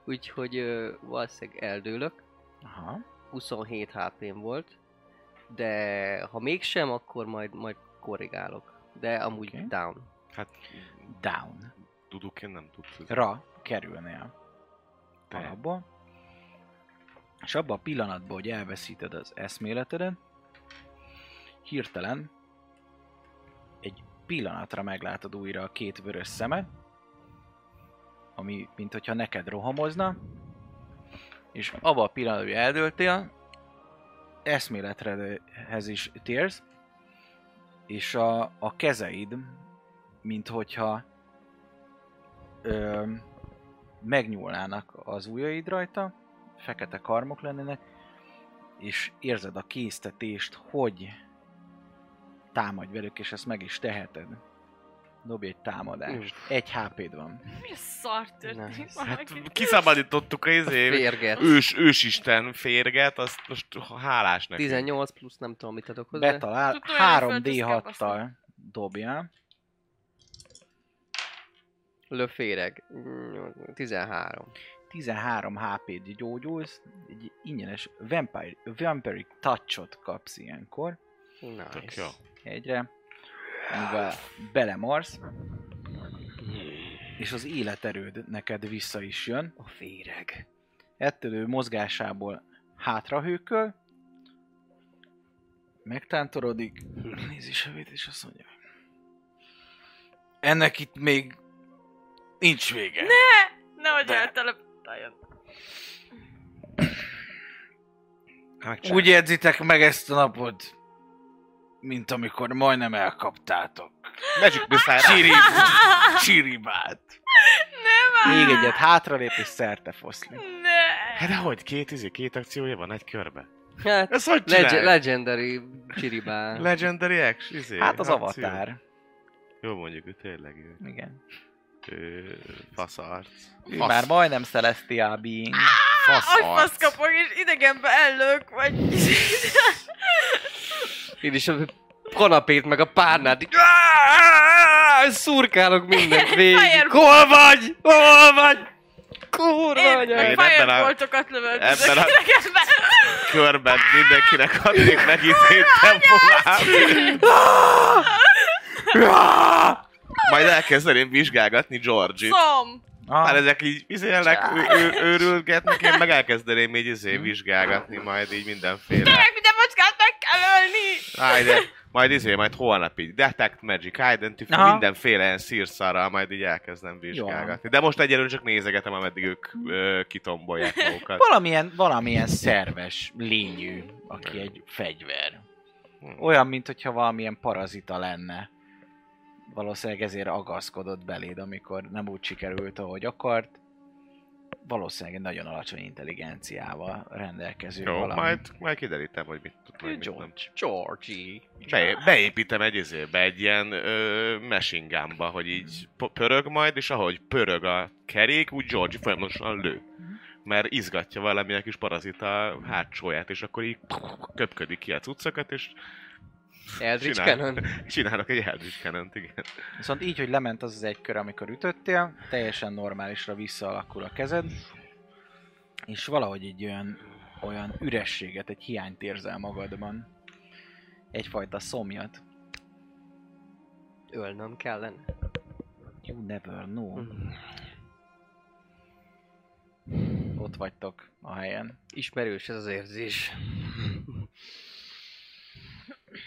Speaker 5: Úgyhogy ö, valószínűleg eldőlök.
Speaker 4: Aha.
Speaker 5: 27 hp volt. De ha mégsem, akkor majd, majd korrigálok. De amúgy
Speaker 4: Oké.
Speaker 5: okay. down.
Speaker 3: Hát,
Speaker 4: Down.
Speaker 3: duduként nem tudsz. ez-
Speaker 4: Ra kerülnél.
Speaker 3: Te.
Speaker 4: alapból. És abban a pillanatban, hogy elveszíted az eszméletedet, hirtelen egy pillanatra meglátod újra a két vörös szemed, ami mint hogyha neked rohamozna, és abban a pillanatban, hogy eldőltél, eszméletrehez is térsz, és a, a kezeid, mint hogyha ö, megnyúlnának az ujjaid rajta, fekete karmok lennének, és érzed a késztetést, hogy támadj velük, és ezt meg is teheted. Dobj egy támadást. Egy HP-d van.
Speaker 6: Mi a szar történik
Speaker 5: Nice.
Speaker 6: valaki?
Speaker 3: Hát, kiszabadítottuk a izé,
Speaker 5: Férget.
Speaker 3: ős, ősisten férget, azt most hálás neki.
Speaker 5: 18 plusz nem tudom mit adok hozzá.
Speaker 4: Betalál,
Speaker 6: Tudod, olyan
Speaker 4: 3D6-tal dobjál.
Speaker 5: Löféreg. Mm, 13.
Speaker 4: 13 HP-t gyógyulsz, egy ingyenes vampire, vampiric touchot kapsz ilyenkor
Speaker 5: Nice.
Speaker 3: Tök jó.
Speaker 4: egyre, amivel belemarsz, és az életerőd neked vissza is jön.
Speaker 5: A féreg.
Speaker 4: Ettől ő mozgásából hátrahőköl, megtántorodik, nézi sevét, és azt mondja, ennek itt még nincs vége.
Speaker 6: Nehogy
Speaker 4: De.
Speaker 6: eltelepítáljon.
Speaker 3: Hát,
Speaker 4: Úgy érzitek meg ezt a napot, mint amikor majdnem elkaptátok.
Speaker 3: Magic Missile
Speaker 4: Csirib, csiribát.
Speaker 6: Nem áll!
Speaker 4: Még egyet hátralép és szerte foszlik.
Speaker 6: Ne!
Speaker 3: Hát de hogy két, izé, két akciója van egy körbe?
Speaker 5: Hát,
Speaker 3: Ez hogy
Speaker 5: leg-
Speaker 3: csinálják?
Speaker 5: legendary csiribá.
Speaker 3: Legendary action? Izé,
Speaker 4: Hát az
Speaker 3: akció.
Speaker 4: avatár.
Speaker 3: Jó mondjuk, ő tényleg jó.
Speaker 4: Igen.
Speaker 3: Ő, Faszarc.
Speaker 4: Ő
Speaker 3: Fasz-
Speaker 4: már majdnem Celestial Being.
Speaker 6: Azt
Speaker 3: Faszarc.
Speaker 6: kapok, és idegenbe ellök, vagy...
Speaker 5: Én is a kanapét, meg a párnát így... Áááá! Szurkálok mindent végig.
Speaker 6: Fire-
Speaker 5: Hol vagy? Hol vagy? Kurva
Speaker 6: Én
Speaker 5: anyád.
Speaker 6: meg
Speaker 3: ebben a-
Speaker 6: fireboltokat lövöldözök
Speaker 3: ebben a-
Speaker 6: idegenbe.
Speaker 3: Körben mindenkinek adnék megítélni tempomát. Majd elkezdeném vizsgálgatni Georgie-t.
Speaker 6: Szom!
Speaker 4: Ah,
Speaker 3: Már ezek így izélnek, ő- ő- őrülgetnek, én meg elkezdeném így izé vizsgálgatni majd így mindenféle.
Speaker 6: Tényleg minden macskát meg kell ölni!
Speaker 3: Állj, de majd izé, majd holnap így Detect Magic Identify,
Speaker 4: Aha.
Speaker 3: mindenféle ilyen szírszarral majd így elkezdem vizsgálgatni. De most egyelőre csak nézegetem, ameddig ők ö, kitombolják magukat.
Speaker 4: valamilyen, valamilyen szerves lényű, aki egy fegyver.
Speaker 3: Hmm.
Speaker 4: Olyan, mint hogyha valamilyen parazita lenne. Valószínűleg ezért agaszkodott beléd, amikor nem úgy sikerült, ahogy akart. Valószínűleg egy nagyon alacsony intelligenciával rendelkező
Speaker 3: Jó,
Speaker 4: valami.
Speaker 3: majd, majd kiderítem, hogy mit tud,
Speaker 4: Ő
Speaker 3: meg mit nem.
Speaker 4: George.
Speaker 5: Georgie.
Speaker 3: Be, beépítem egy izébe, egy ilyen ö, machine gunba, hogy így p- pörög majd, és ahogy pörög a kerék, úgy George folyamatosan lő. Mert izgatja valamilyen kis parazita hátsóját, és akkor így köpködik ki a cuccokat, és
Speaker 5: Eldritch
Speaker 3: Csinál.
Speaker 5: Cannon.
Speaker 3: csinálok egy Eldritch cannon igen.
Speaker 4: Viszont így, hogy lement az az egy kör, amikor ütöttél, teljesen normálisra visszaalakul a kezed, és valahogy egy olyan, olyan ürességet, egy hiányt érzel magadban. Egyfajta szomjat.
Speaker 5: Ölnöm kellene.
Speaker 4: You never know.
Speaker 5: Mhm.
Speaker 4: Ott vagytok a helyen.
Speaker 5: Ismerős ez az érzés.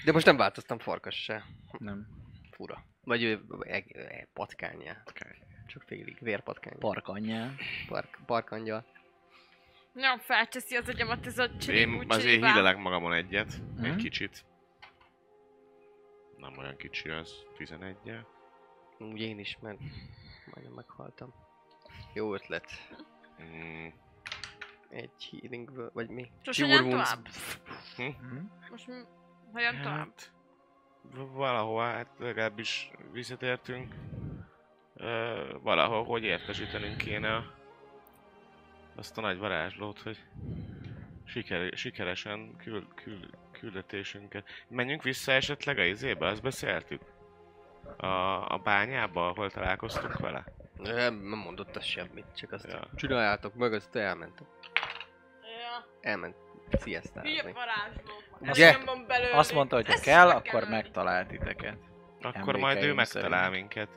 Speaker 5: De most nem változtam farkas se.
Speaker 4: Nem.
Speaker 5: Fura. Vagy ő eg- eh, patkányá. Csak félig, vérpatkány.
Speaker 4: Park anyjá.
Speaker 5: Park, parkangyal.
Speaker 6: Nagyon felteszi az agyamat ez a
Speaker 3: Én
Speaker 6: csiribú
Speaker 3: azért
Speaker 6: csiribá.
Speaker 3: hílelek magamon egyet, egy
Speaker 4: Mhm.
Speaker 3: kicsit. Nem olyan kicsi az, 11 -jel.
Speaker 5: Úgy én is, mert majdnem meghaltam. Jó ötlet.
Speaker 3: Mm,
Speaker 5: Egy healing, wo- vagy mi?
Speaker 6: Sose
Speaker 5: Cure
Speaker 6: nem
Speaker 5: wounds.
Speaker 6: tovább.
Speaker 3: Hm.
Speaker 6: Most mi- hogyan tovább?
Speaker 3: Hát, v- valahova, hát legalábbis visszatértünk. Ö, valahol, hogy értesítenünk kéne a- azt a nagy varázslót, hogy siker, sikeresen küld, küld, küldetésünket. Menjünk vissza esetleg a izébe, azt beszéltük? A, a bányába, ahol találkoztunk vele?
Speaker 5: Nem, nem mondott az semmit, csak azt
Speaker 3: Ja.
Speaker 5: ja. csináljátok meg, azt elmentem.
Speaker 6: Ja,
Speaker 5: Elment
Speaker 6: hülye
Speaker 5: sziasztázni.
Speaker 6: varázsló.
Speaker 4: Ugye?
Speaker 6: Egyenban belőlük.
Speaker 4: Azt mondta, hogy ha
Speaker 6: Ezt
Speaker 4: kell,
Speaker 6: meg
Speaker 4: akkor
Speaker 6: kell ölni.
Speaker 4: megtalál titeket.
Speaker 3: Akkor majd ő
Speaker 4: Emlékeim
Speaker 3: megtalál
Speaker 4: szerint.
Speaker 3: minket.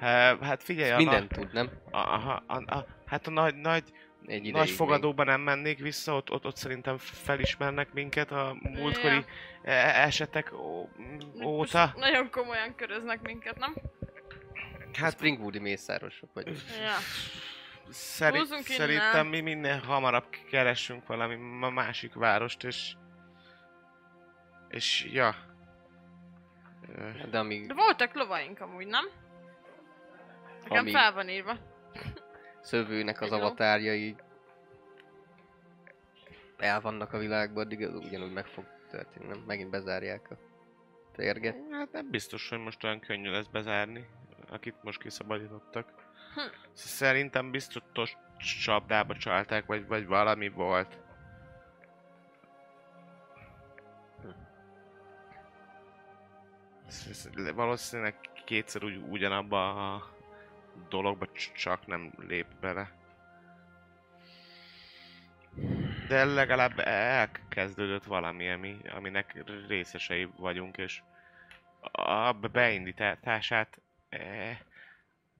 Speaker 3: Hát, hát figyelj,
Speaker 5: Ezt
Speaker 3: a, na,
Speaker 5: mindent tud, nem?
Speaker 3: a, aha, a, a, hát a nagy, nagy,
Speaker 5: Egy ideig
Speaker 3: Nagy
Speaker 5: még.
Speaker 3: fogadóban nem mennék vissza, ott, ott, ott szerintem felismernek minket a múltkori
Speaker 6: Ja.
Speaker 3: e- esetek ó-
Speaker 6: Most
Speaker 3: óta.
Speaker 6: Nagyon komolyan köröznek minket, nem?
Speaker 5: Hát
Speaker 3: Hát
Speaker 5: Springwoodi mészárosok vagy.
Speaker 6: Ja.
Speaker 3: szeri-
Speaker 6: húzzunk innen.
Speaker 3: szerintem mi minél hamarabb keresünk valami ma- másik várost, és... És ja. Ö,
Speaker 5: De amíg
Speaker 6: De voltak lovaink amúgy, nem? Nekem
Speaker 5: Ami-
Speaker 6: fel van írva.
Speaker 5: szövőnek az
Speaker 6: Egy ló.
Speaker 5: avatárjai el vannak a világban, addig ez ugyanúgy meg fog történni, nem? Megint bezárják a térget.
Speaker 3: Hát nem biztos, hogy most olyan könnyű lesz bezárni, akit most kiszabadítottak.
Speaker 6: Hm.
Speaker 3: Szerintem biztos csapdába csalták, vagy, vagy valami volt. Ez- ez le- Valószínűleg kétszer ugy, ugyanabba a dologba c- csak nem lép bele. De legalább elkezdődött valami, ami, aminek részesei vagyunk, és a beindítását eh,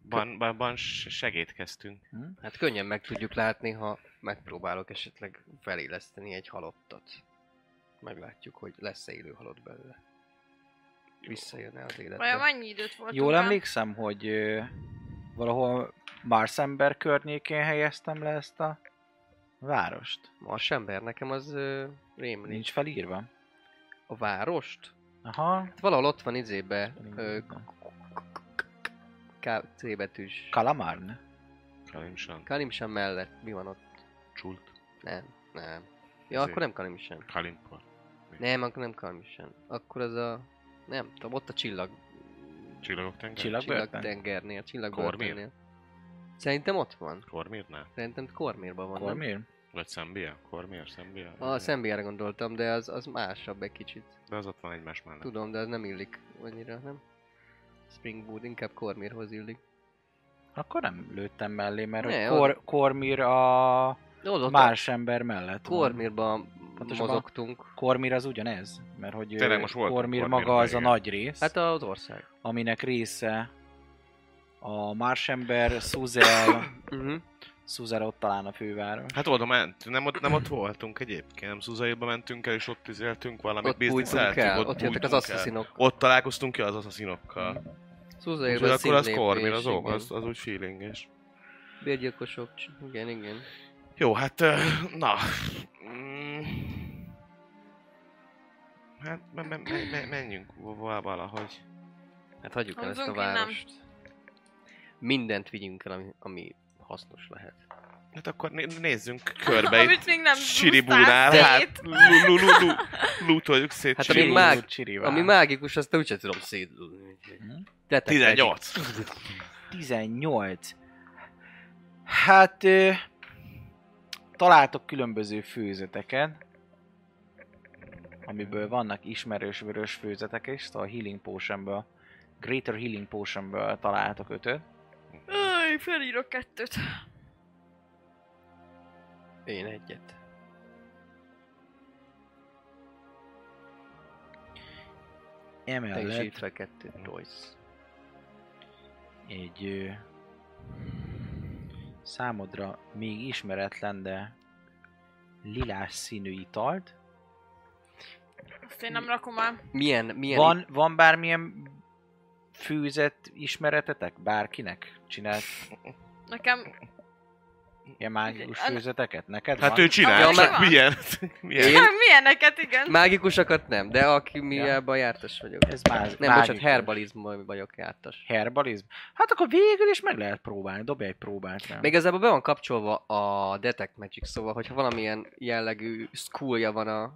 Speaker 3: ban, ban, ban segítkeztünk.
Speaker 5: Hát könnyen meg tudjuk látni, ha megpróbálok esetleg feléleszteni egy halottat. Meglátjuk, hogy lesz-e élő halott belőle. Visszajön-e az
Speaker 6: Vajon
Speaker 5: életbe.
Speaker 6: mennyi időt voltunk
Speaker 4: Jól
Speaker 6: el?
Speaker 4: emlékszem, hogy ö, valahol Marsember környékén helyeztem le ezt a várost.
Speaker 5: Marsember, nekem az ö, rémlik.
Speaker 4: Nincs felírva.
Speaker 5: A várost?
Speaker 4: Aha.
Speaker 5: Hát valahol ott van izébe, ö, K- C betűs.
Speaker 4: Kalamarn.
Speaker 3: Kalimsan.
Speaker 5: Kalimsán mellett mi van ott?
Speaker 3: Csult.
Speaker 5: Nem, nem. Ja,
Speaker 3: Ezért.
Speaker 5: akkor nem Kalimisán.
Speaker 3: Kalimpor.
Speaker 5: Nem, akkor nem Kalimisán. Akkor az a... Nem tudom, ott a csillag...
Speaker 3: Csillagok tenger?
Speaker 4: Csillag- Csillagbörtön?
Speaker 5: Csillagtengernél,
Speaker 3: Kormir?
Speaker 5: csillagbörtönnél. Szerintem ott van.
Speaker 3: Kormírnál?
Speaker 5: Szerintem Kormérban van.
Speaker 4: Akkor
Speaker 5: nem?
Speaker 4: miért?
Speaker 3: Vagy Szembia? Kormír, Szembia?
Speaker 5: A szembiára gondoltam, de az, az másabb egy kicsit.
Speaker 3: De az ott van egymás mellett.
Speaker 5: Tudom, de az nem illik annyira, nem? Springwood inkább Kormírhoz illik.
Speaker 4: Akkor nem lőttem mellé, mert
Speaker 5: Ne,
Speaker 4: ne,
Speaker 5: ott-
Speaker 4: kor, Kormir a
Speaker 5: De ott ott
Speaker 4: más ember mellett
Speaker 5: a
Speaker 4: van.
Speaker 5: Kormírban
Speaker 4: Pontosabban-
Speaker 5: mozogtunk.
Speaker 4: Kormir az ugyanez, mert hogy
Speaker 3: Tényleg
Speaker 4: Tényleg,
Speaker 3: most
Speaker 4: most
Speaker 3: voltunk
Speaker 4: Kormir
Speaker 3: Kormirban,
Speaker 4: maga az a
Speaker 3: igen.
Speaker 4: nagy rész,
Speaker 5: Hát
Speaker 4: hát a...
Speaker 5: az ország.
Speaker 4: aminek része a Marsember, Suzel,
Speaker 5: Uh-huh.
Speaker 4: Suzel ott talán a főváros.
Speaker 3: Hát oda ment, nem ott, nem ott voltunk egyébként, nem Szuzaiba mentünk el, és ott izéltünk valamit,
Speaker 5: Ott bújtunk
Speaker 3: bizniszeltünk,
Speaker 5: el, ott jöttek az
Speaker 3: bújtunk el.
Speaker 5: asszaszinok.
Speaker 3: Ott találkoztunk ki az asszaszinokkal.
Speaker 5: Szúzaérben
Speaker 3: Úgyhogy akkor az Kormir, az, ó, az, az úgy feelinges.
Speaker 5: Bérgyilkosok, cs- igen, igen.
Speaker 3: Jó, hát, ö, na. Mm. Hát, me- me- me- me- menjünk val- valahogy.
Speaker 5: Hát hagyjuk el ezt a
Speaker 6: Hangzunk innen.
Speaker 5: várost. Mindent vigyünk el, ami, ami hasznos lehet.
Speaker 3: Hát akkor né- nézzünk körbe itt.
Speaker 6: Amit még nem
Speaker 3: Siribúnál,
Speaker 6: zúztál
Speaker 3: hát
Speaker 6: szét.
Speaker 3: lu- lu- lu- lu- lootoljuk szét.
Speaker 5: Hát,
Speaker 3: Siribú.
Speaker 5: ami már- mág-
Speaker 4: Csirivál.
Speaker 5: Ami mágikus, azt úgyse tudom szédülni.
Speaker 4: Mhm.
Speaker 5: De
Speaker 3: 18.
Speaker 4: 18. Hát ö, találtok különböző főzeteket, amiből vannak ismerős vörös főzetek is, szóval a Healing Potionből, Greater Healing Potionből találtok ötöt.
Speaker 6: Öj, felírok kettőt.
Speaker 5: Én egyet. Te is írt
Speaker 4: Emellett
Speaker 5: fel kettőt, Royce.
Speaker 4: egy ö, számodra még ismeretlen, de lilás színű italt.
Speaker 6: Azt én nem rakom el.
Speaker 5: Milyen, milyen...
Speaker 4: Van, van bármilyen főzet ismeretetek? Bárkinek csinált
Speaker 6: Nekem
Speaker 4: Ilyen mágikus
Speaker 6: An-
Speaker 4: főzeteket? Neked
Speaker 3: Hát
Speaker 4: van?
Speaker 3: ő csinál,
Speaker 6: Ja,
Speaker 3: csak
Speaker 6: már-
Speaker 3: milyen. milyen.
Speaker 5: Én
Speaker 6: milyeneket, igen.
Speaker 5: mágikusakat nem, de aki miában jártas vagyok.
Speaker 4: Ez más.
Speaker 5: Nem, bocsánat, herbalizmban vagyok jártas.
Speaker 4: Herbalizm. Hát akkor végül is meg lehet próbálni. Dobj egy próbát rá.
Speaker 5: Még igazából be van kapcsolva a Detect Magic, szóval hogyha valamilyen jellegű skillja van a,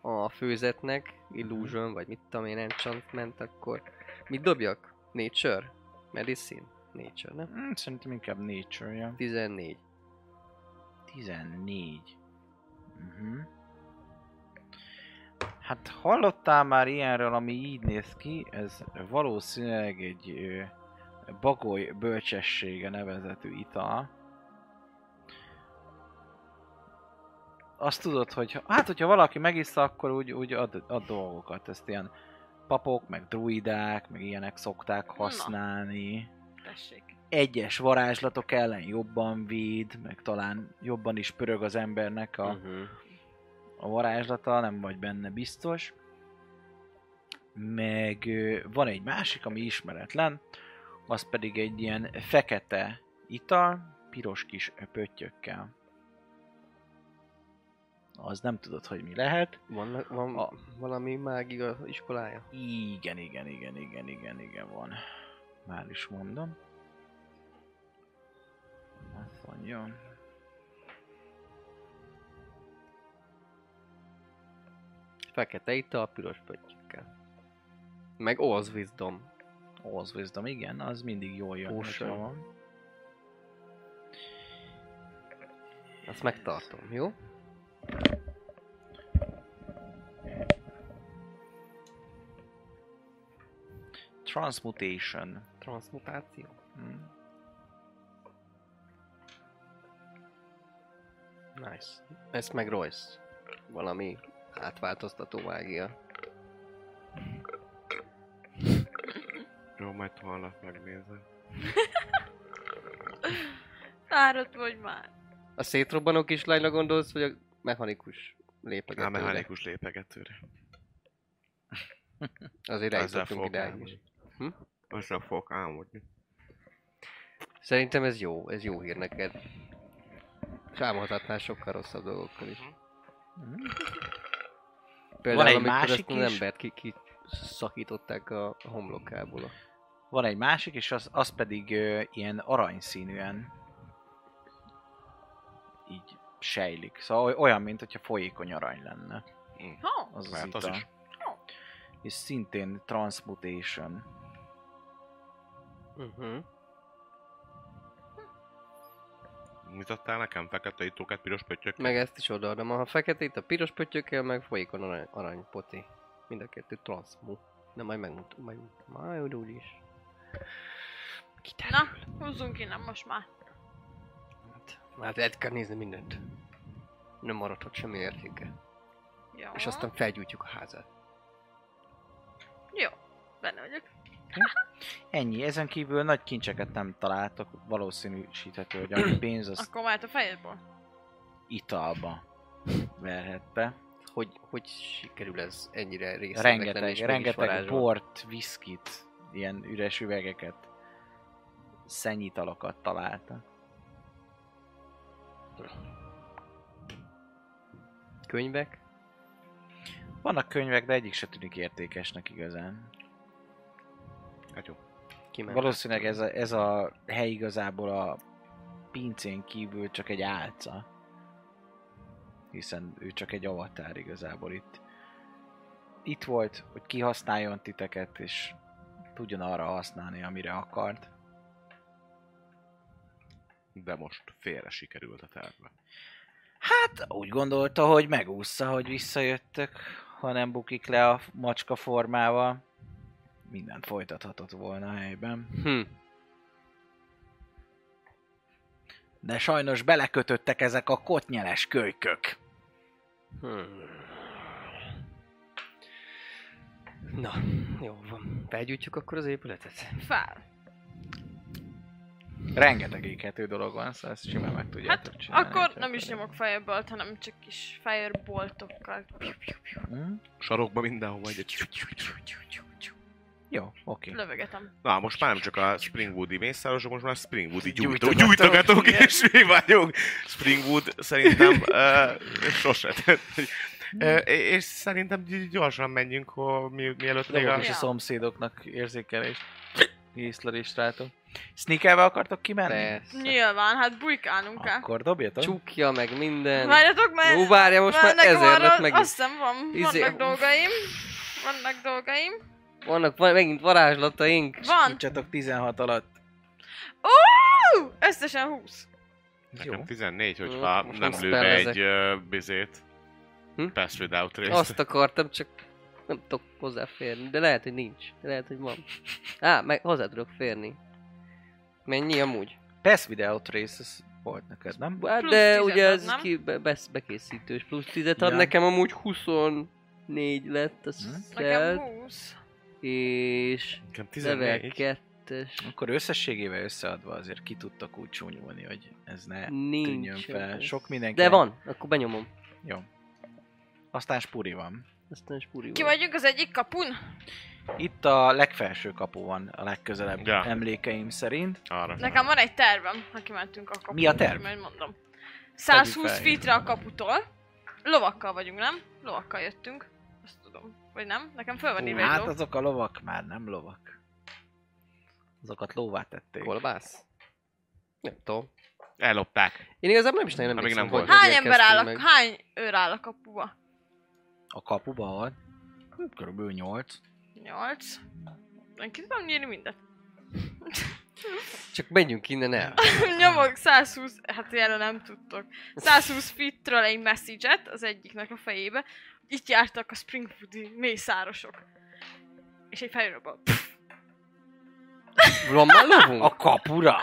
Speaker 5: a főzetnek, Illusion, vagy mit tudom én, Enchantment, akkor mit dobjak? Nature? Medicine? Nature, nem?
Speaker 4: Hmm, szerintem inkább nature -ja.
Speaker 5: 14.
Speaker 4: 14. Uh-huh. Hát hallottál már ilyenről, ami így néz ki, ez valószínűleg egy ö, bagoly bölcsessége nevezetű ital. Azt tudod, hogy ha- hát, hogyha valaki megissza, akkor úgy, úgy ad, ad dolgokat. Ezt ilyen papok, meg druidák, meg ilyenek szokták használni
Speaker 6: Tessék.
Speaker 4: egyes varázslatok ellen jobban véd, meg talán jobban is pörög az embernek a,
Speaker 5: Uh-huh.
Speaker 4: a varázslata, nem vagy benne biztos. Meg ö, van egy másik, ami ismeretlen, az pedig egy ilyen fekete ital, piros kis pöttyökkel. Az nem tudod, hogy mi lehet.
Speaker 5: Van, van
Speaker 4: A-
Speaker 5: a... valami mágia iskolája?
Speaker 4: Igen, igen, igen, igen, igen, igen van. Már is mondom. Azt mondja.
Speaker 5: Fekete ital, piros pöttyökkel. Meg Oz Wisdom.
Speaker 4: Ahhoz wisdom, igen, az mindig jól jön,
Speaker 5: Kósa.
Speaker 4: hogyha van.
Speaker 5: Azt megtartom, jó?
Speaker 4: Transmutation.
Speaker 5: Transmutáció.
Speaker 4: Hm.
Speaker 5: Nice. Ezt meg Royce. Valami átváltoztató mágia.
Speaker 3: Jó, majd holnap megnézem.
Speaker 6: Tárod vagy már.
Speaker 5: A szétrobbanó kislányra gondolsz, vagy a mechanikus lépegetőre?
Speaker 3: A mechanikus lépegetőre.
Speaker 5: Azért
Speaker 3: Ezzel
Speaker 5: eljutottunk
Speaker 3: fogok
Speaker 5: idáig is. Hm?
Speaker 3: álmodni. Ezzel fogok álmodni.
Speaker 5: Szerintem ez jó, ez jó hír neked. Sámolhatnál sokkal rosszabb dolgokkal is.
Speaker 4: Mhm.
Speaker 5: Például,
Speaker 4: egy
Speaker 5: amikor
Speaker 4: másik
Speaker 5: ezt az
Speaker 4: is.
Speaker 5: embert ki, ki szakították a a homlokából.
Speaker 4: Van egy másik, és az, az pedig ö, ilyen aranyszínűen így sejlik. Szóval oly- olyan, mint hogyha folyékony arany lenne.
Speaker 3: Hm.
Speaker 6: Ha?
Speaker 4: Az az,
Speaker 3: Lehet az
Speaker 4: ita.
Speaker 3: is.
Speaker 4: És szintén transmutation. Mhm.
Speaker 5: Uh-huh.
Speaker 3: Mit adtál nekem? Fekete itókát, piros pöttyök?
Speaker 5: Meg ezt is odaadom. A feketét a piros pöttyökkel, meg folyékony arany, aranypoti. Mind a kettő transmu. De majd megmutatom, majd, majd úgyis.
Speaker 6: Na, húzzunk innen most már.
Speaker 5: Hát, hát lehet kell nézni mindent. Nem maradhat semmi értéke.
Speaker 6: Jó.
Speaker 5: És aztán felgyújtjuk a házat.
Speaker 6: Jó. Benne vagyok.
Speaker 4: Ennyi, ezen kívül nagy kincseket nem találtak, valószínűsíthető, hogy a pénz az
Speaker 6: Akkor vált a fejedből.
Speaker 4: italba verhet be.
Speaker 5: Hogy, hogy sikerül ez ennyire részletlen
Speaker 4: Rengeteg, rengeteg bort, viszkit, ilyen üres üvegeket, szennyitalokat találtak.
Speaker 5: Könyvek?
Speaker 4: Vannak könyvek, de egyik se tűnik értékesnek igazán.
Speaker 3: Hát jó.
Speaker 5: Kiment.
Speaker 4: Valószínűleg ez a, ez a hely igazából a pincén kívül csak egy álca. Hiszen ő csak egy avatár igazából itt. Itt volt, hogy kihasználjon titeket, és tudjon arra használni, amire akart.
Speaker 3: De most félre sikerült a terve.
Speaker 4: Hát úgy gondolta, hogy megúszza, hogy visszajöttök, ha nem bukik le a macska formával. Mindent folytathatott volna a helyben.
Speaker 5: Hm.
Speaker 4: De sajnos belekötöttek ezek a kotnyeles kölykök.
Speaker 5: Hmm. Na, jó van. Felgyújtjuk akkor az épületet.
Speaker 6: Fel.
Speaker 4: Rengeteg éghető dolog van, szóval ezt simán meg tudjátok
Speaker 6: Hát
Speaker 4: csinálni.
Speaker 6: akkor nem is nyomok fireball hanem csak kis fireballtokkal.
Speaker 4: Hm?
Speaker 3: Sarokba mindenhova egy...
Speaker 4: Jó, oké.
Speaker 6: Lövögetem.
Speaker 3: Na, most már nem csak a Springwoodi mészárosok, most már Springwoodi gyújtó,
Speaker 4: Gyújtogatók.
Speaker 3: gyújtogatók
Speaker 4: Igen.
Speaker 3: és mi vagyunk. Springwood szerintem uh, sose tett. Uh, és szerintem gy- gyorsan menjünk, ho, mi, mielőtt még
Speaker 4: Dobok
Speaker 3: a...
Speaker 4: is a
Speaker 6: Ja.
Speaker 4: szomszédoknak érzékelést. Észlelést rátok. Sneakervel akartok kimenni?
Speaker 5: Persze.
Speaker 6: Nyilván, hát bujkálnunk kell.
Speaker 4: Akkor dobjatok.
Speaker 5: Csukja meg minden.
Speaker 6: Várjatok, mert...
Speaker 5: Jó, várja, most
Speaker 6: mert
Speaker 5: már
Speaker 6: nekem
Speaker 5: ezer
Speaker 6: arra
Speaker 5: lett meg
Speaker 6: Azt
Speaker 5: is.
Speaker 6: hiszem van,
Speaker 5: Izé-
Speaker 6: vannak dolgaim. Vannak dolgaim.
Speaker 5: Vannak van, megint varázslataink.
Speaker 6: Van.
Speaker 4: Nincsatok 16 alatt.
Speaker 6: Ó! Összesen 20.
Speaker 3: Nekem 14, hogyha
Speaker 5: Jó, most
Speaker 3: nem
Speaker 5: nem
Speaker 3: lő be
Speaker 5: spellezek.
Speaker 3: egy uh, bizét.
Speaker 5: Hm?
Speaker 3: Pass without részt.
Speaker 5: Azt akartam, csak nem tudok hozzáférni. De lehet, hogy nincs. De lehet, hogy van. Á, meg hozzá tudok férni. Mennyi amúgy?
Speaker 4: Pass without races volt neked, nem?
Speaker 5: Hát
Speaker 6: Plusz
Speaker 5: de
Speaker 6: tizet
Speaker 5: ugye
Speaker 6: ad,
Speaker 5: ez
Speaker 6: nem?
Speaker 5: ki, be, besz, bekészítős plusz 10 ad,
Speaker 4: Ja.
Speaker 5: nekem amúgy 24 lett a
Speaker 4: Mhm.
Speaker 6: Nekem
Speaker 5: szelt,
Speaker 6: 20.
Speaker 5: és
Speaker 3: Nekem
Speaker 5: level
Speaker 3: 14.
Speaker 5: 2-es
Speaker 4: Akkor összességével összeadva azért ki tudtak úgy csúnyulni, hogy ez ne tűnjön
Speaker 5: nincs.
Speaker 4: fel.
Speaker 5: ez.
Speaker 4: Sok mindenki.
Speaker 5: De van, akkor benyomom.
Speaker 4: Jó. Aztán spuri van.
Speaker 5: Aztán spúri
Speaker 6: Ki vagyunk az egyik kapun?
Speaker 4: Itt a legfelső kapu van a legközelebb
Speaker 3: Ja.
Speaker 4: ja. emlékeim szerint.
Speaker 3: Arra
Speaker 6: Nekem van egy tervem, ha kimentünk a kapun.
Speaker 4: Mi a terv?
Speaker 6: Majd mondom. 120
Speaker 4: fel.
Speaker 6: feetre a kaputól. Lovakkal vagyunk, nem? Lovakkal jöttünk. Azt tudom. Vagy nem? Nekem föl van írva egy
Speaker 4: Hát
Speaker 6: ló.
Speaker 4: azok a lovak már nem lovak. Azokat lóvá tették.
Speaker 5: Kolbász? Nem tudom.
Speaker 3: Ellopták.
Speaker 5: Én igazából nem is nagyon
Speaker 3: Amíg
Speaker 5: emlékszem,
Speaker 3: nem volt.
Speaker 5: hogy
Speaker 6: Hány
Speaker 5: hogy
Speaker 6: ember áll
Speaker 5: elkezdtünk
Speaker 6: a, hány őr áll a kapuba?
Speaker 4: A kapuba van. Hm, Körülbelül 8.
Speaker 6: 8. Én ki tudom nyírni mindet.
Speaker 5: meg. Csak menjünk innen el.
Speaker 6: Nyomok 120, hát erre nem tudtok. 120 feet-ről egy message az egyiknek a fejébe. Itt jártak a Springwoodi mészárosok. És egy fejről
Speaker 5: Van már lovunk?
Speaker 4: A kapura!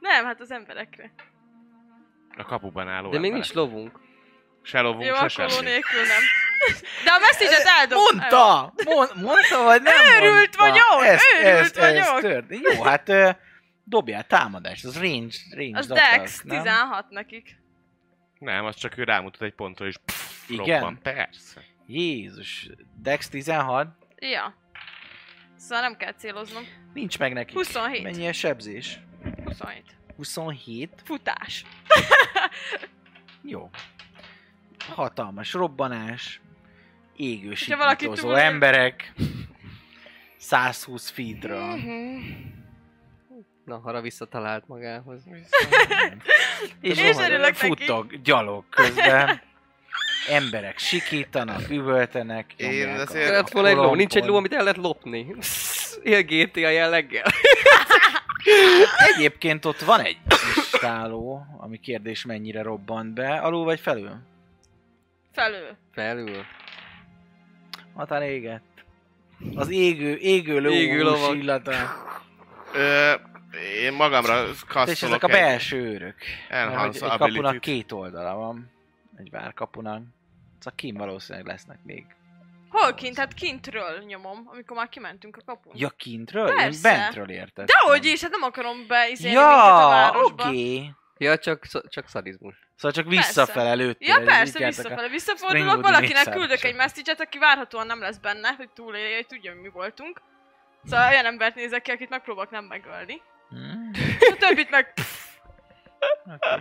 Speaker 6: Nem, hát az emberekre.
Speaker 3: A kapuban álló
Speaker 5: De még
Speaker 3: emberek.
Speaker 5: nincs lovunk.
Speaker 3: Se lovunk,
Speaker 6: Jó,
Speaker 3: se
Speaker 6: a koló
Speaker 3: semmi.
Speaker 6: nélkül nem. De a message-et eldob.
Speaker 4: Mondta! Mon- mondta, vagy nem
Speaker 6: Őrült
Speaker 4: mondta?
Speaker 6: vagyok, őrült vagyok.
Speaker 4: tört. Jó, hát ö, dobjál támadást, az range, range
Speaker 6: Az
Speaker 4: datas,
Speaker 6: Dex,
Speaker 4: nem?
Speaker 6: 16 nekik.
Speaker 3: Nem, az csak ő rámutat egy pontra, és pff,
Speaker 4: Igen?
Speaker 3: robban. Persze.
Speaker 4: Jézus, Dex 16,
Speaker 6: Ja. Szóval nem kell céloznom.
Speaker 4: nincs meg nekik.
Speaker 6: 27.
Speaker 4: Mennyi a sebzés?
Speaker 6: 27.
Speaker 4: 27.
Speaker 6: Futás.
Speaker 4: Jó. Hatalmas robbanás, égő
Speaker 6: valaki
Speaker 4: sikítozó
Speaker 6: túl-
Speaker 4: Hm. emberek, 120 feedről.
Speaker 5: Na, hara visszatalált magához.
Speaker 4: És,
Speaker 6: És
Speaker 4: és
Speaker 6: örülök neki.
Speaker 4: futtok, gyalog közben. Emberek sikítanak, üvöltenek.
Speaker 3: Én
Speaker 4: nyomják a-
Speaker 3: azért-
Speaker 5: Kellett volna Hát, egy ló, nincs egy ló,
Speaker 4: kolompon.
Speaker 5: amit el lehet lopni. Ilyen GTA jelleggel.
Speaker 4: Egyébként ott van egy istáló, ami kérdés mennyire robbant be, alul vagy felül?
Speaker 6: Felül.
Speaker 5: Felül.
Speaker 4: Hatán égett. Az égő, égő
Speaker 5: Égő
Speaker 4: lóhús
Speaker 5: lovak.
Speaker 4: illata.
Speaker 3: Ö, én magamra
Speaker 4: És ezek
Speaker 3: kasztolok
Speaker 4: a belső őrök. Mert hogy
Speaker 3: Enhance
Speaker 4: egy kapunak
Speaker 3: ability
Speaker 4: két oldala van. Egy várkapunak. Szóval kim valószínűleg lesznek még.
Speaker 6: Hol kint? Hát kintről nyomom, amikor már kimentünk a kapun.
Speaker 4: Ja, kintről?
Speaker 6: Persze.
Speaker 4: Én bentről értettem.
Speaker 6: Dehogy is, hát nem akarom beizélni minket a
Speaker 4: Ja,
Speaker 6: városba.
Speaker 4: oké. Okay.
Speaker 5: Ja, csak, szo- csak szadizmus.
Speaker 4: Szóval csak
Speaker 6: Persze.
Speaker 4: visszafele lőttél.
Speaker 6: Ja
Speaker 4: és így jártak
Speaker 6: persze,
Speaker 4: a-
Speaker 6: visszafele. Visszafordulok,
Speaker 4: Springwoodi
Speaker 6: valakinek
Speaker 4: négyszámosra.
Speaker 6: küldök egy message aki várhatóan nem lesz benne, hogy túlélje, hogy tudja, hogy mi voltunk. Szóval olyan embert nézek ki, akit megpróbálok nem megölni.
Speaker 4: Hmm,
Speaker 6: És a többit meg...
Speaker 4: oké. Tehát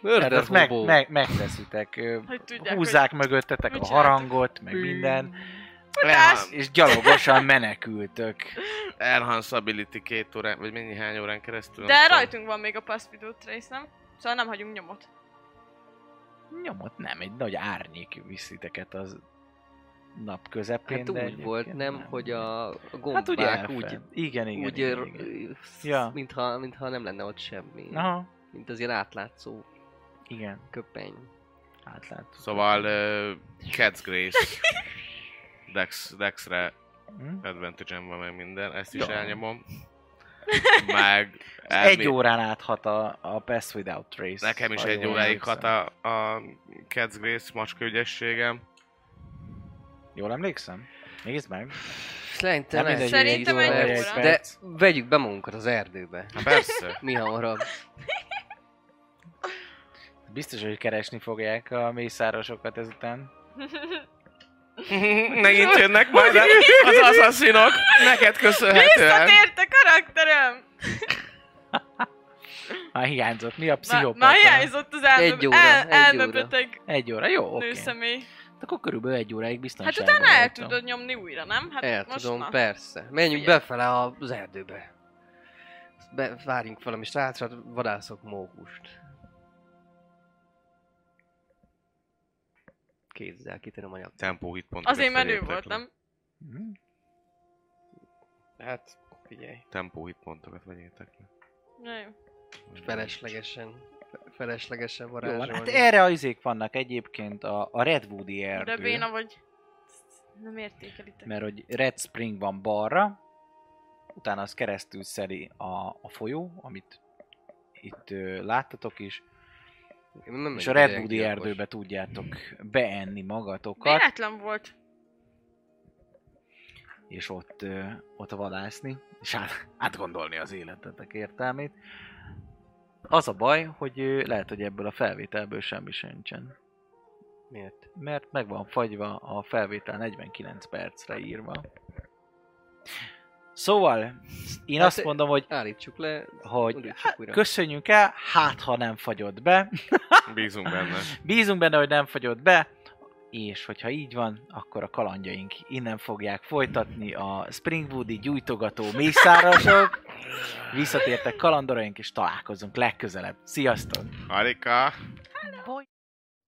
Speaker 5: Mörder
Speaker 4: Hát ezt meg,
Speaker 5: hobó.
Speaker 4: meg, megteszitek. ö,
Speaker 6: Hogy tudják,
Speaker 4: Húzzák mögöttetek
Speaker 6: mit
Speaker 4: a
Speaker 6: csináltak.
Speaker 4: harangot, meg minden,
Speaker 6: Futás!
Speaker 3: Enhance,
Speaker 4: és gyalogosan menekültök.
Speaker 3: enhance ability két órán, vagy mennyi hány órán keresztül? nem
Speaker 6: De
Speaker 3: tudom.
Speaker 6: rajtunk van még a Pass Without Trace, nem? Szóval nem hagyunk nyomot.
Speaker 4: Nyomot nem, egy nagy árnyék visziteket az nap közepén.
Speaker 5: Hát
Speaker 4: de
Speaker 5: úgy
Speaker 4: egyébként
Speaker 5: volt, nem, hogy a a
Speaker 4: Hát ugye
Speaker 5: gombák
Speaker 4: elfed.
Speaker 5: úgy,
Speaker 4: igen, igen,
Speaker 5: úgy,
Speaker 4: igen,
Speaker 5: ö,
Speaker 4: igen.
Speaker 5: ö, sz-
Speaker 4: Ja.
Speaker 5: mintha, mintha nem lenne ott semmi.
Speaker 4: Aha,
Speaker 5: Mint az ilyen átlátszó
Speaker 4: igen,
Speaker 5: köpeny.
Speaker 4: átlát.
Speaker 3: Szóval uh, Cat's Grace. Dex, Dexre
Speaker 4: Hm?
Speaker 3: advantage van meg minden, ezt is
Speaker 4: Jó.
Speaker 3: elnyomom. Meg
Speaker 4: Egy
Speaker 3: elmé-
Speaker 4: órán át hat a, a Pass Without Trace.
Speaker 3: Nekem is
Speaker 4: ha
Speaker 3: egy
Speaker 4: jól
Speaker 3: óráig
Speaker 4: emlékszem.
Speaker 3: hat a, a Cat's Grace macska ügyességem.
Speaker 4: Jól emlékszem? Nézd meg.
Speaker 5: Szerintem
Speaker 4: Nem
Speaker 5: ez
Speaker 4: mindegy,
Speaker 6: Szerintem
Speaker 4: óra,
Speaker 6: egy óra.
Speaker 5: De
Speaker 4: perc.
Speaker 5: vegyük be magunkat az erdőbe.
Speaker 3: Hát persze.
Speaker 5: Mi hamarabb.
Speaker 6: Hát
Speaker 4: Biztos, hogy keresni fogják a mészárosokat ezután.
Speaker 3: Megint jönnek majd a- az asszaszinok. Neked köszönhetően.
Speaker 6: Visszatért a karakterem!
Speaker 4: Már hiányzott. Mi a
Speaker 6: Már-
Speaker 4: pszichopata?
Speaker 6: Már hiányzott az elme,
Speaker 5: Egy óra,
Speaker 6: el,
Speaker 5: egy
Speaker 6: elmebeteg
Speaker 4: Egy óra, jó, oké. Okay.
Speaker 6: nőszemély.
Speaker 4: Akkor körülbelül egy óráig
Speaker 6: Hát
Speaker 4: biztonságban
Speaker 6: utána el
Speaker 4: voltam.
Speaker 6: tudod nyomni újra, nem? Hát
Speaker 5: El
Speaker 6: most
Speaker 5: tudom,
Speaker 6: na.
Speaker 5: persze. Menjünk
Speaker 6: Figyelj.
Speaker 5: befele az erdőbe. Be, várjunk valami srácra, vadászok móhust. Kézzel kitérem a nyakat.
Speaker 3: Tempó hitpont.
Speaker 6: Azért menő volt, nem?
Speaker 4: Mhm.
Speaker 5: Hát, figyelj.
Speaker 3: Tempó hitpontokat vegyétek le.
Speaker 6: Na jó.
Speaker 5: Feleslegesen. Feleslegesen
Speaker 4: Jó,
Speaker 5: varázsolni.
Speaker 4: van. hát erre az izék vannak egyébként a, a Redwoodi erdő.
Speaker 6: De béna vagy. Nem értékelitek.
Speaker 4: mert hogy Red Spring van balra, utána az keresztül szeli a, a folyó, amit itt ö, láttatok is,
Speaker 5: Én nem
Speaker 4: és a
Speaker 5: vagyok ilyen
Speaker 4: Redwoodi
Speaker 5: gyilkos.
Speaker 4: erdőbe tudjátok beenni magatokat,
Speaker 6: Véletlen volt.
Speaker 4: és ott, ö, ott vadászni, és át, átgondolni az életetek értelmét. Az a baj, hogy ö, lehet, hogy ebből a felvételből semmi sincsen.
Speaker 5: Miért?
Speaker 4: Mert meg van fagyva a felvétel 49 percre írva. Szóval, én
Speaker 5: Hát,
Speaker 4: azt mondom, hogy
Speaker 5: Állítsuk le,
Speaker 4: hogy
Speaker 5: Indítsuk
Speaker 4: hát,
Speaker 5: újra.
Speaker 4: köszönjünk el, hát ha nem fagyott be.
Speaker 3: Bízunk benne.
Speaker 4: Bízunk benne, hogy nem fagyott be, és hogyha így van, akkor a kalandjaink innen fogják folytatni a Springwoodi gyújtogató mészárosok. Visszatértek kalandoraink, és találkozunk legközelebb. Sziasztok!
Speaker 3: Arika.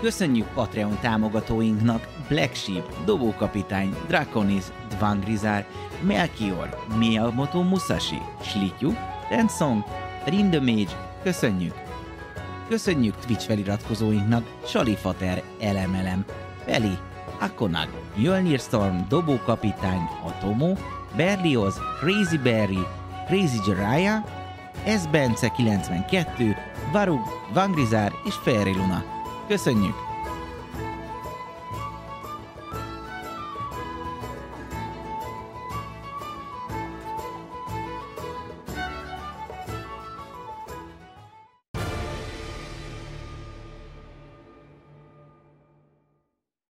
Speaker 2: Köszönjük Patreon támogatóinknak Black Sheep, Dobókapitány, Draconis, Dvangrizár, Melchior, Miyamoto Musashi, Slityu, Tensong, Rindemage, köszönjük! Köszönjük Twitch feliratkozóinknak Salifater, Elemelem, Feli, Akonag, Mjölnir Storm, Dobókapitány, Atomo, Berlioz, Crazy Berry, Crazy Jiraiya, S. Bence 92, Varug, Vangrizár és Fairy Luna. Köszönjük!